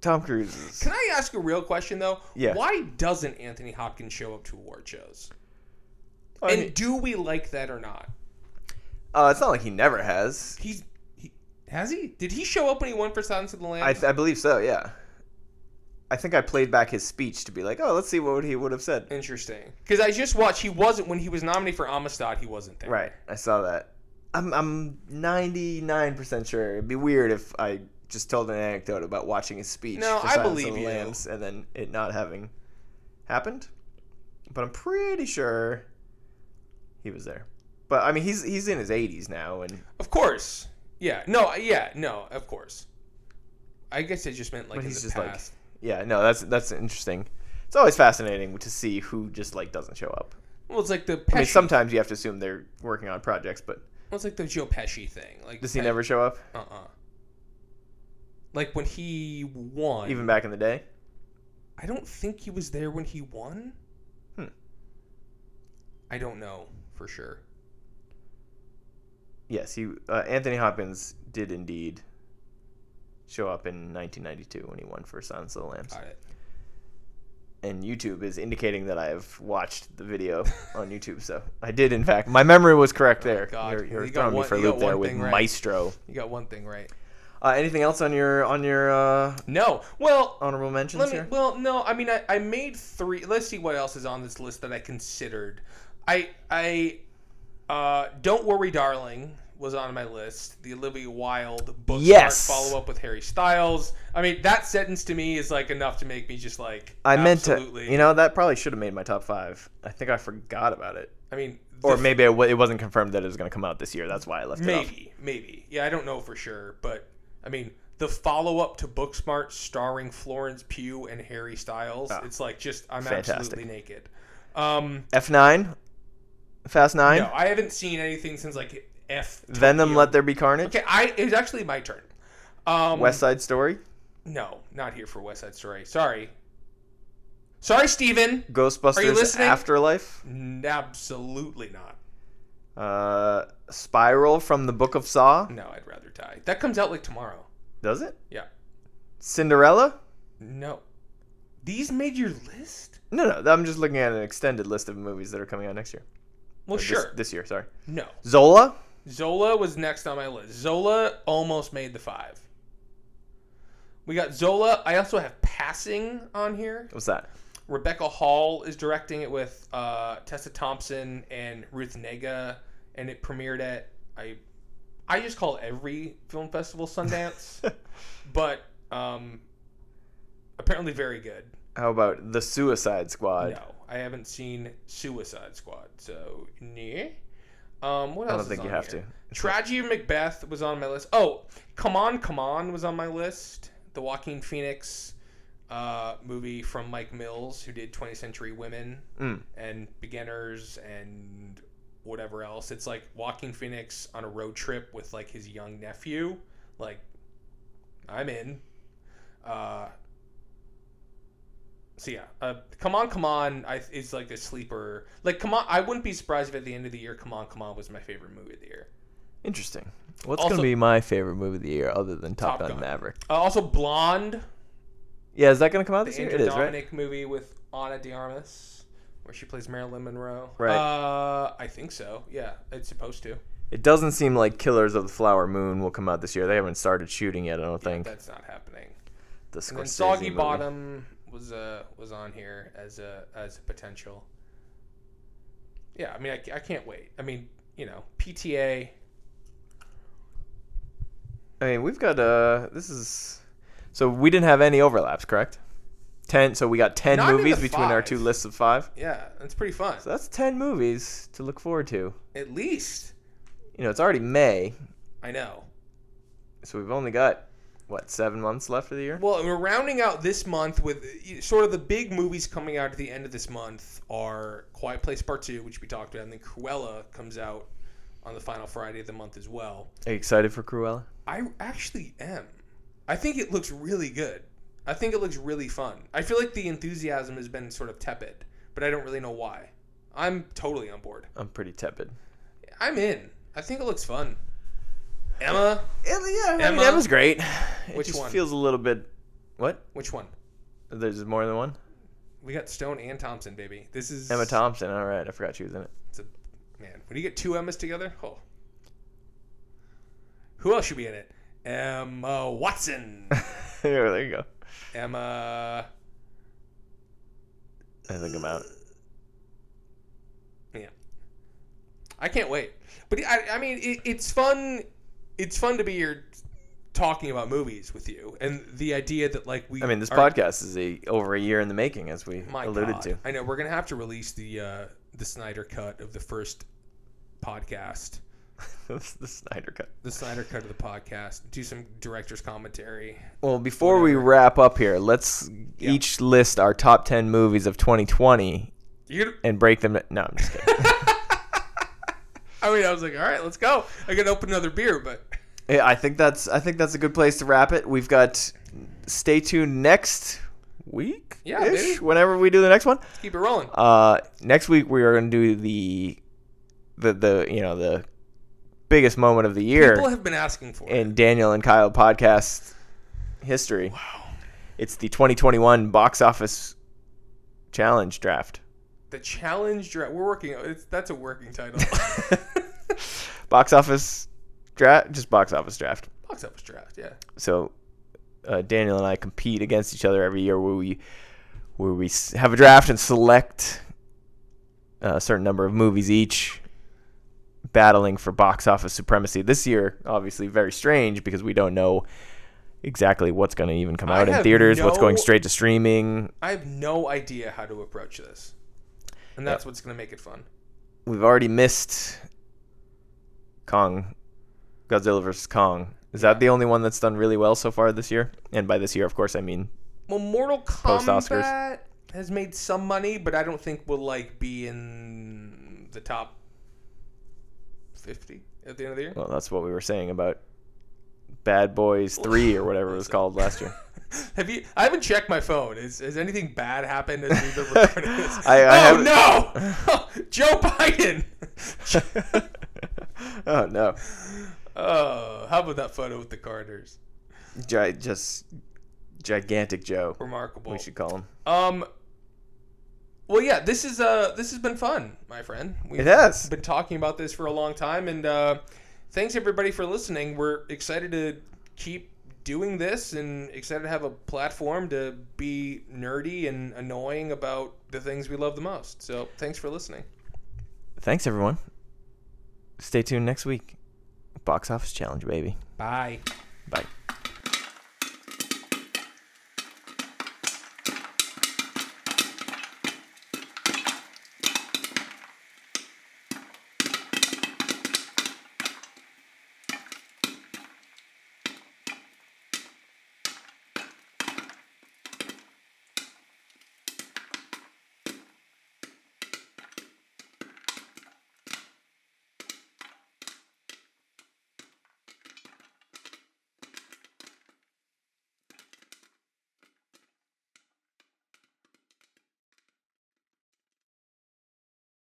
[SPEAKER 1] Tom Cruise. Is,
[SPEAKER 2] Can I ask a real question though?
[SPEAKER 1] Yeah.
[SPEAKER 2] Why doesn't Anthony Hopkins show up to award shows?
[SPEAKER 1] I mean,
[SPEAKER 2] And do we like that or not?
[SPEAKER 1] uh, it's not like he never has.
[SPEAKER 2] He's he, has he? Did he show up when he won for Silence of the Lambs?
[SPEAKER 1] I, th- I believe so. Yeah. I think I played back his speech to be like, oh, let's see what he would have said.
[SPEAKER 2] Interesting. Because I just watched. He wasn't when he was nominated for Amistad. He wasn't there.
[SPEAKER 1] Right, I saw that. I'm I'm 99% sure. It'd be weird if I just told an anecdote about watching his speech.
[SPEAKER 2] No,
[SPEAKER 1] for
[SPEAKER 2] I
[SPEAKER 1] Silence of
[SPEAKER 2] believe
[SPEAKER 1] the
[SPEAKER 2] you.
[SPEAKER 1] Lambs and then it not having happened. But I'm pretty sure he was there. But I mean, he's he's in his 80s now, and
[SPEAKER 2] Of course. Yeah. No. Yeah. No. Of course. I guess it just meant like
[SPEAKER 1] but
[SPEAKER 2] in
[SPEAKER 1] he's
[SPEAKER 2] the
[SPEAKER 1] just
[SPEAKER 2] past.
[SPEAKER 1] like, yeah, no, that's that's interesting. It's always fascinating to see who just like doesn't show up.
[SPEAKER 2] well, it's like the
[SPEAKER 1] I mean,
[SPEAKER 2] Pesci.
[SPEAKER 1] sometimes you have to assume they're working on projects, but
[SPEAKER 2] well, it's like the Joe Pesci thing. Like
[SPEAKER 1] does he never show up
[SPEAKER 2] Uh. uh Like when he won.
[SPEAKER 1] even back in the day?
[SPEAKER 2] I don't think he was there when he won.
[SPEAKER 1] Hmm.
[SPEAKER 2] I don't know for sure.
[SPEAKER 1] Yes, he uh, Anthony Hopkins did indeed show up in 1992 when he won for Silence of the Lambs.
[SPEAKER 2] Got it.
[SPEAKER 1] And YouTube is indicating that I have watched the video on YouTube, so I did in fact. My memory was correct there.
[SPEAKER 2] Oh God.
[SPEAKER 1] You're, you're
[SPEAKER 2] You got
[SPEAKER 1] throwing
[SPEAKER 2] one-
[SPEAKER 1] me for a
[SPEAKER 2] you got
[SPEAKER 1] loop there
[SPEAKER 2] one
[SPEAKER 1] with
[SPEAKER 2] thing right.
[SPEAKER 1] Maestro.
[SPEAKER 2] You got one thing right.
[SPEAKER 1] Uh, anything else on your on your uh,
[SPEAKER 2] No. Well,
[SPEAKER 1] honorable mentions
[SPEAKER 2] Let me,
[SPEAKER 1] here?
[SPEAKER 2] well, no, I mean, I, I made three. Let's see what else is on this list that I considered. I I uh, don't worry, darling was on my list. The Olivia Wilde book
[SPEAKER 1] Yes.
[SPEAKER 2] follow up with Harry Styles. I mean, that sentence to me is like enough to make me just like
[SPEAKER 1] I meant to,
[SPEAKER 2] absolutely.
[SPEAKER 1] you know, that probably should have made my top five. I think I forgot about it,
[SPEAKER 2] I mean, the
[SPEAKER 1] or maybe it, wa- it wasn't confirmed that it was going to come out this year. That's why I left it off.
[SPEAKER 2] Maybe, maybe. Yeah, I don't know for sure, but I mean, the follow-up to Booksmart starring Florence Pugh and Harry Styles, it's like just I'm
[SPEAKER 1] Ah. fantastic.
[SPEAKER 2] absolutely naked. Um,
[SPEAKER 1] F nine, Fast Nine,
[SPEAKER 2] no, I haven't seen anything since like F.
[SPEAKER 1] Venom,
[SPEAKER 2] Tokyo.
[SPEAKER 1] Let There Be Carnage,
[SPEAKER 2] Okay, I it was actually my turn. Um,
[SPEAKER 1] West Side Story,
[SPEAKER 2] No, not here for West Side Story. Sorry. Sorry, Steven.
[SPEAKER 1] Ghostbusters
[SPEAKER 2] listening?
[SPEAKER 1] Afterlife,
[SPEAKER 2] N- Absolutely not.
[SPEAKER 1] uh, Spiral from the Book of Saw.
[SPEAKER 2] No, I'd rather die. That comes out like tomorrow.
[SPEAKER 1] Does it?
[SPEAKER 2] Yeah.
[SPEAKER 1] Cinderella?
[SPEAKER 2] No. These made your list?
[SPEAKER 1] No, no. I'm just looking at an extended list of movies that are coming out next year.
[SPEAKER 2] Well,
[SPEAKER 1] This-
[SPEAKER 2] sure.
[SPEAKER 1] This, year, sorry.
[SPEAKER 2] No.
[SPEAKER 1] Zola.
[SPEAKER 2] Zola was next on my list. Zola almost made the five. We got Zola. I also have Passing on here.
[SPEAKER 1] What's that?
[SPEAKER 2] Rebecca Hall is directing it with uh, Tessa Thompson and Ruth Nega, and it premiered at I. I just call every film festival Sundance, but um, apparently very good.
[SPEAKER 1] How about The Suicide Squad?
[SPEAKER 2] No, I haven't seen Suicide Squad, so yeah. Um, what
[SPEAKER 1] I
[SPEAKER 2] else?
[SPEAKER 1] don't
[SPEAKER 2] is
[SPEAKER 1] think you
[SPEAKER 2] on
[SPEAKER 1] have
[SPEAKER 2] here?
[SPEAKER 1] to.
[SPEAKER 2] Tragedy of Macbeth was on my list. Oh, Come On, Come On was on my list. The Joaquin Phoenix uh, movie from Mike Mills, who did 20th Century Women
[SPEAKER 1] Mm.
[SPEAKER 2] and Beginners and whatever else. It's like Joaquin Phoenix on a road trip with like his young nephew. Like, I'm in. Uh, so yeah, uh, come on, come on, I, is like a sleeper. Like, come on, I wouldn't be surprised if at the end of the year, come on, come on was my favorite movie of the year.
[SPEAKER 1] Interesting. What's
[SPEAKER 2] Also-
[SPEAKER 1] going to be my favorite movie of the year other than Top,
[SPEAKER 2] Top
[SPEAKER 1] Gun,
[SPEAKER 2] Gun.
[SPEAKER 1] Maverick?
[SPEAKER 2] Uh, also, Blonde,
[SPEAKER 1] Yeah, is that going to come out
[SPEAKER 2] the
[SPEAKER 1] this year?
[SPEAKER 2] Andrew
[SPEAKER 1] It is, right?
[SPEAKER 2] Dominic movie with Anna De Armas, where she plays Marilyn Monroe.
[SPEAKER 1] Right.
[SPEAKER 2] Uh, I think so. Yeah, it's supposed to.
[SPEAKER 1] It doesn't seem like Killers of the Flower Moon will come out this year. They haven't started shooting yet, I don't think.
[SPEAKER 2] That's not happening.
[SPEAKER 1] the
[SPEAKER 2] And then
[SPEAKER 1] Scorsese
[SPEAKER 2] Soggy
[SPEAKER 1] movie.
[SPEAKER 2] Bottom was uh was on here as a as a potential. Yeah, I mean, I, ca- I can't wait. I mean, you know, PTA.
[SPEAKER 1] I mean, we've got uh this is so we didn't have any overlaps, correct? 10 so we got 10
[SPEAKER 2] Not in
[SPEAKER 1] movies
[SPEAKER 2] the
[SPEAKER 1] between our
[SPEAKER 2] five.
[SPEAKER 1] two lists of 5.
[SPEAKER 2] Yeah, it's pretty fun.
[SPEAKER 1] So that's 10 movies to look forward to.
[SPEAKER 2] At least
[SPEAKER 1] You know, it's already May,
[SPEAKER 2] I know.
[SPEAKER 1] so we've only got what, 7 months left of the year?
[SPEAKER 2] Well, and we're rounding out this month with uh, sort of the big movies coming out at the end of this month are Quiet Place Part Two, which we talked about, and then Cruella comes out on the final Friday of the month as well.
[SPEAKER 1] Are you excited for Cruella?
[SPEAKER 2] I actually am. I think it looks really good. I think it looks really fun. I feel like the enthusiasm has been sort of tepid, but I don't really know why. I'm totally on board.
[SPEAKER 1] I'm pretty tepid.
[SPEAKER 2] I'm in. I think it looks fun. Emma,
[SPEAKER 1] Yeah, I mean,
[SPEAKER 2] Emma?
[SPEAKER 1] Emma's great. It
[SPEAKER 2] Which
[SPEAKER 1] just
[SPEAKER 2] one?
[SPEAKER 1] feels a little bit what?
[SPEAKER 2] which one?
[SPEAKER 1] There's more than one?
[SPEAKER 2] We got Stone and Thompson, baby. This is
[SPEAKER 1] Emma Thompson. All right, I forgot she was in it.
[SPEAKER 2] It's a man. When you get two Emmas together, oh. Who else should be in it? Emma Watson.
[SPEAKER 1] there you go.
[SPEAKER 2] Emma
[SPEAKER 1] I think I'm out.
[SPEAKER 2] Uh, Yeah, I can't wait. But I, I mean, it, it's fun. It's fun to be here talking about movies with you, and the idea that like we.
[SPEAKER 1] I mean, this
[SPEAKER 2] are-
[SPEAKER 1] podcast is a, over a year in the making, as we
[SPEAKER 2] my
[SPEAKER 1] alluded
[SPEAKER 2] God.
[SPEAKER 1] to.
[SPEAKER 2] I know we're gonna have to release the uh, the Snyder cut of the first podcast,
[SPEAKER 1] the Snyder Cut.
[SPEAKER 2] the Snyder cut of the podcast. Do some director's commentary.
[SPEAKER 1] Well, before we wrap up here, let's each list our top 10 movies of 2020
[SPEAKER 2] You're gonna,
[SPEAKER 1] and break them. No, I'm just kidding.
[SPEAKER 2] I mean, I was like, all right, let's go. I could open another beer, but
[SPEAKER 1] Yeah, I think that's I think that's a good place to wrap it. We've got stay tuned next week.
[SPEAKER 2] Yeah, maybe.
[SPEAKER 1] whenever we do the next one.
[SPEAKER 2] keep it rolling.
[SPEAKER 1] Uh, next week we are going to do the the the you know the biggest moment of the year
[SPEAKER 2] People have been asking for it.
[SPEAKER 1] in Daniel and Kyle podcast history. Wow. It's the 2021 box office challenge draft.
[SPEAKER 2] The challenge draft. We're working. It's, that's a working title.
[SPEAKER 1] Box office draft, just box office draft.
[SPEAKER 2] Box office draft. Yeah.
[SPEAKER 1] So uh, Daniel and I compete against each other every year where we where we s- have a draft and select uh, a certain number of movies each battling for box office supremacy. This year obviously very strange because we don't know exactly what's going to even come
[SPEAKER 2] I
[SPEAKER 1] out in
[SPEAKER 2] have
[SPEAKER 1] theaters, what's going
[SPEAKER 2] no-
[SPEAKER 1] straight to streaming,
[SPEAKER 2] I have no idea how to approach this, and that's what's gonna make it fun.
[SPEAKER 1] we've already missed Kong, Godzilla vs Kong. Is that the only one that's done really well so far this year? And by this year, of course, I mean
[SPEAKER 2] Well, Mortal
[SPEAKER 1] Post-Oscars.
[SPEAKER 2] Kombat has made some money, but I don't think will like be in the top fifty at the end of the year.
[SPEAKER 1] well, that's what we were saying about Bad Boys Three or whatever it was called last year.
[SPEAKER 2] Have you? I haven't checked my phone. Is, has anything bad happened as we've been recording this?
[SPEAKER 1] I- I
[SPEAKER 2] oh no, Joe Biden.
[SPEAKER 1] oh no!
[SPEAKER 2] oh, how about that photo with the Carters?
[SPEAKER 1] Gi- just gigantic Joe.
[SPEAKER 2] Remarkable.
[SPEAKER 1] We should call him.
[SPEAKER 2] Um. Well, yeah, this is uh, this has been fun, my friend. We've
[SPEAKER 1] It has.
[SPEAKER 2] been talking about this for a long time, and uh, thanks everybody for listening. We're excited to keep doing this, and excited to have a platform to be nerdy and annoying about the things we love the most. So, thanks for listening.
[SPEAKER 1] Thanks everyone. Stay tuned next week. Box office challenge, baby.
[SPEAKER 2] Bye.
[SPEAKER 1] Bye.